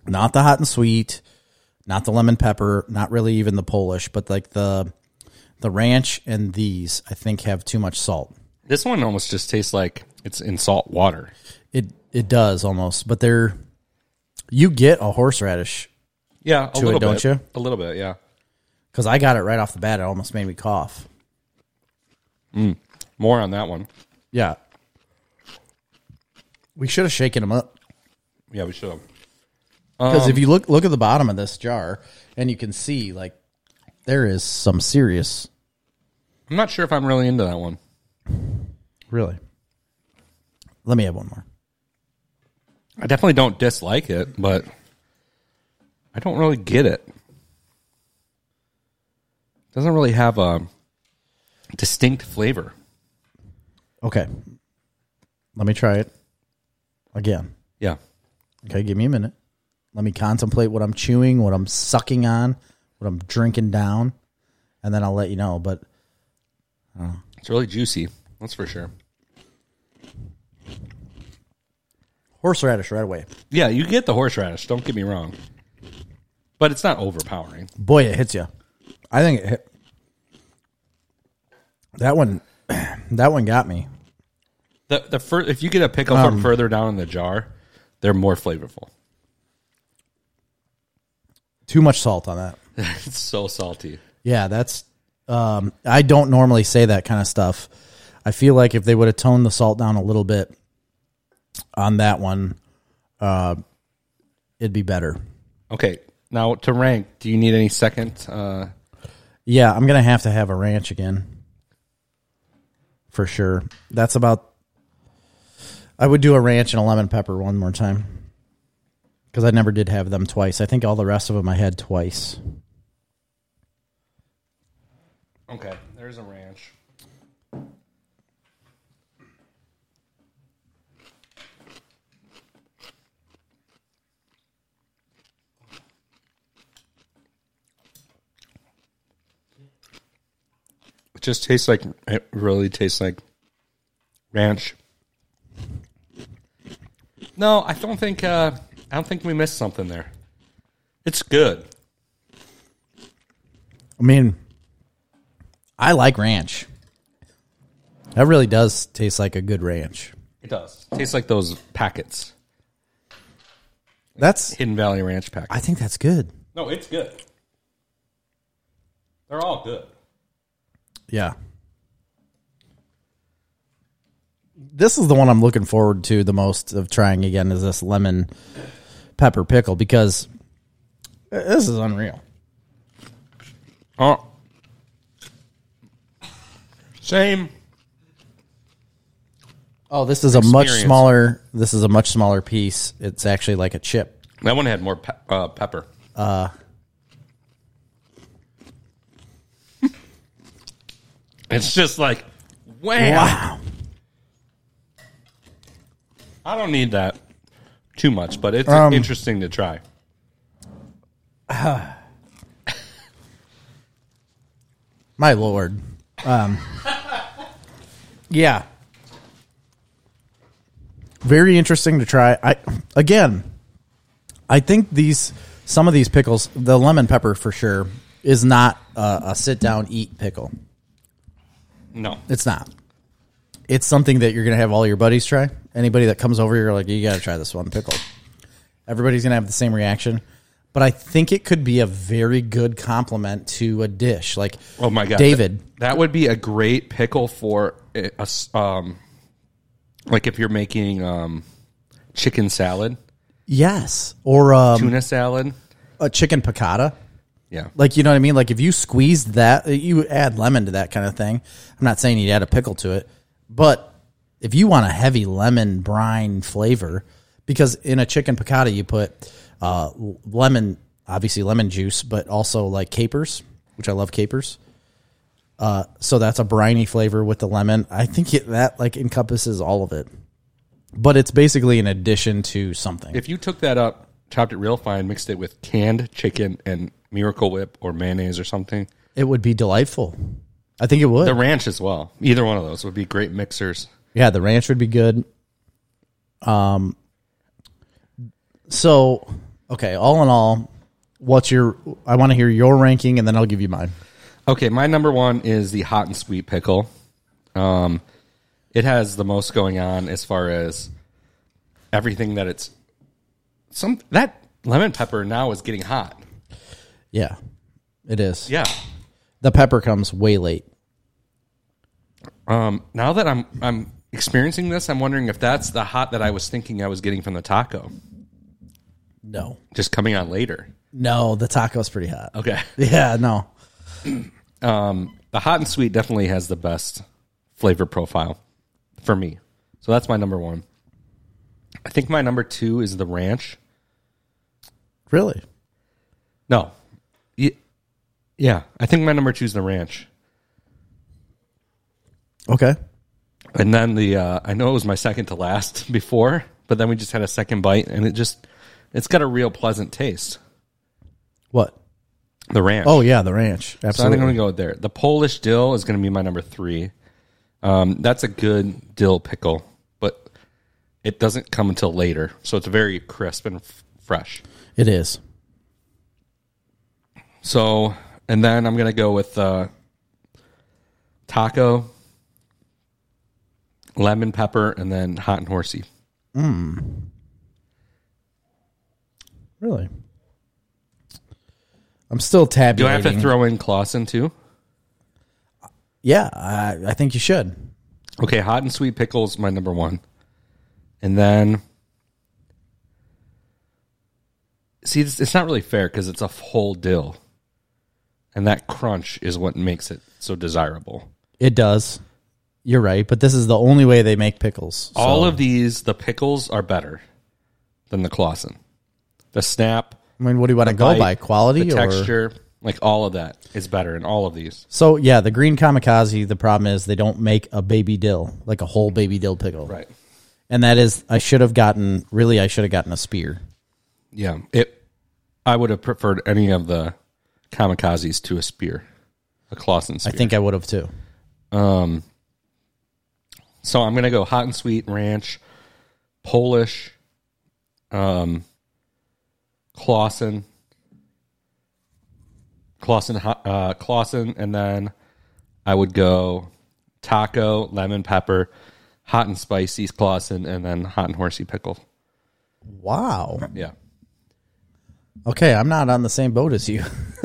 Speaker 2: Not the hot and sweet, not the lemon pepper, not really even the Polish, but like the the ranch and these I think have too much salt.
Speaker 1: This one almost just tastes like it's in salt water.
Speaker 2: It it does almost, but they're you get a horseradish
Speaker 1: Yeah, a
Speaker 2: it,
Speaker 1: little
Speaker 2: don't
Speaker 1: bit.
Speaker 2: you?
Speaker 1: A little bit. Yeah.
Speaker 2: because I got it right off the bat. It almost made me cough.
Speaker 1: More on that one.
Speaker 2: Yeah, we should have shaken them up.
Speaker 1: Yeah, we should. have.
Speaker 2: Because if you look look at the bottom of this jar, and you can see like there is some serious,
Speaker 1: I'm not sure if I'm really into that one.
Speaker 2: really. Let me have one more.
Speaker 1: I definitely don't dislike it, but I don't really get it. Doesn't really have a distinct flavor.
Speaker 2: Okay, let me try it again.
Speaker 1: Yeah.
Speaker 2: Okay, give me a minute. Let me contemplate what I'm chewing, what I'm sucking on, what I'm drinking down, and then I'll let you know. But
Speaker 1: It's really juicy. That's for sure.
Speaker 2: horseradish right away.
Speaker 1: Yeah, you get the horseradish, don't get me wrong. But it's not overpowering.
Speaker 2: Boy, it hits you. I think it hit. That one, that one got me.
Speaker 1: Um. The the fir- if you get a pickle from further down in the jar, They're more flavorful.
Speaker 2: Too much salt on that.
Speaker 1: It's so salty.
Speaker 2: Yeah, that's. Um, I don't normally say that kind of stuff. I feel like if they would have toned the salt down a little bit on that one, uh, it'd be better.
Speaker 1: Okay, now to rank, do you need any second? Uh,
Speaker 2: Yeah, I'm gonna have to have a ranch again, for sure. That's about. I would do a ranch and a lemon pepper one more time, because I never did have them twice. I think all the rest of them I had twice.
Speaker 1: okay, there's a ranch. It just tastes like it really tastes like ranch. No, I don't think uh, I don't think we missed something there. It's good.
Speaker 2: I mean, I like ranch. That really does taste like a good ranch.
Speaker 1: It does. Tastes like those packets.
Speaker 2: That's.
Speaker 1: Hidden Valley Ranch packets.
Speaker 2: I think that's good.
Speaker 1: No, it's good. They're all good.
Speaker 2: Yeah. This is the one I'm looking forward to the most of trying again is this lemon pepper pickle because this is unreal.
Speaker 1: Oh. Same.
Speaker 2: Oh, this is a much
Speaker 1: Experience.
Speaker 2: smaller this is a much smaller piece. It's actually like a chip.
Speaker 1: That one had more pe- uh, pepper.
Speaker 2: Uh.
Speaker 1: it's just like, wham!
Speaker 2: Wow.
Speaker 1: I don't need that too much, but it's
Speaker 2: Um,
Speaker 1: interesting to try.
Speaker 2: My lord. Um Yeah. Very interesting to try. I again, I think these some of these pickles, the lemon pepper for sure, is not a, a sit down eat pickle.
Speaker 1: No.
Speaker 2: It's not. It's something that you're gonna have all your buddies try. Anybody that comes over, you're like, you gotta try this one pickle. Everybody's gonna have the same reaction. But I think it could be a very good compliment to a dish. Like,
Speaker 1: Oh my god,
Speaker 2: David.
Speaker 1: That, that would be a great pickle for a, a s- um, like if you're making um, chicken salad,
Speaker 2: Yes, or um,
Speaker 1: tuna salad.
Speaker 2: a chicken piccata.
Speaker 1: Yeah,
Speaker 2: Like you know what I mean? Like if you squeezed that, you add lemon to that kind of thing. I'm not saying you'd add a pickle to it, but if you want a heavy lemon brine flavor, because in a chicken piccata you put uh, lemon, obviously lemon juice, but also like capers, which I love capers. Uh, so that's a briny flavor with the lemon. I think it, that like encompasses all of it, but it's basically an addition to something.
Speaker 1: if you took that up, chopped it real fine, mixed it with canned chicken and Miracle Whip or mayonnaise or something,
Speaker 2: It would be delightful. I think it would.
Speaker 1: the ranch as well. Either one of those would be great mixers.
Speaker 2: yeah, the ranch would be good. Um. So, okay. All in all, what's your? I want to hear your ranking, and then I'll give you mine.
Speaker 1: Okay, my number one is the hot and sweet pickle. Um, it has the most going on as far as everything that it's some that lemon pepper now is getting hot.
Speaker 2: Yeah, it is.
Speaker 1: Yeah.
Speaker 2: The pepper comes way late.
Speaker 1: Um, now that I'm I'm experiencing this, I'm wondering if that's the hot that I was thinking I was getting from the taco,
Speaker 2: No,
Speaker 1: just coming on later.
Speaker 2: no, the taco's pretty hot.
Speaker 1: Okay. Um,
Speaker 2: Yeah, no.
Speaker 1: the hot and sweet definitely has the best flavor profile for me. So that's my number one. I think my number two is the ranch.
Speaker 2: Really?
Speaker 1: No. Y- Yeah, I think my number two is the ranch.
Speaker 2: Okay.
Speaker 1: And then the, uh, I know it was my second to last before, but then we just had a second bite and it just, it's got a real pleasant taste.
Speaker 2: What?
Speaker 1: The ranch.
Speaker 2: Oh yeah, the
Speaker 1: So I
Speaker 2: ranch.
Speaker 1: think I'm
Speaker 2: Absolutely.
Speaker 1: gonna go with there. The Polish dill is gonna be my number three. Um, that's a good dill pickle, but it doesn't come until later, so it's very crisp and f- fresh.
Speaker 2: it is.
Speaker 1: So, and then I'm gonna go with uh, taco, lemon pepper, and then hot and horsey.
Speaker 2: Really? I'm still
Speaker 1: Do I
Speaker 2: tabulating.
Speaker 1: have to throw in Clausen too?
Speaker 2: yeah, I, I think you should.
Speaker 1: Okay, hot and sweet pickles my number one, and then see it's, it's not really fair because it's a whole dill, and that crunch is what makes it so desirable.
Speaker 2: It does. You're right, but this is the only way they make pickles. so-
Speaker 1: All of these, the pickles are better than the Clausen. The snap,
Speaker 2: I mean, what do you want to go
Speaker 1: bite,
Speaker 2: by? Quality
Speaker 1: the
Speaker 2: or
Speaker 1: texture, like all of that is better in all of these.
Speaker 2: So yeah, the green kamikaze. The problem is they don't make a baby dill, like a whole baby dill pickle.
Speaker 1: Right.
Speaker 2: And that is, I should have gotten. Really, I should have gotten a spear.
Speaker 1: Yeah. It. I would have preferred any of the kamikazes to a spear, a Clausen
Speaker 2: I
Speaker 1: spear.
Speaker 2: think I would have too.
Speaker 1: Um, so I'm gonna go hot and sweet ranch, Polish, um, Clausen, Clausen, hot- uh, Clausen, and then I would go taco, lemon pepper, hot and spicy Clausen, and then hot and horsey pickle.
Speaker 2: Wow.
Speaker 1: Yeah,
Speaker 2: Okay, I'm not on the same boat as you.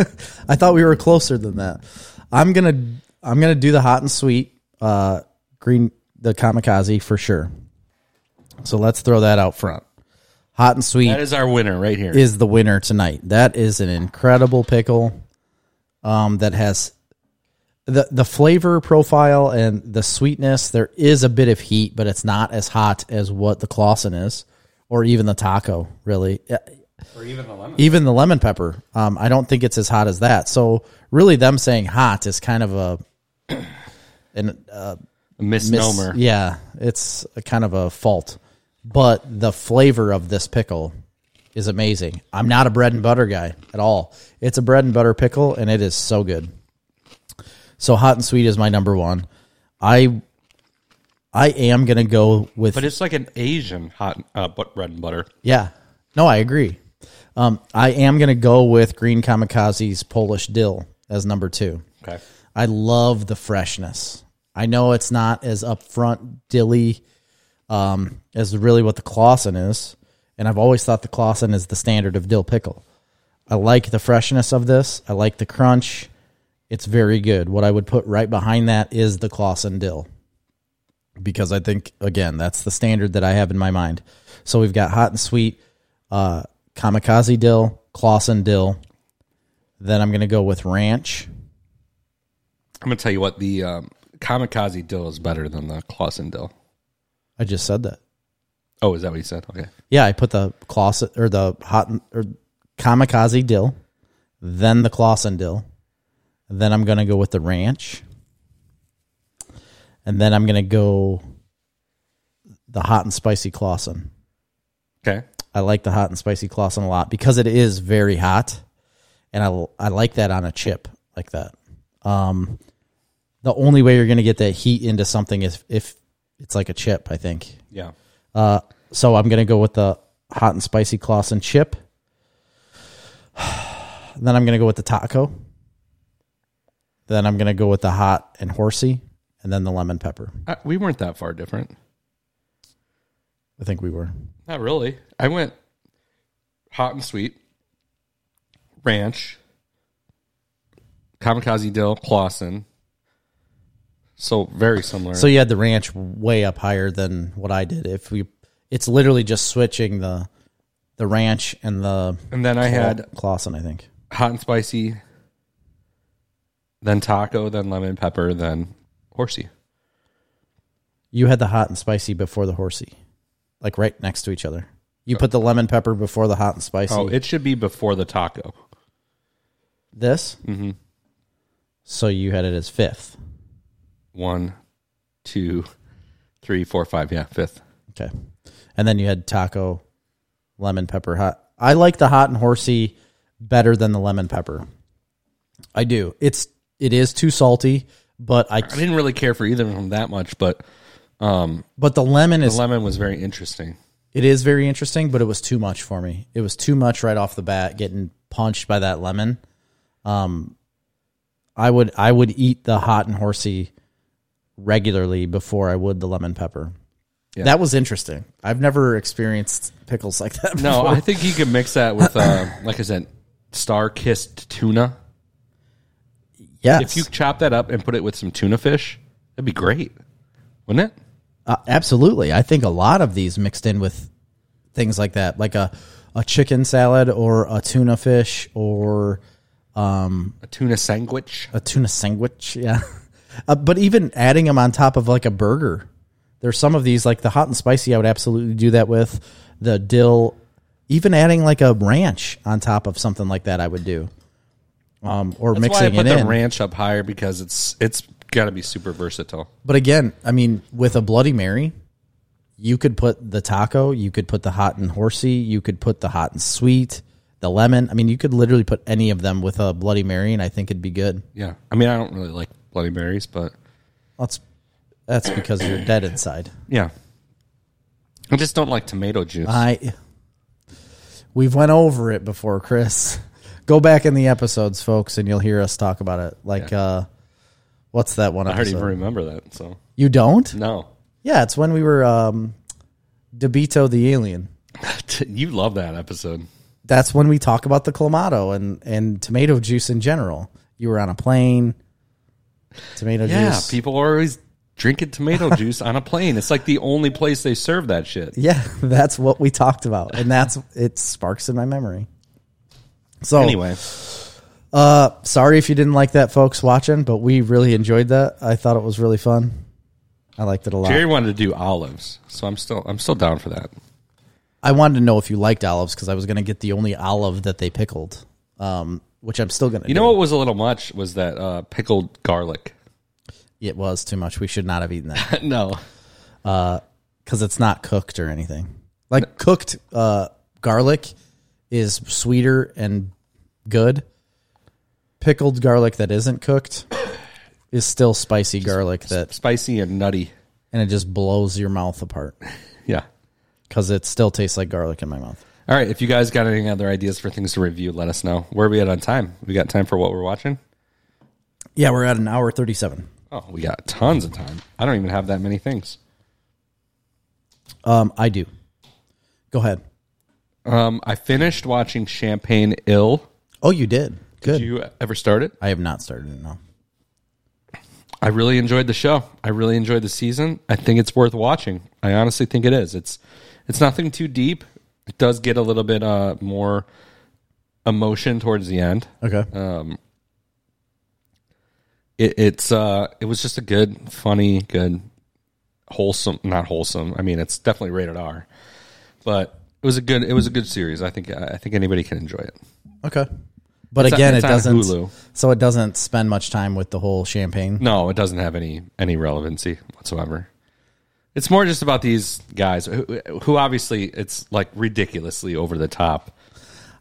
Speaker 2: I thought we were closer than that. I'm gonna I'm gonna do the hot and sweet uh, green the kamikaze for sure. So let's throw that out front. Hot and sweet
Speaker 1: that is our winner right here.
Speaker 2: is the winner tonight. That is an incredible pickle. Um, that has the the flavor profile and the sweetness. There is a bit of heat, but it's not as hot as what the Clausen is, or even the taco. Really,
Speaker 1: or even the lemon.
Speaker 2: even the lemon pepper. Um, I don't think it's as hot as that. So really, them saying hot is kind of a an uh, mis-
Speaker 1: Misnomer.
Speaker 2: yeah, it's a kind of a fault. But the flavor of this pickle is amazing. I'm not a bread and butter guy at all. It's a bread and butter pickle, and it is so good. So hot and sweet is my number one. I I am gonna go with
Speaker 1: But it's like an Asian hot uh, but bread and butter.
Speaker 2: yeah. No, I agree. Um, I am going to go with Green Kamikaze's Polish Dill as number two.
Speaker 1: Okay.
Speaker 2: I love the freshness. I know it's not as upfront dilly um, as really what the Clausen is, and I've always thought the Clausen is the standard of dill pickle. I like the freshness of this. I like the crunch. It's very good. What I would put right behind that is the Clausen dill, because I think again that's the standard that I have in my mind. So we've got hot and sweet, uh, kamikaze dill, Clausen dill. Then I'm going to go with ranch.
Speaker 1: I'm gonna tell you what the um, kamikaze dill is better than the Clausen dill.
Speaker 2: I just said that.
Speaker 1: Oh, is that what you said? Okay.
Speaker 2: Yeah, I put the Clausen or the hot or kamikaze dill, then the Clausen dill, then I'm gonna go with the ranch, and then I'm gonna go the hot and spicy Clausen.
Speaker 1: Okay.
Speaker 2: I like the hot and spicy Clausen a lot because it is very hot, and I I like that on a chip like that. Um, the only way you're gonna get that heat into something is if it's like a chip. I think
Speaker 1: Yeah.
Speaker 2: Uh, so I'm gonna go with the hot and spicy Clausen chip. then I'm gonna go with the taco. Then I'm gonna go with the hot and horsey, and then the lemon pepper.
Speaker 1: Uh, we weren't that far different.
Speaker 2: I think we were.
Speaker 1: Not really. I went hot and sweet, ranch, kamikaze dill, Clausen. So very similar.
Speaker 2: So you had the ranch way up higher than what I did. If we, it's literally just switching the the ranch and the
Speaker 1: and then I had
Speaker 2: Clausen. I think.
Speaker 1: hot and spicy, then taco, then lemon pepper, then horsey.
Speaker 2: You had the hot and spicy before the horsey, like right next to each other. You put the lemon pepper before the hot and spicy.
Speaker 1: Uh, Oh, it should be before the taco.
Speaker 2: This? Mm-hmm. So you had it as fifth.
Speaker 1: One, two, three, four, five. Yeah, fifth.
Speaker 2: Okay. And then you had taco, lemon pepper hot. I like the hot and horsey better than the lemon pepper. I do. It's it is too salty, but I
Speaker 1: I didn't really care for either of them that much, but
Speaker 2: but the lemon
Speaker 1: the
Speaker 2: is
Speaker 1: lemon was very interesting.
Speaker 2: it is very interesting, but it was too much for me. It was too much right off the bat getting punched by that lemon. Um I would I would eat the hot and horsey regularly before I would the lemon pepper. That was interesting. I've never experienced pickles like that. Before.
Speaker 1: No, I think you could mix that with, uh, like I said, star kissed tuna.
Speaker 2: yes,
Speaker 1: If you chop that up and put it with some tuna fish, that'd be great, wouldn't it?
Speaker 2: Uh, absolutely. I think a lot of these mixed in with things like that, like a, a chicken salad or a tuna fish or
Speaker 1: A tuna sandwich.
Speaker 2: a tuna sandwich. Yeah. Uh, but even adding them on top of like a burger. There's some of these, like the hot and spicy, I would absolutely do that with. The dill, even adding like a ranch on top of something like that, I would do. Um, or
Speaker 1: That's why I
Speaker 2: mixing
Speaker 1: put
Speaker 2: it
Speaker 1: the
Speaker 2: in.
Speaker 1: ranch up higher because it's it's got to be super versatile.
Speaker 2: But again, I mean, with a Bloody Mary, you could put the taco, you could put the hot and horsey, you could put the hot and sweet, the lemon. I mean, you could literally put any of them with a Bloody Mary, and I think it'd be good.
Speaker 1: Yeah, I mean, I don't really like Bloody Marys, but
Speaker 2: That's that's because you're dead inside.
Speaker 1: yeah, I just don't like tomato juice.
Speaker 2: I we've went over it before, Chris. Go back in the episodes, folks, and you'll hear us talk about it. Like, uh, what's that one
Speaker 1: I don't even
Speaker 2: episode?
Speaker 1: remember that. So
Speaker 2: You don't?
Speaker 1: no,
Speaker 2: Yeah, it's when we were um, Debito the alien.
Speaker 1: you love that episode.
Speaker 2: that's when we talk about the clamato and and tomato juice in general. You were on a plane, tomato
Speaker 1: Yeah,
Speaker 2: juice.
Speaker 1: people are always drinking tomato juice on a plane. It's like the only place they serve that shit.
Speaker 2: yeah, that's what we talked about, and that's it sparks in my memory. So
Speaker 1: Anyway,
Speaker 2: uh, sorry if you didn't like that, folks watching, but we really enjoyed that. I thought it was really fun. I liked it a lot.
Speaker 1: Jerry wanted to do olives, so I'm still I'm still down for that.
Speaker 2: I wanted to know if you liked olives because I was going to get the only olive that they pickled, um, which I'm still going to.
Speaker 1: You know what was a little much was that uh, pickled garlic.
Speaker 2: it was too much. We should not have eaten that.
Speaker 1: no,
Speaker 2: because it's not cooked or anything. Like cooked uh, garlic is sweeter and good. Pickled garlic that isn't cooked is still spicy garlic that,
Speaker 1: spicy and nutty.
Speaker 2: and it just blows your mouth apart
Speaker 1: Yeah.
Speaker 2: because it still tastes like garlic in my mouth.
Speaker 1: All right. If you guys got any other ideas for things to review, let us know. Where are we at on time? We got time for what we're watching?
Speaker 2: Yeah, we're at an hour thirty-seven.
Speaker 1: Oh, we got tons of time. I don't even have that many things.
Speaker 2: Um, I do. Go ahead.
Speaker 1: Um, I finished watching Champagne Ill.
Speaker 2: Oh, you did. Good.
Speaker 1: Did you ever start it?
Speaker 2: I have not started it now.
Speaker 1: I really enjoyed the show. I really enjoyed the season. I think it's worth watching. I honestly think it is. It's it's nothing too deep. It does get a little bit uh, more emotion towards the end.
Speaker 2: Okay.
Speaker 1: Uh, It, it's uh, it was just a good, funny, good, wholesome. Not wholesome. I mean, it's definitely rated R, but it was a good. It was a good series. I think. I think anybody can enjoy it.
Speaker 2: okay. But
Speaker 1: It's on-
Speaker 2: again,
Speaker 1: it's
Speaker 2: it
Speaker 1: on
Speaker 2: doesn't.
Speaker 1: Hulu.
Speaker 2: So it doesn't spend much time with the whole champagne.
Speaker 1: No, it doesn't have any any relevancy whatsoever. It's more just about these guys who, who obviously it's like ridiculously over the top.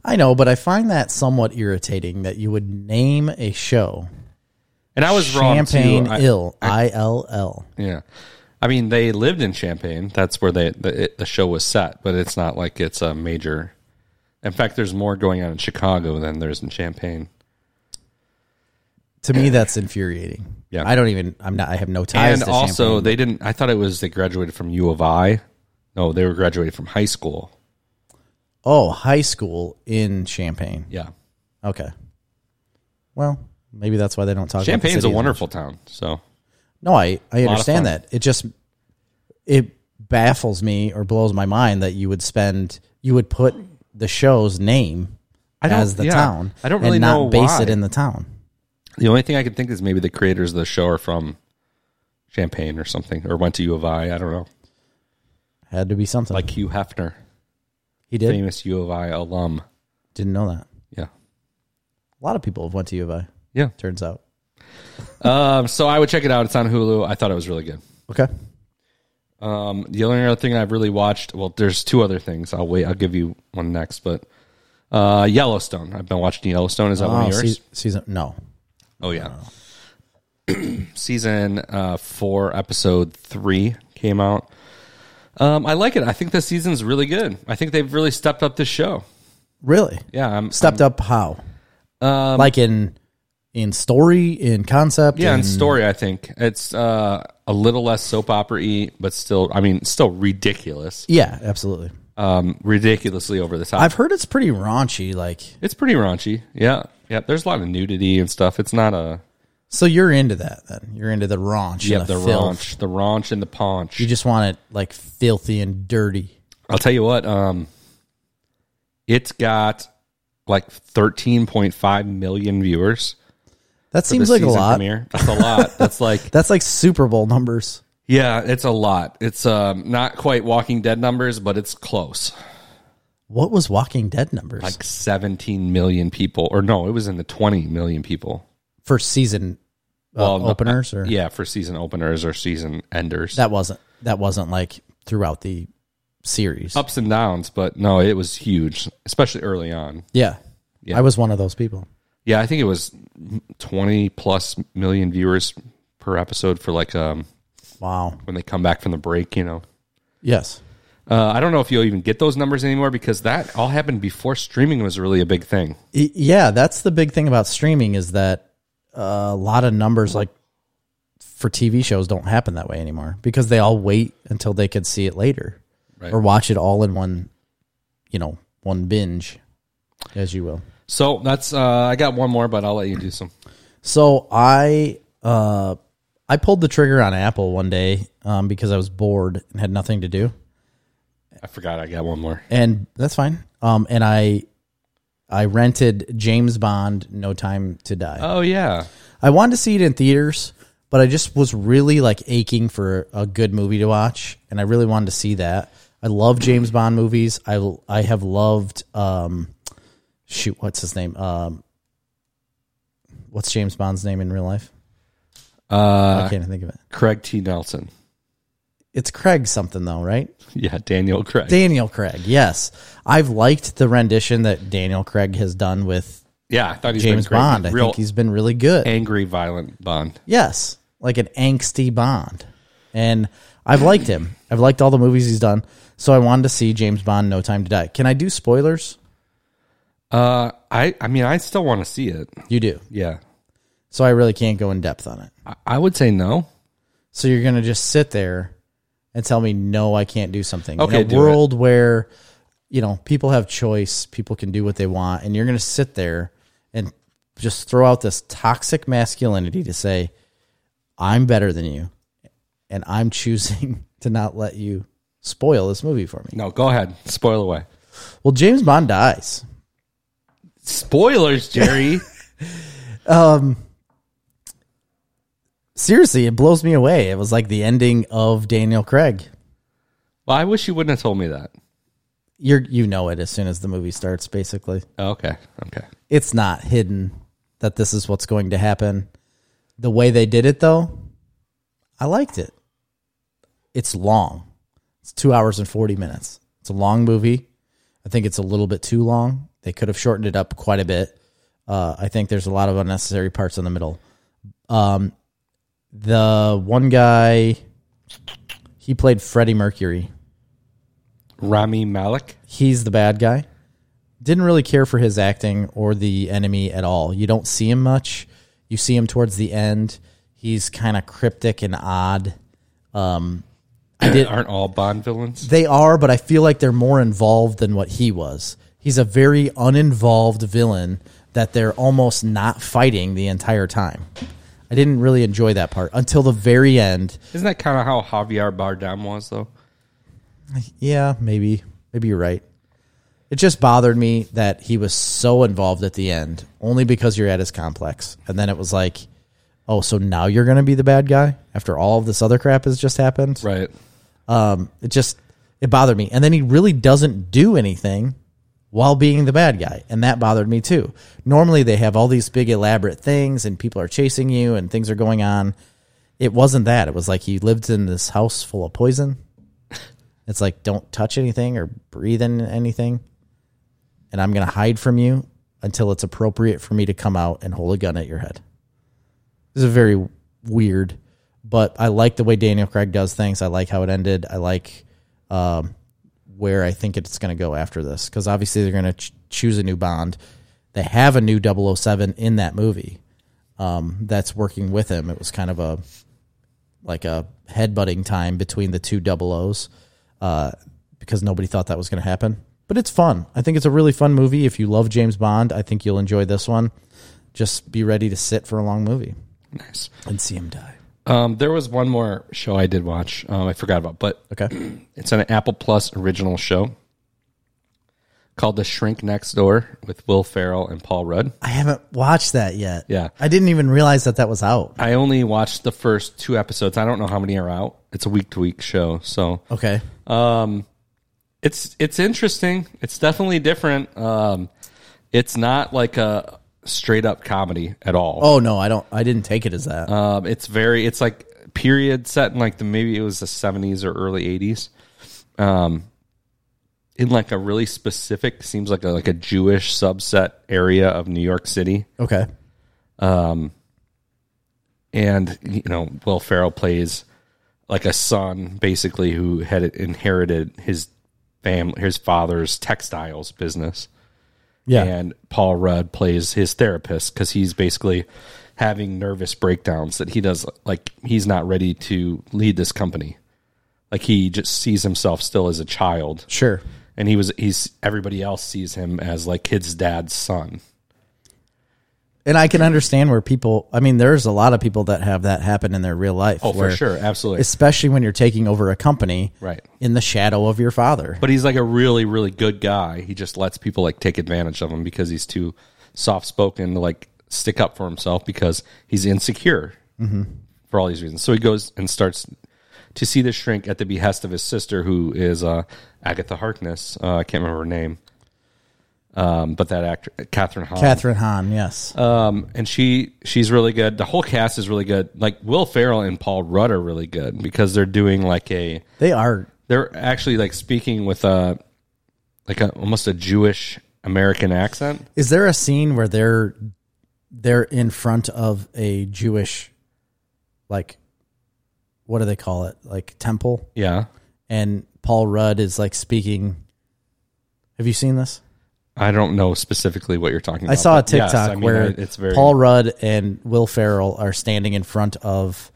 Speaker 2: I know, but I find that somewhat irritating that you would name a show
Speaker 1: And I was
Speaker 2: Champagne
Speaker 1: wrong too. I-
Speaker 2: Ill, I L L.
Speaker 1: yeah, I mean they lived in Champagne. That's where they the, it, the show was set. But it's not like it's a major. In fact, there's more going on in Chicago than there's in Champagne.
Speaker 2: To me, that's infuriating.
Speaker 1: Yeah.
Speaker 2: I don't even. I'm not. I have no ties.
Speaker 1: And
Speaker 2: to
Speaker 1: also,
Speaker 2: Champagne.
Speaker 1: they didn't. I thought it was they graduated from U of I. No, they were graduated from high school.
Speaker 2: oh, high school in Champagne.
Speaker 1: Yeah,
Speaker 2: Okay. Well, maybe that's why they don't talk. about the
Speaker 1: Champagne's a
Speaker 2: city as much.
Speaker 1: wonderful town. So
Speaker 2: No, I I
Speaker 1: fun.
Speaker 2: understand that. It just it baffles me or blows my mind that you would spend you would put the show's name
Speaker 1: don't-
Speaker 2: as the
Speaker 1: yeah.
Speaker 2: town.
Speaker 1: I don't
Speaker 2: and
Speaker 1: really
Speaker 2: not
Speaker 1: know
Speaker 2: base
Speaker 1: why.
Speaker 2: it in the town.
Speaker 1: The only thing I can think is maybe the creators of the show are from Champagne or something, or went to U of I. I don't know.
Speaker 2: Had to be something.
Speaker 1: Like Hugh Hefner,
Speaker 2: he did.
Speaker 1: famous U of I alum.
Speaker 2: Didn't know that.
Speaker 1: Yeah,
Speaker 2: A lot of people have went to U of I.
Speaker 1: yeah.
Speaker 2: Turns out.
Speaker 1: Um, so I would check it out. It's on Hulu. I thought it was really good.
Speaker 2: Okay.
Speaker 1: Um, the only other thing I've really watched. Well, there's two other things. I'll wait. I'll give you one next. But uh, Yellowstone. I've been watching Yellowstone. Is that one
Speaker 2: Oh,
Speaker 1: of yours?
Speaker 2: se- season no.
Speaker 1: oh yeah. Uh, season uh, four, episode three came out. Um, I like it. I think the season's really good. I think they've really stepped up this show.
Speaker 2: Really?
Speaker 1: Yeah, um, I'm
Speaker 2: Stepped up how? Um, like in in story, in concept.
Speaker 1: yeah,
Speaker 2: in-
Speaker 1: in story, I think it's uh, a little less soap opera y, but still, I mean, still ridiculous.
Speaker 2: Yeah, absolutely.
Speaker 1: Um, ridiculously over the top.
Speaker 2: I've heard it's pretty raunchy. Like,
Speaker 1: it's pretty raunchy. Yeah. Yeah. There's a lot of nudity and stuff. It's not a.
Speaker 2: so you're into that then? You're into the raunch?
Speaker 1: Yeah,
Speaker 2: and
Speaker 1: the,
Speaker 2: filth.
Speaker 1: raunch, the raunch and the paunch.
Speaker 2: You just want it like filthy and dirty.
Speaker 1: I'll tell you what, um, it's got like 13.5 million viewers.
Speaker 2: That
Speaker 1: for the
Speaker 2: seems like a
Speaker 1: season
Speaker 2: lot.
Speaker 1: premiere. That's a lot. That's like,
Speaker 2: That's like Super Bowl numbers.
Speaker 1: yeah, it's a lot. It's um, not quite Walking Dead numbers, but it's close.
Speaker 2: What was Walking Dead numbers
Speaker 1: Like 17 million people, or no, it was in the 20 million people.
Speaker 2: for season uh,
Speaker 1: Well,
Speaker 2: openers? Or
Speaker 1: Yeah, for season openers or season enders.
Speaker 2: that wasn't that wasn't like throughout the series.
Speaker 1: Ups and downs, but no, it was huge, especially early on.
Speaker 2: Yeah. I was one of those people.
Speaker 1: Yeah, I think it was 20 plus million viewers per episode for like um,
Speaker 2: Wow.
Speaker 1: when they come back from the break, you know.
Speaker 2: Yes.
Speaker 1: Uh, I don't know if you'll even get those numbers anymore because that all happened before streaming was really a big thing.
Speaker 2: Y- yeah, that's the big thing about streaming is that uh, a lot of numbers like for TV shows don't happen that way anymore because they all wait until they could see it later
Speaker 1: Right.
Speaker 2: or watch it all in one, you know, one binge, as you will.
Speaker 1: So that's uh, I got one more, but I'll let you do some.
Speaker 2: So I uh I pulled the trigger on Apple one day um, because I was bored and had nothing to do,
Speaker 1: I forgot I got one more.
Speaker 2: and that's fine. Um, and I I rented James Bond: No Time to Die.
Speaker 1: Oh yeah,
Speaker 2: I wanted to see it in theaters, but I just was really like aching for a good movie to watch, and I really wanted to see that. I love James Bond movies. I I have loved um, shoot, what's his name? Um, what's James Bond's name in real life?
Speaker 1: uh,
Speaker 2: I can't think of it.
Speaker 1: Craig T. Nelson.
Speaker 2: It's Craig something though, right?
Speaker 1: Yeah, Daniel Craig.
Speaker 2: Daniel Craig. Yes, I've liked the rendition that Daniel Craig has done with
Speaker 1: yeah, I thought he
Speaker 2: James
Speaker 1: been great.
Speaker 2: Bond. I
Speaker 1: Real
Speaker 2: think he's been really good.
Speaker 1: angry, violent Bond.
Speaker 2: Yes, like an angsty Bond. And I've liked him. I've liked all the movies he's done. So I wanted to see James Bond No Time to Die. Can I do spoilers?
Speaker 1: Uh, I I mean I still want to see it.
Speaker 2: You do.
Speaker 1: Yeah,
Speaker 2: So I really can't go in depth on it.
Speaker 1: I, I would say no.
Speaker 2: So you're going to just sit there and tell me no, I can't do something.
Speaker 1: Okay,
Speaker 2: in a
Speaker 1: do it.
Speaker 2: world where you know, people have choice, people can do what they want, and you're going to sit there and just throw out this toxic masculinity to say I'm better than you and I'm choosing to not let you spoil this movie for me.
Speaker 1: No, go ahead. Spoil away.
Speaker 2: Well, James Bond dies.
Speaker 1: Spoilers, Jerry.
Speaker 2: Seriously, it blows me away. It was like the ending of Daniel Craig.
Speaker 1: well, I wish you wouldn't have told me that.
Speaker 2: You're you know it as soon as the movie starts basically.
Speaker 1: Oh, okay, okay.
Speaker 2: It's not hidden that this is what's going to happen. The way they did it though, I liked it. It's long. It's 2 hours and 40 minutes. It's a long movie. I think it's a little bit too long. They could have shortened it up quite a bit. Uh, I think there's a lot of unnecessary parts in the middle. Um, the one guy, he played Freddie Mercury.
Speaker 1: Rami Malik.
Speaker 2: He's the bad guy. Didn't really care for his acting or the enemy at all. You don't see him much. You see him towards the end. He's kind of cryptic and odd. Um,
Speaker 1: Aren't all Bond villains?
Speaker 2: They are, but I feel like they're more involved than what he was. He's a very uninvolved villain that they're almost not fighting the entire time. I didn't really enjoy that part until the very end.
Speaker 1: Isn't that kind of how Javier Bardem was, though?
Speaker 2: Yeah, maybe. Maybe you're right. It just bothered me that he was so involved at the end, only because you're at his complex. And then it was like, oh, so now you're going to be the bad guy after all of this other crap has just happened?
Speaker 1: Right.
Speaker 2: Um, it just it bothered me. And then he really doesn't do anything while being the bad guy, and that bothered me too. Normally they have all these big elaborate things, and people are chasing you, and things are going on. It wasn't that. It was like he lived in this house full of poison. It's like don't touch anything or breathe in anything, and I'm gonna hide from you until it's appropriate for me to come out and hold a gun at your head. This is very weird, but I like the way Daniel Craig does things. I like how it ended. I like um, where I think it's going to go after this because obviously they're going to ch- choose a new Bond. They have a new 007 in that movie um, that's working with him. It was kind of a like a headbutting time between the two double O's uh, because nobody thought that was going to happen. But it's fun. I think it's a really fun movie. If you love James Bond, I think you'll enjoy this one. Just be ready to sit for a long movie
Speaker 1: Nice.
Speaker 2: and see him die.
Speaker 1: Um, there was one more show I did watch. Um, I forgot about, but
Speaker 2: Okay.
Speaker 1: it's an Apple Plus original show called The Shrink Next Door with Will Ferrell and Paul Rudd.
Speaker 2: I haven't watched that yet.
Speaker 1: Yeah.
Speaker 2: I didn't even realize that that was out.
Speaker 1: I only watched the first two episodes. I don't know how many are out. It's a week to week show, so um,
Speaker 2: Okay.
Speaker 1: it's it's interesting. It's definitely different. Um, it's not like a straight up comedy at all.
Speaker 2: Oh no, I don't I didn't take it as that.
Speaker 1: Um, it's very it's like period set in like the maybe it was the seventies or early eighties. Um, in like a really specific seems like a like a Jewish subset area of New York City.
Speaker 2: okay.
Speaker 1: and you know Will Ferrell plays like a son basically who had inherited his family his father's textiles business
Speaker 2: Yeah.
Speaker 1: and Paul Rudd plays his therapist cuz he's basically having nervous breakdowns that he does like he's not ready to lead this company like he just sees himself still as a child
Speaker 2: Sure.
Speaker 1: and he was he's everybody else sees him as like his dad's son
Speaker 2: And I can understand where people I mean there's a lot of people that have that happen in their real life.
Speaker 1: oh for
Speaker 2: where-
Speaker 1: sure absolutely
Speaker 2: Especially when you're taking over a company
Speaker 1: right
Speaker 2: in the shadow of your father.
Speaker 1: but he's like a really really good guy he just lets people like take advantage of him because he's too soft spoken to like stick up for himself because he's insecure for all these reasons so he goes and starts to see the shrink at the behest of his sister who is uh, agatha harkness uh, i can't remember her name um, but that actor catherine hahn
Speaker 2: Catherine Hahn, yes.
Speaker 1: um, and she she's really good the whole cast is really good like will ferrell and paul rudd are really good because they're doing like a
Speaker 2: they are
Speaker 1: they're actually like speaking with a like a, almost a Jewish American accent.
Speaker 2: Is there a scene where they're they're in front of a Jewish like what do they call it? Like temple
Speaker 1: Yeah,
Speaker 2: and Paul Rudd is like speaking Have you seen this?
Speaker 1: I don't know specifically what you're talking.
Speaker 2: I
Speaker 1: about.
Speaker 2: saw a
Speaker 1: but yes,
Speaker 2: TikTok
Speaker 1: I mean,
Speaker 2: where
Speaker 1: I- it's very
Speaker 2: Paul Rudd and Will Ferrell are standing in front of.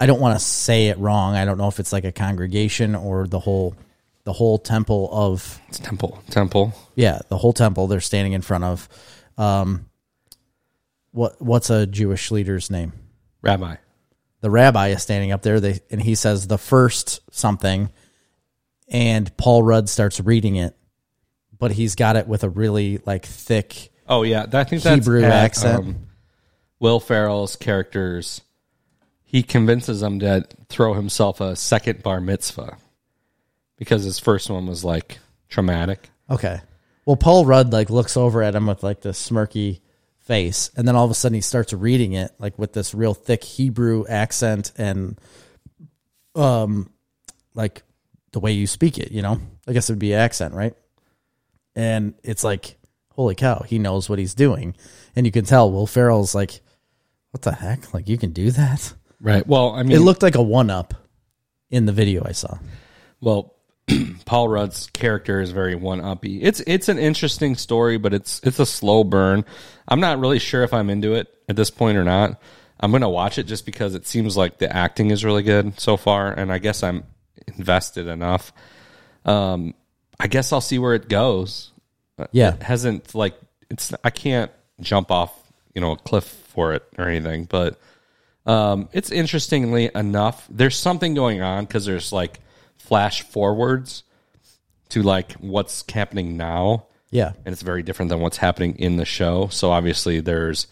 Speaker 2: I don't want to say it wrong. I don't know if it's like a congregation or the whole, the whole temple of
Speaker 1: it's temple temple.
Speaker 2: yeah, the whole temple. They're standing in front of. Um, what what's a Jewish leader's name?
Speaker 1: Rabbi
Speaker 2: The rabbi is standing up there. They and he says the first something, and Paul Rudd starts reading it, but he's got it with a really like thick.
Speaker 1: Oh yeah, that- I think that's
Speaker 2: Hebrew
Speaker 1: at,
Speaker 2: accent.
Speaker 1: um, Will Ferrell's characters. He convinces them to throw himself a second bar mitzvah because his first one was like traumatic.
Speaker 2: Okay. Well, Paul Rudd like looks over at him with like this smirky face, and then all of a sudden he starts reading it like with this real thick Hebrew accent and um like the way you speak it, you know? I guess it would be accent, right? And it's like, holy cow, he knows what he's doing. And you can tell Will Ferrell's like, what the heck? Like you can do that?
Speaker 1: Right. Well, I mean,
Speaker 2: It looked like a one up in the video I saw.
Speaker 1: well paul rudd's character is very one-uppy it's it's an interesting story but it's it's a slow burn i'm not really sure if i'm into it at this point or not i'm gonna watch it just because it seems like the acting is really good so far and i guess i'm invested enough um i guess i'll see where it goes
Speaker 2: Yeah.
Speaker 1: it hasn't like it's i can't jump off you know a cliff for it or anything but um it's interestingly enough there's something going on because there's like flash forwards to like what's happening now
Speaker 2: Yeah.
Speaker 1: and it's very different than what's happening in the show so obviously there's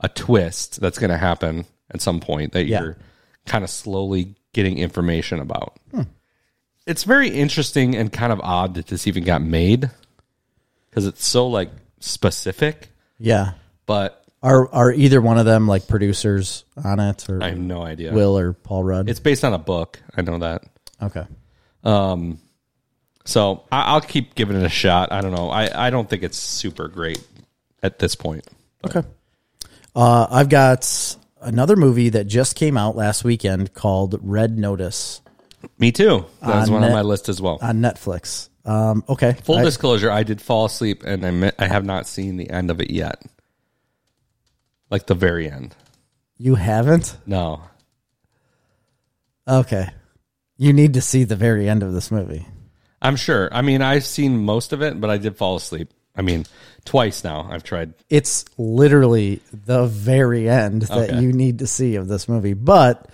Speaker 1: a twist that's going to happen at some point that
Speaker 2: Yeah.
Speaker 1: you're kind of slowly getting information about
Speaker 2: Hmm.
Speaker 1: it's very interesting and kind of odd that this even got made because it's so like specific
Speaker 2: Yeah.
Speaker 1: but
Speaker 2: Are are either one of them like producers on it or
Speaker 1: i have no idea
Speaker 2: Will or Paul Rudd?
Speaker 1: it's based on a book i know that
Speaker 2: okay.
Speaker 1: so I- i'll keep giving it a shot i don't know I-, I don't think it's super great at this point
Speaker 2: Okay. Uh, I've got another movie that just came out last weekend called Red Notice
Speaker 1: me too that was
Speaker 2: On
Speaker 1: one on
Speaker 2: Net-
Speaker 1: my list as well
Speaker 2: on Netflix. Um, okay.
Speaker 1: Full
Speaker 2: I-
Speaker 1: disclosure, I did fall asleep and I mi- I have not seen the end of it yet. Like the very end.
Speaker 2: you haven't?
Speaker 1: No.
Speaker 2: Okay. You need to see the very end of this movie.
Speaker 1: I'm sure. I mean, I've seen most of it, but I did fall asleep. I mean, twice now I've tried.
Speaker 2: It's literally the very end that
Speaker 1: Okay.
Speaker 2: you need to see of this movie. But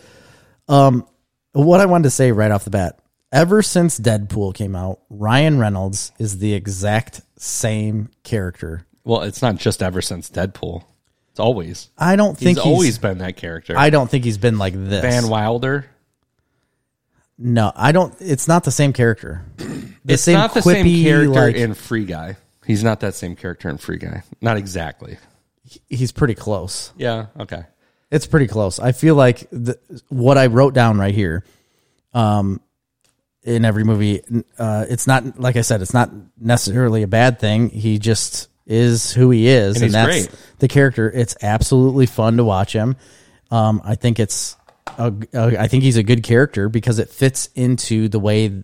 Speaker 2: um what I wanted to say right off the bat, ever since Deadpool came out, Ryan Reynolds is the exact same character.
Speaker 1: Well, it's not just ever since Deadpool. It's always.
Speaker 2: I don't
Speaker 1: He's,
Speaker 2: think he's,
Speaker 1: always been that character.
Speaker 2: I don't think he's been like this.
Speaker 1: Van Wilder.
Speaker 2: no, I don't it's not the same character. The
Speaker 1: It's not the
Speaker 2: quippy,
Speaker 1: same character
Speaker 2: like-
Speaker 1: in Free Guy. He's not that same character in Free Guy. Not exactly.
Speaker 2: he's pretty close.
Speaker 1: Yeah. Okay.
Speaker 2: It's pretty close. I feel like the, what I wrote down right here, um, in every movie, uh, it's not like I said, it's not necessarily a bad thing. He just is who he is, and,
Speaker 1: he's
Speaker 2: that's
Speaker 1: great.
Speaker 2: the character. It's absolutely fun to watch him. Um, I think it's, a, a, I think he's a good character because it fits into the way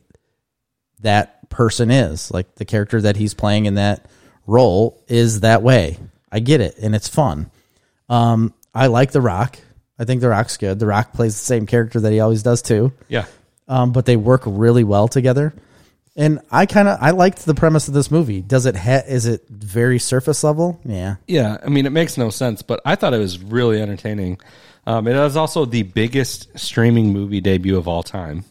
Speaker 2: that person is. Like the character that he's playing in that role is that way. I get it, and it's fun. Um, I like The Rock. I think The Rock's good. The Rock plays the same character that he always does too.
Speaker 1: Yeah.
Speaker 2: Um, but they work really well together. And I kind of I liked the premise of this movie. Does it ha- is it very surface level? Yeah.
Speaker 1: Yeah, I mean, it makes no sense, but I thought it was really entertaining. Um, it was also the biggest streaming movie debut of all time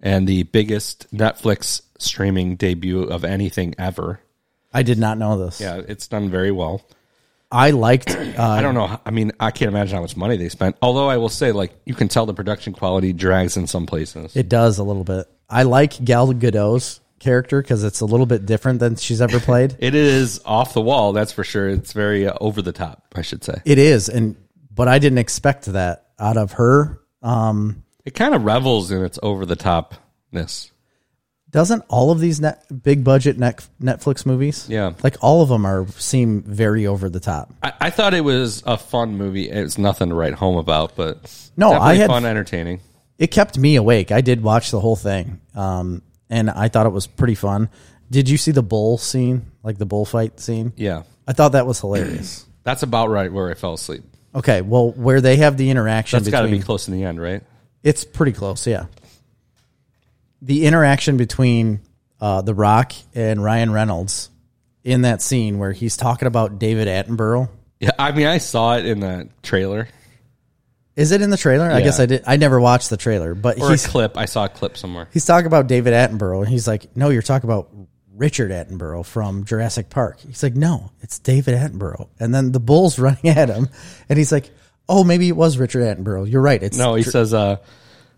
Speaker 1: and the biggest Netflix streaming debut of anything ever.
Speaker 2: I did not know this.
Speaker 1: Yeah, it's done very well.
Speaker 2: I liked uh,
Speaker 1: I don't know. I mean, I can't imagine how much money they spent. Although I will say, like, you can tell the production quality drags in some places.
Speaker 2: it does a little bit. I like Gal Gadot's character cuz it's a little bit different than she's ever played.
Speaker 1: It is off the wall, that's for sure. It's very uh, over the top, I should say.
Speaker 2: It is, and but I didn't expect that out of her. Um,
Speaker 1: It kind of revels in its over the topness.
Speaker 2: doesn't all of these net, big budget net, Netflix movies?
Speaker 1: Yeah.
Speaker 2: like all of them are seem very over the top.
Speaker 1: I, I thought it was a fun movie. It was nothing to write home about, but
Speaker 2: No,
Speaker 1: definitely
Speaker 2: I had-
Speaker 1: fun, entertaining.
Speaker 2: It kept me awake. I did watch the whole thing, um, and I thought it was pretty fun. Did you see the bull scene, like the bullfight scene?
Speaker 1: Yeah,
Speaker 2: I thought that was hilarious.
Speaker 1: that's about right where I fell asleep.
Speaker 2: okay, well, where they have the interaction
Speaker 1: That's got to
Speaker 2: between
Speaker 1: be close in the end, right?
Speaker 2: It's pretty close, yeah. The interaction between uh, The Rock and Ryan Reynolds in that scene where he's talking about David Attenborough.
Speaker 1: Yeah, I mean, I saw it in the trailer
Speaker 2: Is it in the trailer? I guess
Speaker 1: Yeah.
Speaker 2: I did. I never watched the trailer, but
Speaker 1: or
Speaker 2: he's
Speaker 1: a clip. I saw a clip somewhere.
Speaker 2: he's talking about David Attenborough, and he's like, "No, you're talking about Richard Attenborough from Jurassic Park." He's like, "No, it's David Attenborough." And then the bull's running at him, and he's like, "Oh, maybe it was Richard Attenborough. You're right. It's
Speaker 1: No, he says, uh,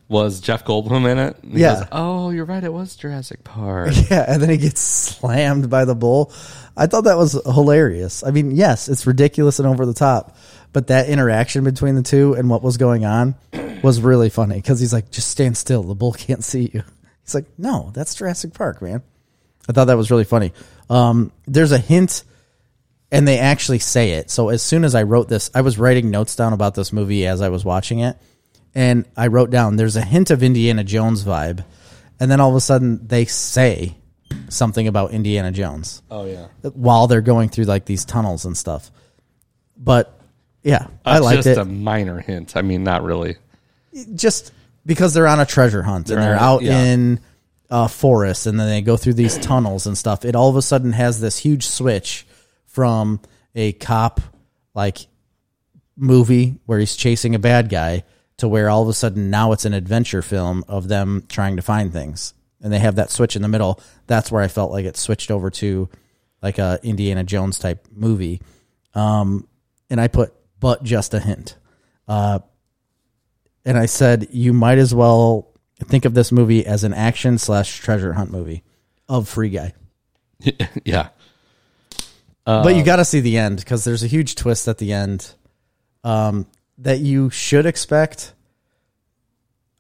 Speaker 1: "Was Jeff Goldblum in it?" And he
Speaker 2: Yeah.
Speaker 1: goes, oh, you're right. It was Jurassic Park.
Speaker 2: Yeah, and then he gets slammed by the bull. I thought that was hilarious. I mean, yes, it's ridiculous and over the top, but that interaction between the two and what was going on was really funny because he's like, just stand still. The bull can't see you. He's like, no, that's Jurassic Park, man. I thought that was really funny. Um, there's a hint, and they actually say it. So as soon as I wrote this, I was writing notes down about this movie as I was watching it, and I wrote down there's a hint of Indiana Jones vibe, and then all of a sudden they say something about Indiana Jones
Speaker 1: oh yeah,
Speaker 2: while they're going through like these tunnels and stuff. But yeah, I
Speaker 1: That's
Speaker 2: liked
Speaker 1: just
Speaker 2: it.
Speaker 1: a minor hint. I mean, not really.
Speaker 2: just because they're on a treasure hunt and
Speaker 1: They're
Speaker 2: they're
Speaker 1: on-
Speaker 2: out
Speaker 1: yeah.
Speaker 2: in uh, forests and then they go through these tunnels and stuff. It all of a sudden has this huge switch from a cop like movie where he's chasing a bad guy to where all of a sudden now it's an adventure film of them trying to find things and they have that switch in the middle that's where i felt like it switched over to like a indiana jones type movie um, and i put but just a hint uh, and i said you might as well think of this movie as an action slash treasure hunt movie of free guy
Speaker 1: yeah,
Speaker 2: but you got to see the end because there's a huge twist at the end um, that you should expect.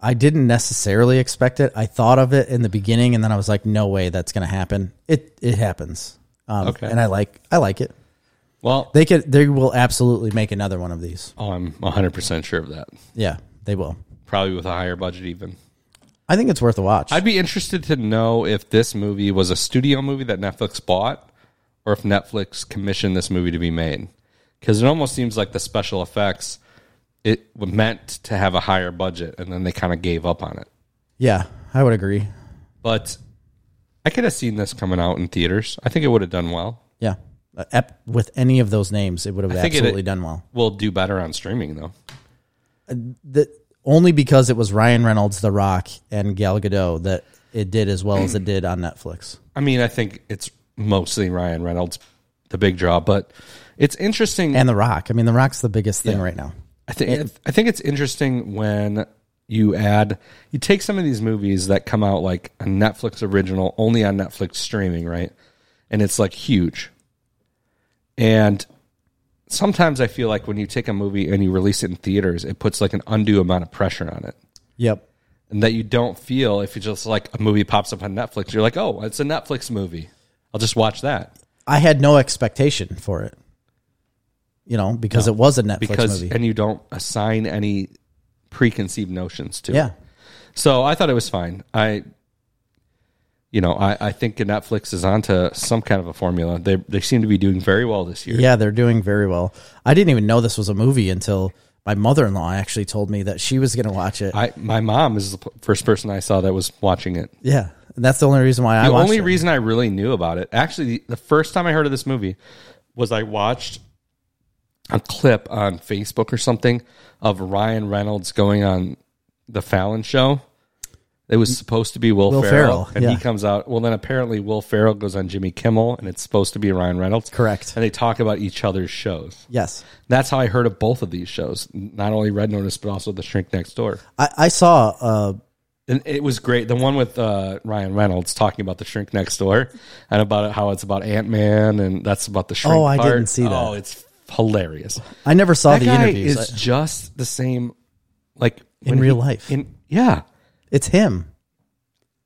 Speaker 2: I didn't necessarily expect it. I thought of it in the beginning, and then I was like, "No way, that's going to happen." It it happens. Um,
Speaker 1: Okay.
Speaker 2: and I like I like it.
Speaker 1: Well,
Speaker 2: They could they will absolutely make another one of these.
Speaker 1: oh, I'm 100 percent sure of that.
Speaker 2: Yeah, they will.
Speaker 1: Probably with a higher budget, even.
Speaker 2: I think it's worth a watch.
Speaker 1: I'd be interested to know if this movie was a studio movie that Netflix bought or if Netflix commissioned this movie to be made. Because it almost seems like the special effects it was meant to have a higher budget, and then they kind of gave up on it.
Speaker 2: Yeah, I would agree.
Speaker 1: But I could have seen this coming out in theaters. I think it would have done well.
Speaker 2: Yeah. Uh, ep- With any of those names, it would have
Speaker 1: think it-
Speaker 2: absolutely done well.
Speaker 1: Will do better on streaming though.
Speaker 2: The, only because it was Ryan Reynolds, The Rock, and Gal Gadot that it did as well as it did on Netflix.
Speaker 1: I mean, I think it's mostly Ryan Reynolds, the big draw, but it's interesting.
Speaker 2: And The Rock. I mean, The Rock's the biggest thing right now.
Speaker 1: I think I think it's interesting when you add you take some of these movies that come out like a Netflix original only on Netflix streaming, right? And it's like huge. And sometimes I feel like when you take a movie and you release it in theaters, it puts like an undue amount of pressure on it.
Speaker 2: Yep.
Speaker 1: And that you don't feel if you just like a movie pops up on Netflix, you're like, "Oh, it's a Netflix movie. I'll just watch that."
Speaker 2: I had no expectation for it. You know, because it was a Netflix
Speaker 1: Because
Speaker 2: movie.
Speaker 1: and you don't assign any preconceived notions to it.
Speaker 2: yeah.
Speaker 1: So I thought it was fine. I, you know, I, I think Netflix is onto some kind of a formula. They they seem to be doing very well this year.
Speaker 2: Yeah, they're doing very well. I didn't even know this was a movie until my mother in law actually told me that she was going to watch it.
Speaker 1: I my mom is the p- first person I saw that was watching it.
Speaker 2: yeah. And that's the only reason why I
Speaker 1: The
Speaker 2: watched
Speaker 1: only
Speaker 2: it.
Speaker 1: reason I really knew about it, actually, the, the first time I heard of this movie was I watched a clip on Facebook or something of Ryan Reynolds going on the Fallon show. It was supposed to be Will,
Speaker 2: Will
Speaker 1: Ferrell,
Speaker 2: Ferrell,
Speaker 1: and he
Speaker 2: yeah.
Speaker 1: comes out. Well, then apparently Will Ferrell goes on Jimmy Kimmel, and it's supposed to be Ryan Reynolds.
Speaker 2: Correct.
Speaker 1: And they talk about each other's shows.
Speaker 2: Yes.
Speaker 1: That's how I heard of both of these shows, not only Red Notice but also The Shrink Next Door.
Speaker 2: I, I saw uh,
Speaker 1: And it was great. The one with uh, Ryan Reynolds talking about the shrink next door and about how it's about Ant Man and that's about the shrink.
Speaker 2: Oh, I
Speaker 1: part.
Speaker 2: didn't see that.
Speaker 1: Oh, it's hilarious.
Speaker 2: I never saw
Speaker 1: That
Speaker 2: the
Speaker 1: guy
Speaker 2: interviews.
Speaker 1: is just the same, like
Speaker 2: In
Speaker 1: when
Speaker 2: real
Speaker 1: he-
Speaker 2: life.
Speaker 1: In yeah,
Speaker 2: it's him.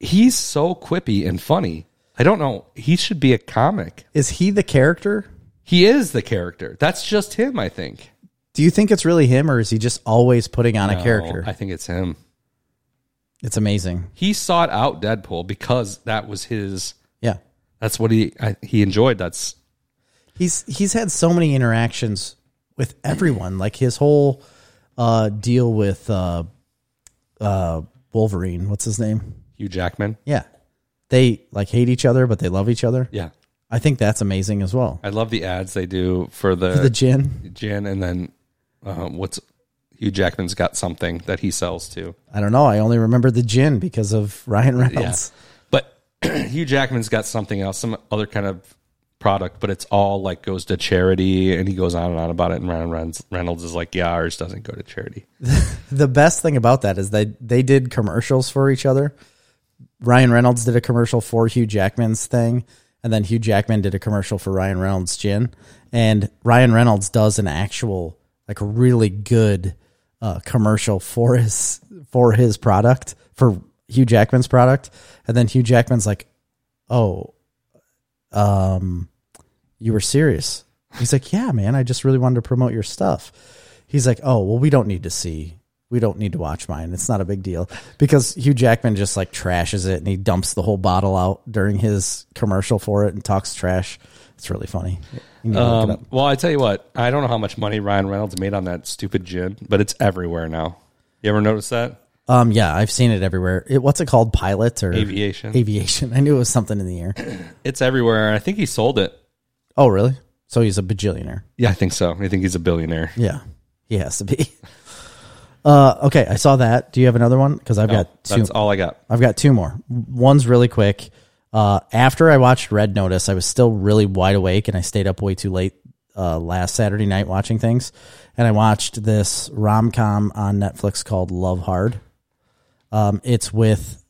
Speaker 1: he's so quippy and funny. I don't know. He should be a comic.
Speaker 2: Is he the character?
Speaker 1: He is the character. That's just him. I think.
Speaker 2: Do you think it's really him or is he just always putting on a character?
Speaker 1: Oh, I think it's him.
Speaker 2: it's amazing.
Speaker 1: He sought out Deadpool because that was his.
Speaker 2: Yeah.
Speaker 1: That's what he I, he enjoyed. That's
Speaker 2: he's he's had so many interactions with everyone like his whole uh deal with uh uh wolverine what's his name
Speaker 1: Hugh Jackman.
Speaker 2: yeah they like hate each other but they love each other
Speaker 1: Yeah.
Speaker 2: i think that's amazing as well
Speaker 1: I love the ads they do for the,
Speaker 2: the gin
Speaker 1: gin, and then uh, what's Hugh Jackman's got something that he sells too.
Speaker 2: i don't know i only remember the gin because of ryan reynolds
Speaker 1: Um, But Hugh Jackman's got something else, some other kind of product, but it's all like goes to charity, and he goes on and on about it. And Ryan Reynolds, Reynolds is like, "Yeah, ours doesn't go to charity."
Speaker 2: the best thing about that is they they did commercials for each other ryan reynolds did a commercial for hugh jackman's thing and then hugh jackman did a commercial for ryan reynolds gin and ryan reynolds does an actual like a really good uh, commercial for his for his product for hugh jackman's product and then hugh jackman's like oh um you were serious he's like yeah man i just really wanted to promote your stuff he's like oh well we don't need to see we don't need to watch mine it's not a big deal because hugh jackman just like trashes it and he dumps the whole bottle out during his commercial for it and talks trash it's really funny You need to look it up.
Speaker 1: Um, well, I tell you what, I don't know how much money Ryan Reynolds made on that stupid gin, but it's everywhere now. You ever notice that?
Speaker 2: Um, yeah i've seen it everywhere it, what's it called pilot or
Speaker 1: Aviation.
Speaker 2: aviation i knew it was something in the air
Speaker 1: It's everywhere. and I think he sold it.
Speaker 2: oh really so he's a bajillionaire
Speaker 1: Yeah, I think so. I think he's a billionaire.
Speaker 2: Yeah, he has to be. Uh, okay, I saw that. Do you have another one? Because I've got two.
Speaker 1: Oh, That's all I got.
Speaker 2: I've got two more. One's really quick. Uh, after I watched Red Notice, I was still really wide awake, and I stayed up way too late uh, last Saturday night watching things. And I watched this rom com on Netflix called Love Hard. Um, it's with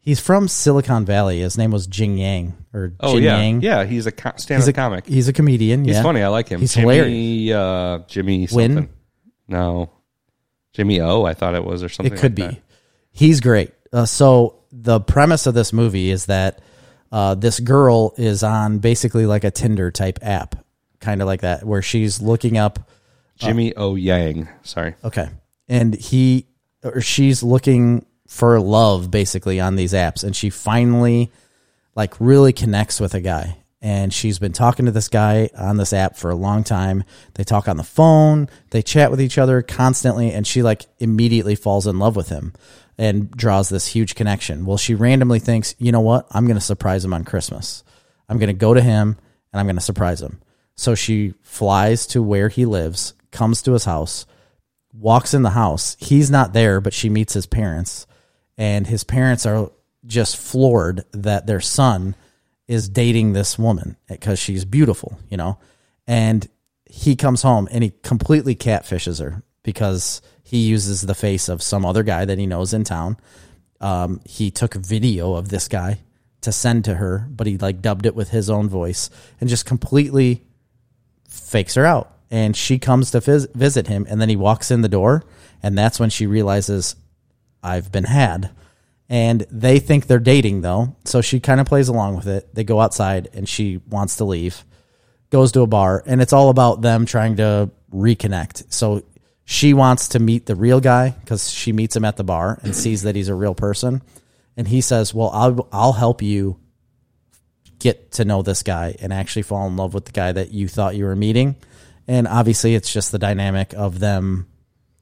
Speaker 2: he's from Silicon Valley. His name was Jing Yang or
Speaker 1: Oh
Speaker 2: Jin
Speaker 1: yeah,
Speaker 2: Yang.
Speaker 1: yeah. He's a co- stand-up
Speaker 2: he's a
Speaker 1: comic.
Speaker 2: He's a comedian.
Speaker 1: He's
Speaker 2: yeah.
Speaker 1: funny. I like him.
Speaker 2: He's
Speaker 1: Jimmy,
Speaker 2: hilarious.
Speaker 1: Uh, Jimmy
Speaker 2: Wynn?
Speaker 1: something. No, Jimmy O. I thought it was or something.
Speaker 2: It could
Speaker 1: like that.
Speaker 2: be. He's great. Uh, so the premise of this movie is that uh, this girl is on basically like a Tinder type app, kind of like that, where she's looking up.
Speaker 1: Jimmy
Speaker 2: Uh,
Speaker 1: O. Yang. Sorry.
Speaker 2: Okay, and he or she's looking for love basically on these apps, and she finally like really connects with a guy, and she's been talking to this guy on this app for a long time. They talk on the phone, they chat with each other constantly, and she like immediately falls in love with him and draws this huge connection. Well, she randomly thinks, you know what? I'm going to surprise him on Christmas. I'm going to go to him and I'm going to surprise him. So she flies to where he lives, comes to his house, walks in the house. He's not there, but she meets his parents, and his parents are just floored that their son is dating this woman because she's beautiful, you know. And he comes home and he completely catfishes her because he uses the face of some other guy that he knows in town. Um, he took video of this guy to send to her, but he like dubbed it with his own voice and just completely fakes her out and she comes to vis- visit him and then he walks in the door and that's when she realizes i've been had and they think they're dating though so she kind of plays along with it they go outside and she wants to leave goes to a bar and it's all about them trying to reconnect so she wants to meet the real guy because she meets him at the bar and sees that he's a real person and he says well i'll, I'll help you get to know this guy and actually fall in love with the guy that you thought you were meeting. And obviously, it's just the dynamic of them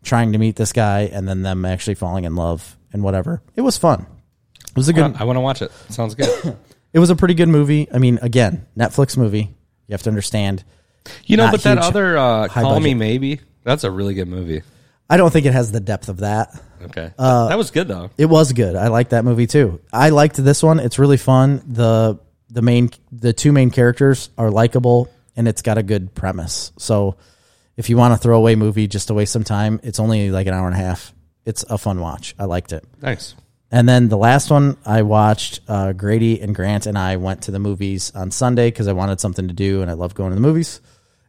Speaker 2: trying to meet this guy and then them actually falling in love and whatever. It was fun. It was a good.
Speaker 1: I want to watch it. Sounds good.
Speaker 2: It was a pretty good movie. I mean, again, Netflix movie. You have to understand.
Speaker 1: You know,
Speaker 2: Not
Speaker 1: but that
Speaker 2: huge,
Speaker 1: other uh,
Speaker 2: high
Speaker 1: Call Me
Speaker 2: budget.
Speaker 1: Maybe, that's a really good movie.
Speaker 2: I don't think it has the depth of that.
Speaker 1: Okay.
Speaker 2: Uh,
Speaker 1: that was good, though.
Speaker 2: It was good. I liked that movie too. I liked this one. It's really fun. The the main the two main characters are likable and it's got a good premise. So if you want a throwaway movie just to waste some time, it's only like an hour and a half. It's a fun watch. I liked it.
Speaker 1: Nice.
Speaker 2: And then the last one I watched, uh, Grady and Grant and I went to the movies on Sunday because I wanted something to do and I love going to the movies.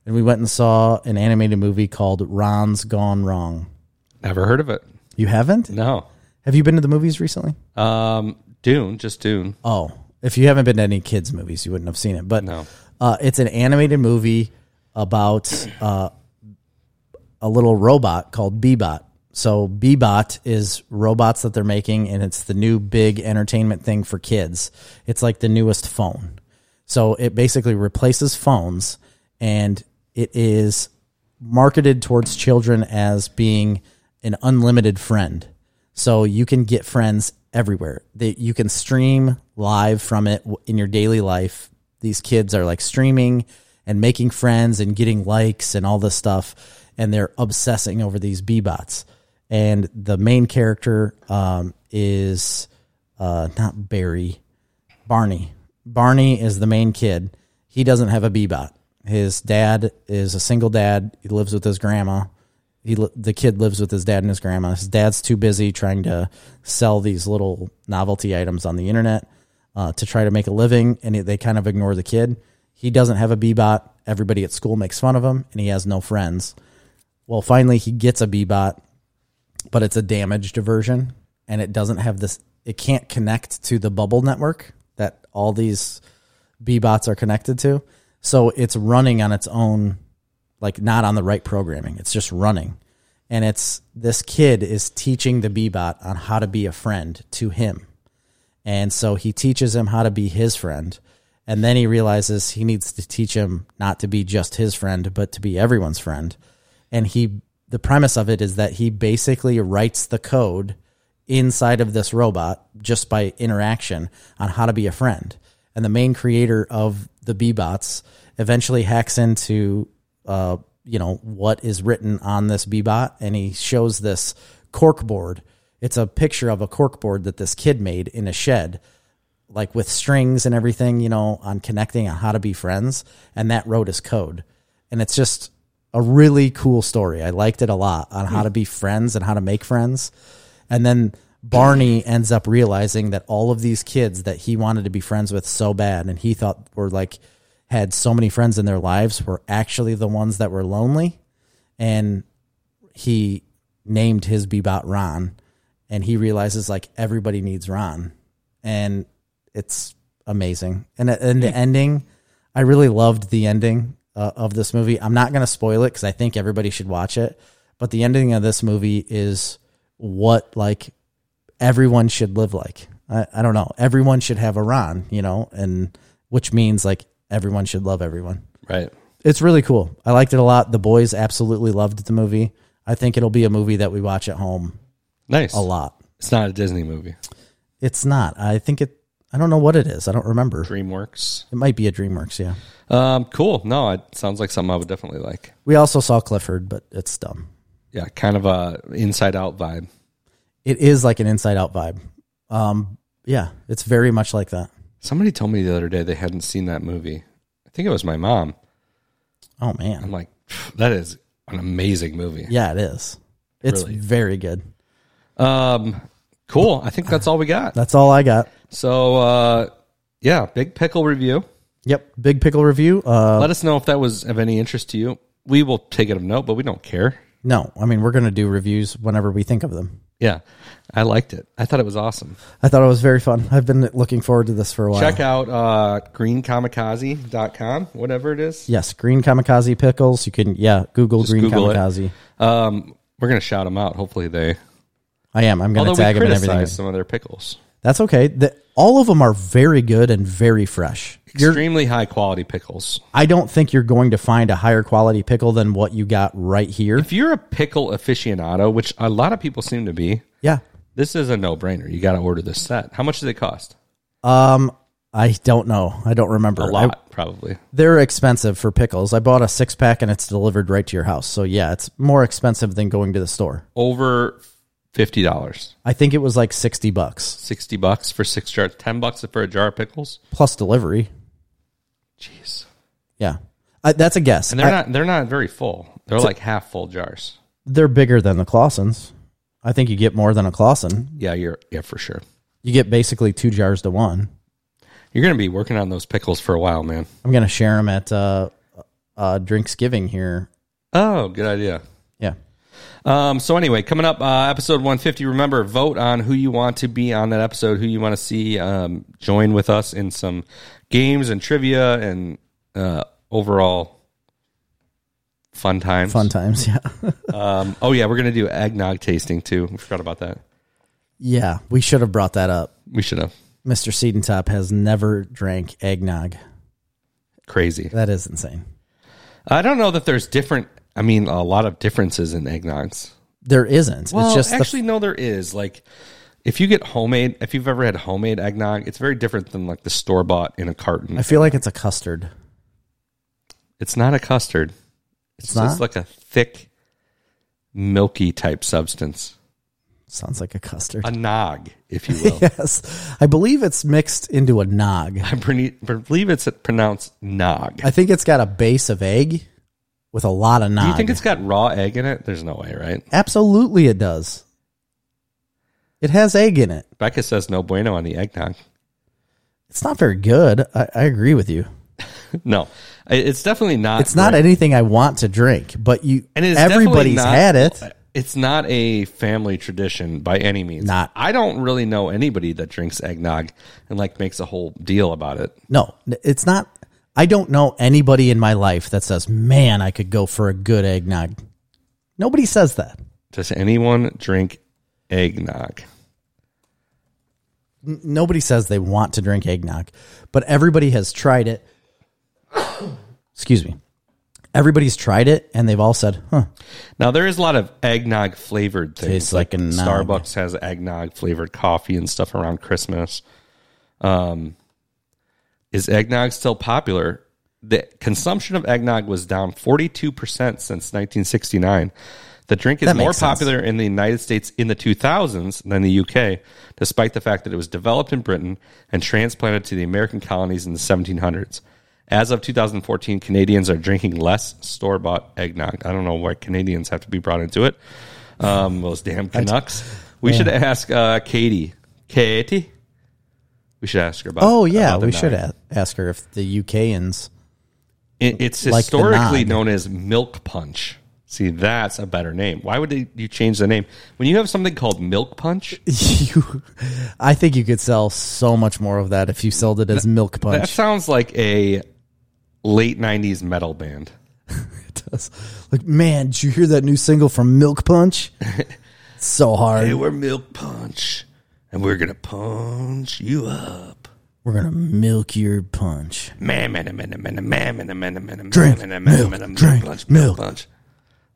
Speaker 2: And we went and saw an animated movie called Ron's Gone Wrong.
Speaker 1: Never heard of it.
Speaker 2: You haven't?
Speaker 1: No.
Speaker 2: Have you been to the movies recently?
Speaker 1: Um, Dune, just Dune.
Speaker 2: Oh, if you haven't been to any kids movies, you wouldn't have seen it. But
Speaker 1: No.
Speaker 2: uh, it's an animated movie about uh, a little robot called Bebot. So Bebot is robots that they're making, and it's the new big entertainment thing for kids. It's like the newest phone. So it basically replaces phones, and it is marketed towards children as being an unlimited friend. So you can get friends everywhere. They, you can stream live from it w- in your daily life. These kids are like streaming and making friends and getting likes and all this stuff, and they're obsessing over these bots. And the main character um, is uh, not Barry, Barney. Barney is the main kid. He doesn't have a bebot. His dad is a single dad. He lives with his grandma. He li- the kid lives with his dad and his grandma. His dad's too busy trying to sell these little novelty items on the internet uh, to try to make a living, and it- they kind of ignore the kid. He doesn't have a bebot. Everybody at school makes fun of him, and he has no friends. Well, finally, he gets a bebot but it's a damaged version and it doesn't have this it can't connect to the bubble network that all these bots are connected to so it's running on its own like not on the right programming it's just running and it's this kid is teaching the bot on how to be a friend to him and so he teaches him how to be his friend. And then he realizes he needs to teach him not to be just his friend, but to be everyone's friend. And he, the premise of it is that he basically writes the code inside of this robot just by interaction on how to be a friend. And the main creator of the Bebots eventually hacks into uh, you know what is written on this bebot and he shows this cork board it's a picture of a cork board that this kid made in a shed like with strings and everything you know on connecting on how to be friends and that wrote his code and it's just a really cool story i liked it a lot on how to be friends and how to make friends and then Barney ends up realizing that all of these kids that he wanted to be friends with so bad and he thought were like had so many friends in their lives were actually the ones that were lonely. And he named his Bebot Ron. And he realizes like everybody needs Ron. And it's amazing. And, uh, and the ending, I really loved the ending uh, of this movie. I'm not going to spoil it because I think everybody should watch it. But the ending of this movie is what like everyone should live like. I, I don't know. Everyone should have a Ron, you know, and which means like everyone should love everyone.
Speaker 1: Right.
Speaker 2: It's really cool. I liked it a lot. The boys absolutely loved the movie. I think it'll be a movie that we watch at home
Speaker 1: Nice.
Speaker 2: a lot.
Speaker 1: It's not a Disney movie.
Speaker 2: It's not. I think it. I don't know what it is. I don't remember.
Speaker 1: DreamWorks.
Speaker 2: It might be a DreamWorks. Yeah.
Speaker 1: Um, cool. No, it sounds like something I would definitely like.
Speaker 2: We also saw Clifford, but it's dumb.
Speaker 1: Yeah, kind of a inside out vibe.
Speaker 2: It is like an Inside Out vibe. Um. Yeah. It's very much like that.
Speaker 1: Somebody told me the other day they hadn't seen that movie. I think it was my mom.
Speaker 2: Oh
Speaker 1: I'm
Speaker 2: man.
Speaker 1: like, "Pff, that is an amazing movie.
Speaker 2: Yeah. It is. It's
Speaker 1: Really.
Speaker 2: very good.
Speaker 1: Um, cool. I think that's all we got.
Speaker 2: That's all I got.
Speaker 1: So, uh, yeah, big pickle review.
Speaker 2: Yep. Big pickle review. Uh.
Speaker 1: Let us know if that was of any interest to you. We will take it of note, but we don't care.
Speaker 2: No. I mean, we're gonna do reviews whenever we think of them.
Speaker 1: Yeah, I liked it. I thought it was awesome.
Speaker 2: I thought it was very fun. I've been looking forward to this for a while.
Speaker 1: Check out uh, greenkamikaze.com, whatever it is.
Speaker 2: Yes, green kamikaze pickles. You can yeah, Google green
Speaker 1: Google it.
Speaker 2: kamikaze.
Speaker 1: Um, we're gonna shout them out. Hopefully they.
Speaker 2: I am. I'm going
Speaker 1: Although
Speaker 2: to
Speaker 1: we
Speaker 2: tag them and everything.
Speaker 1: criticize some of their pickles,
Speaker 2: That's okay. The, all of them are very good and very fresh.
Speaker 1: extremely high quality pickles.
Speaker 2: I don't think you're going to find a higher quality pickle than what you got right here.
Speaker 1: If you're a pickle aficionado, which a lot of people seem to be,
Speaker 2: Yeah.
Speaker 1: this is a no brainer. You got to order this set. How much does it cost?
Speaker 2: Um, I don't know. I don't remember.
Speaker 1: A lot, probably.
Speaker 2: they're expensive for pickles. I bought a six pack and it's delivered right to your house. So yeah, it's more expensive than going to the store.
Speaker 1: Over fifty dollars,
Speaker 2: I think it was like sixty bucks
Speaker 1: sixty bucks for six jars, ten bucks for a jar of pickles.
Speaker 2: plus delivery.
Speaker 1: Jeez,
Speaker 2: Yeah, I, that's a guess.
Speaker 1: and they're
Speaker 2: I-
Speaker 1: not they're not very full. They're like half full jars.
Speaker 2: they're bigger than the Clausens. I think you get more than a Clausen.
Speaker 1: Yeah, you're yeah for sure.
Speaker 2: You get basically two jars to one.
Speaker 1: You're gonna be working on those pickles for a while, man.
Speaker 2: I'm gonna share them at uh, uh, Drinksgiving here.
Speaker 1: Oh, good idea.
Speaker 2: Yeah,
Speaker 1: Um, so anyway, coming up, uh, episode 150. Remember, vote on who you want to be on that episode, who you want to see um, join with us in some games and trivia and uh, overall fun times.
Speaker 2: fun times. Yeah,
Speaker 1: Um, oh yeah, we're gonna do eggnog tasting too. We forgot about that.
Speaker 2: yeah. We should have brought that up.
Speaker 1: We should have
Speaker 2: Mister Seedentop has never drank eggnog.
Speaker 1: crazy.
Speaker 2: That is insane.
Speaker 1: I don't know that there's different. I mean, a lot of differences in eggnogs.
Speaker 2: There isn't.
Speaker 1: Well,
Speaker 2: it's just the,
Speaker 1: actually, no, there is. Like, if you get homemade, if you've ever had homemade eggnog, it's very different than like the store bought in a carton.
Speaker 2: I feel like it's a custard.
Speaker 1: It's not a custard. It's,
Speaker 2: not?
Speaker 1: just like a thick, milky type substance.
Speaker 2: Sounds like a custard.
Speaker 1: A nog, if you will.
Speaker 2: yes, I believe it's mixed into a nog.
Speaker 1: I pre- believe it's pronounced nog.
Speaker 2: I think it's got a base of egg with a lot of nog.
Speaker 1: Do you think it's got raw egg in it? There's no way, right?
Speaker 2: Absolutely, it does. It has egg in it.
Speaker 1: Becca says no bueno on the eggnog.
Speaker 2: It's not very good. I, I agree with you.
Speaker 1: No, I- it's definitely not.
Speaker 2: It's not
Speaker 1: right.
Speaker 2: anything I want to drink, but you
Speaker 1: And it's definitely
Speaker 2: everybody's
Speaker 1: not-
Speaker 2: had it.
Speaker 1: It's not a family tradition by any means.
Speaker 2: Not-
Speaker 1: I don't really know anybody that drinks eggnog and like makes a whole deal about it.
Speaker 2: No, it's not. I don't know anybody in my life that says, "Man, I could go for a good eggnog." Nobody says that.
Speaker 1: Does anyone drink eggnog?
Speaker 2: N- Nobody says they want to drink eggnog, but everybody has tried it. Excuse me. Everybody's tried it, and they've all said, "Huh,
Speaker 1: Now there is a lot of eggnog flavored things.
Speaker 2: Tastes like a nog.
Speaker 1: Starbucks has eggnog flavored coffee and stuff around Christmas. Um, is eggnog still popular? The consumption of eggnog was down 42 percent since 1969. The drink is
Speaker 2: That makes
Speaker 1: more
Speaker 2: sense.
Speaker 1: popular in the United States in the 2000s than the UK, despite the fact that it was developed in Britain and transplanted to the American colonies in the 1700s. As of 2014, Canadians are drinking less store bought eggnog. I don't know why Canadians have to be brought into it. Um, those damn Canucks. We should ask uh, Katie. Katie? We should ask her about
Speaker 2: "Oh yeah,
Speaker 1: about the
Speaker 2: we should
Speaker 1: nog.
Speaker 2: a- ask her if the UKans."
Speaker 1: It, it's
Speaker 2: Like the
Speaker 1: historically
Speaker 2: nog.
Speaker 1: known as milk punch. See, that's a better name. Why would they, you change the name when you have something called milk punch?
Speaker 2: you I think you could sell so much more of that if you sold it as milk
Speaker 1: That
Speaker 2: punch.
Speaker 1: sounds like a late '90s metal band.
Speaker 2: It does. Like, man, did you hear that new single from Milk Punch? It's so hard.
Speaker 1: we're milk punch, and we're gonna punch you up.
Speaker 2: We're gonna milk your punch.
Speaker 1: Man, man, man, man, man, man, man, man, man, man,
Speaker 2: Drink
Speaker 1: man, man,
Speaker 2: milk,
Speaker 1: man, man,
Speaker 2: drink
Speaker 1: punch,
Speaker 2: milk.
Speaker 1: punch.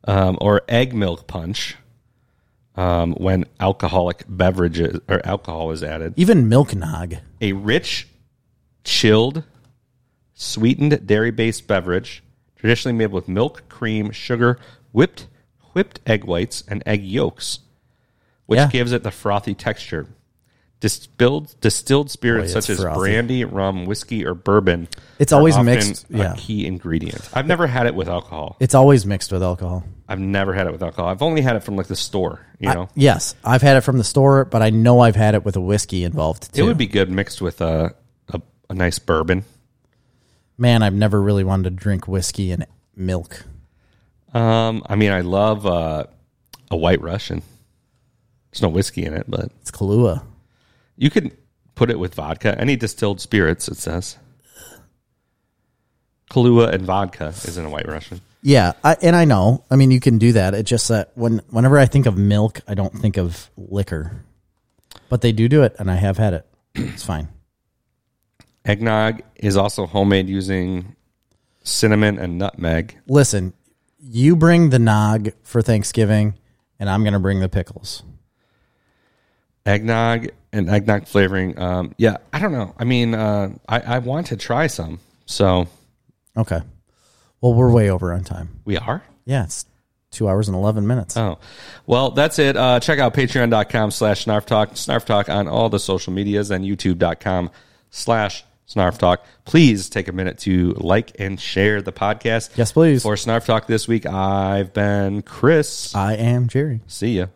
Speaker 1: Um, or egg milk punch. Um, when alcoholic beverages or alcohol is added,
Speaker 2: Even milk nog.
Speaker 1: a rich, chilled, sweetened dairy-based beverage, traditionally made with milk, cream, sugar, whipped whipped egg whites, and egg yolks, which
Speaker 2: Yeah.
Speaker 1: gives it the frothy texture. Distilled distilled spirits
Speaker 2: Boy, it's
Speaker 1: such as
Speaker 2: frothy.
Speaker 1: brandy, rum, whiskey, or bourbon.
Speaker 2: It's
Speaker 1: are
Speaker 2: always
Speaker 1: often
Speaker 2: mixed,
Speaker 1: A
Speaker 2: yeah.
Speaker 1: key ingredient. I've never had it with alcohol.
Speaker 2: It's always mixed with alcohol.
Speaker 1: I've never had it with alcohol. I've only had it from like the store. You know,
Speaker 2: Yes, I've had it from the store, but I know I've had it with a whiskey involved
Speaker 1: it
Speaker 2: too.
Speaker 1: would be good mixed with a a, a nice bourbon.
Speaker 2: Man, I've never really wanted to drink whiskey and milk.
Speaker 1: Um, I mean, I love uh, a White Russian. There's no whiskey in it, but
Speaker 2: It's Kahlua.
Speaker 1: you can put it with vodka. Any distilled spirits, it says. Kahlua and vodka is in a White Russian.
Speaker 2: Yeah, I, and I know. I mean, you can do that. It's just that when whenever I think of milk, I don't think of liquor. But they do do it, and I have had it. It's fine.
Speaker 1: Eggnog is also homemade using cinnamon and nutmeg.
Speaker 2: Listen, you bring the nog for Thanksgiving, and I'm gonna bring the pickles.
Speaker 1: Eggnog and eggnog flavoring. Um, yeah, I don't know. I mean, uh, I, I want to try some. So
Speaker 2: Okay. Well, we're way over on time.
Speaker 1: we are.
Speaker 2: Yeah, it's two hours and eleven minutes.
Speaker 1: Oh, well, that's it. Uh, check out patreon.com slash snarf talk, snarf talk on all the social medias and youtube.com slash snarf talk. Please take a minute to like and share the podcast.
Speaker 2: yes, please. Uh,
Speaker 1: For snarf talk this week, I've been Chris.
Speaker 2: I am Jerry.
Speaker 1: See ya.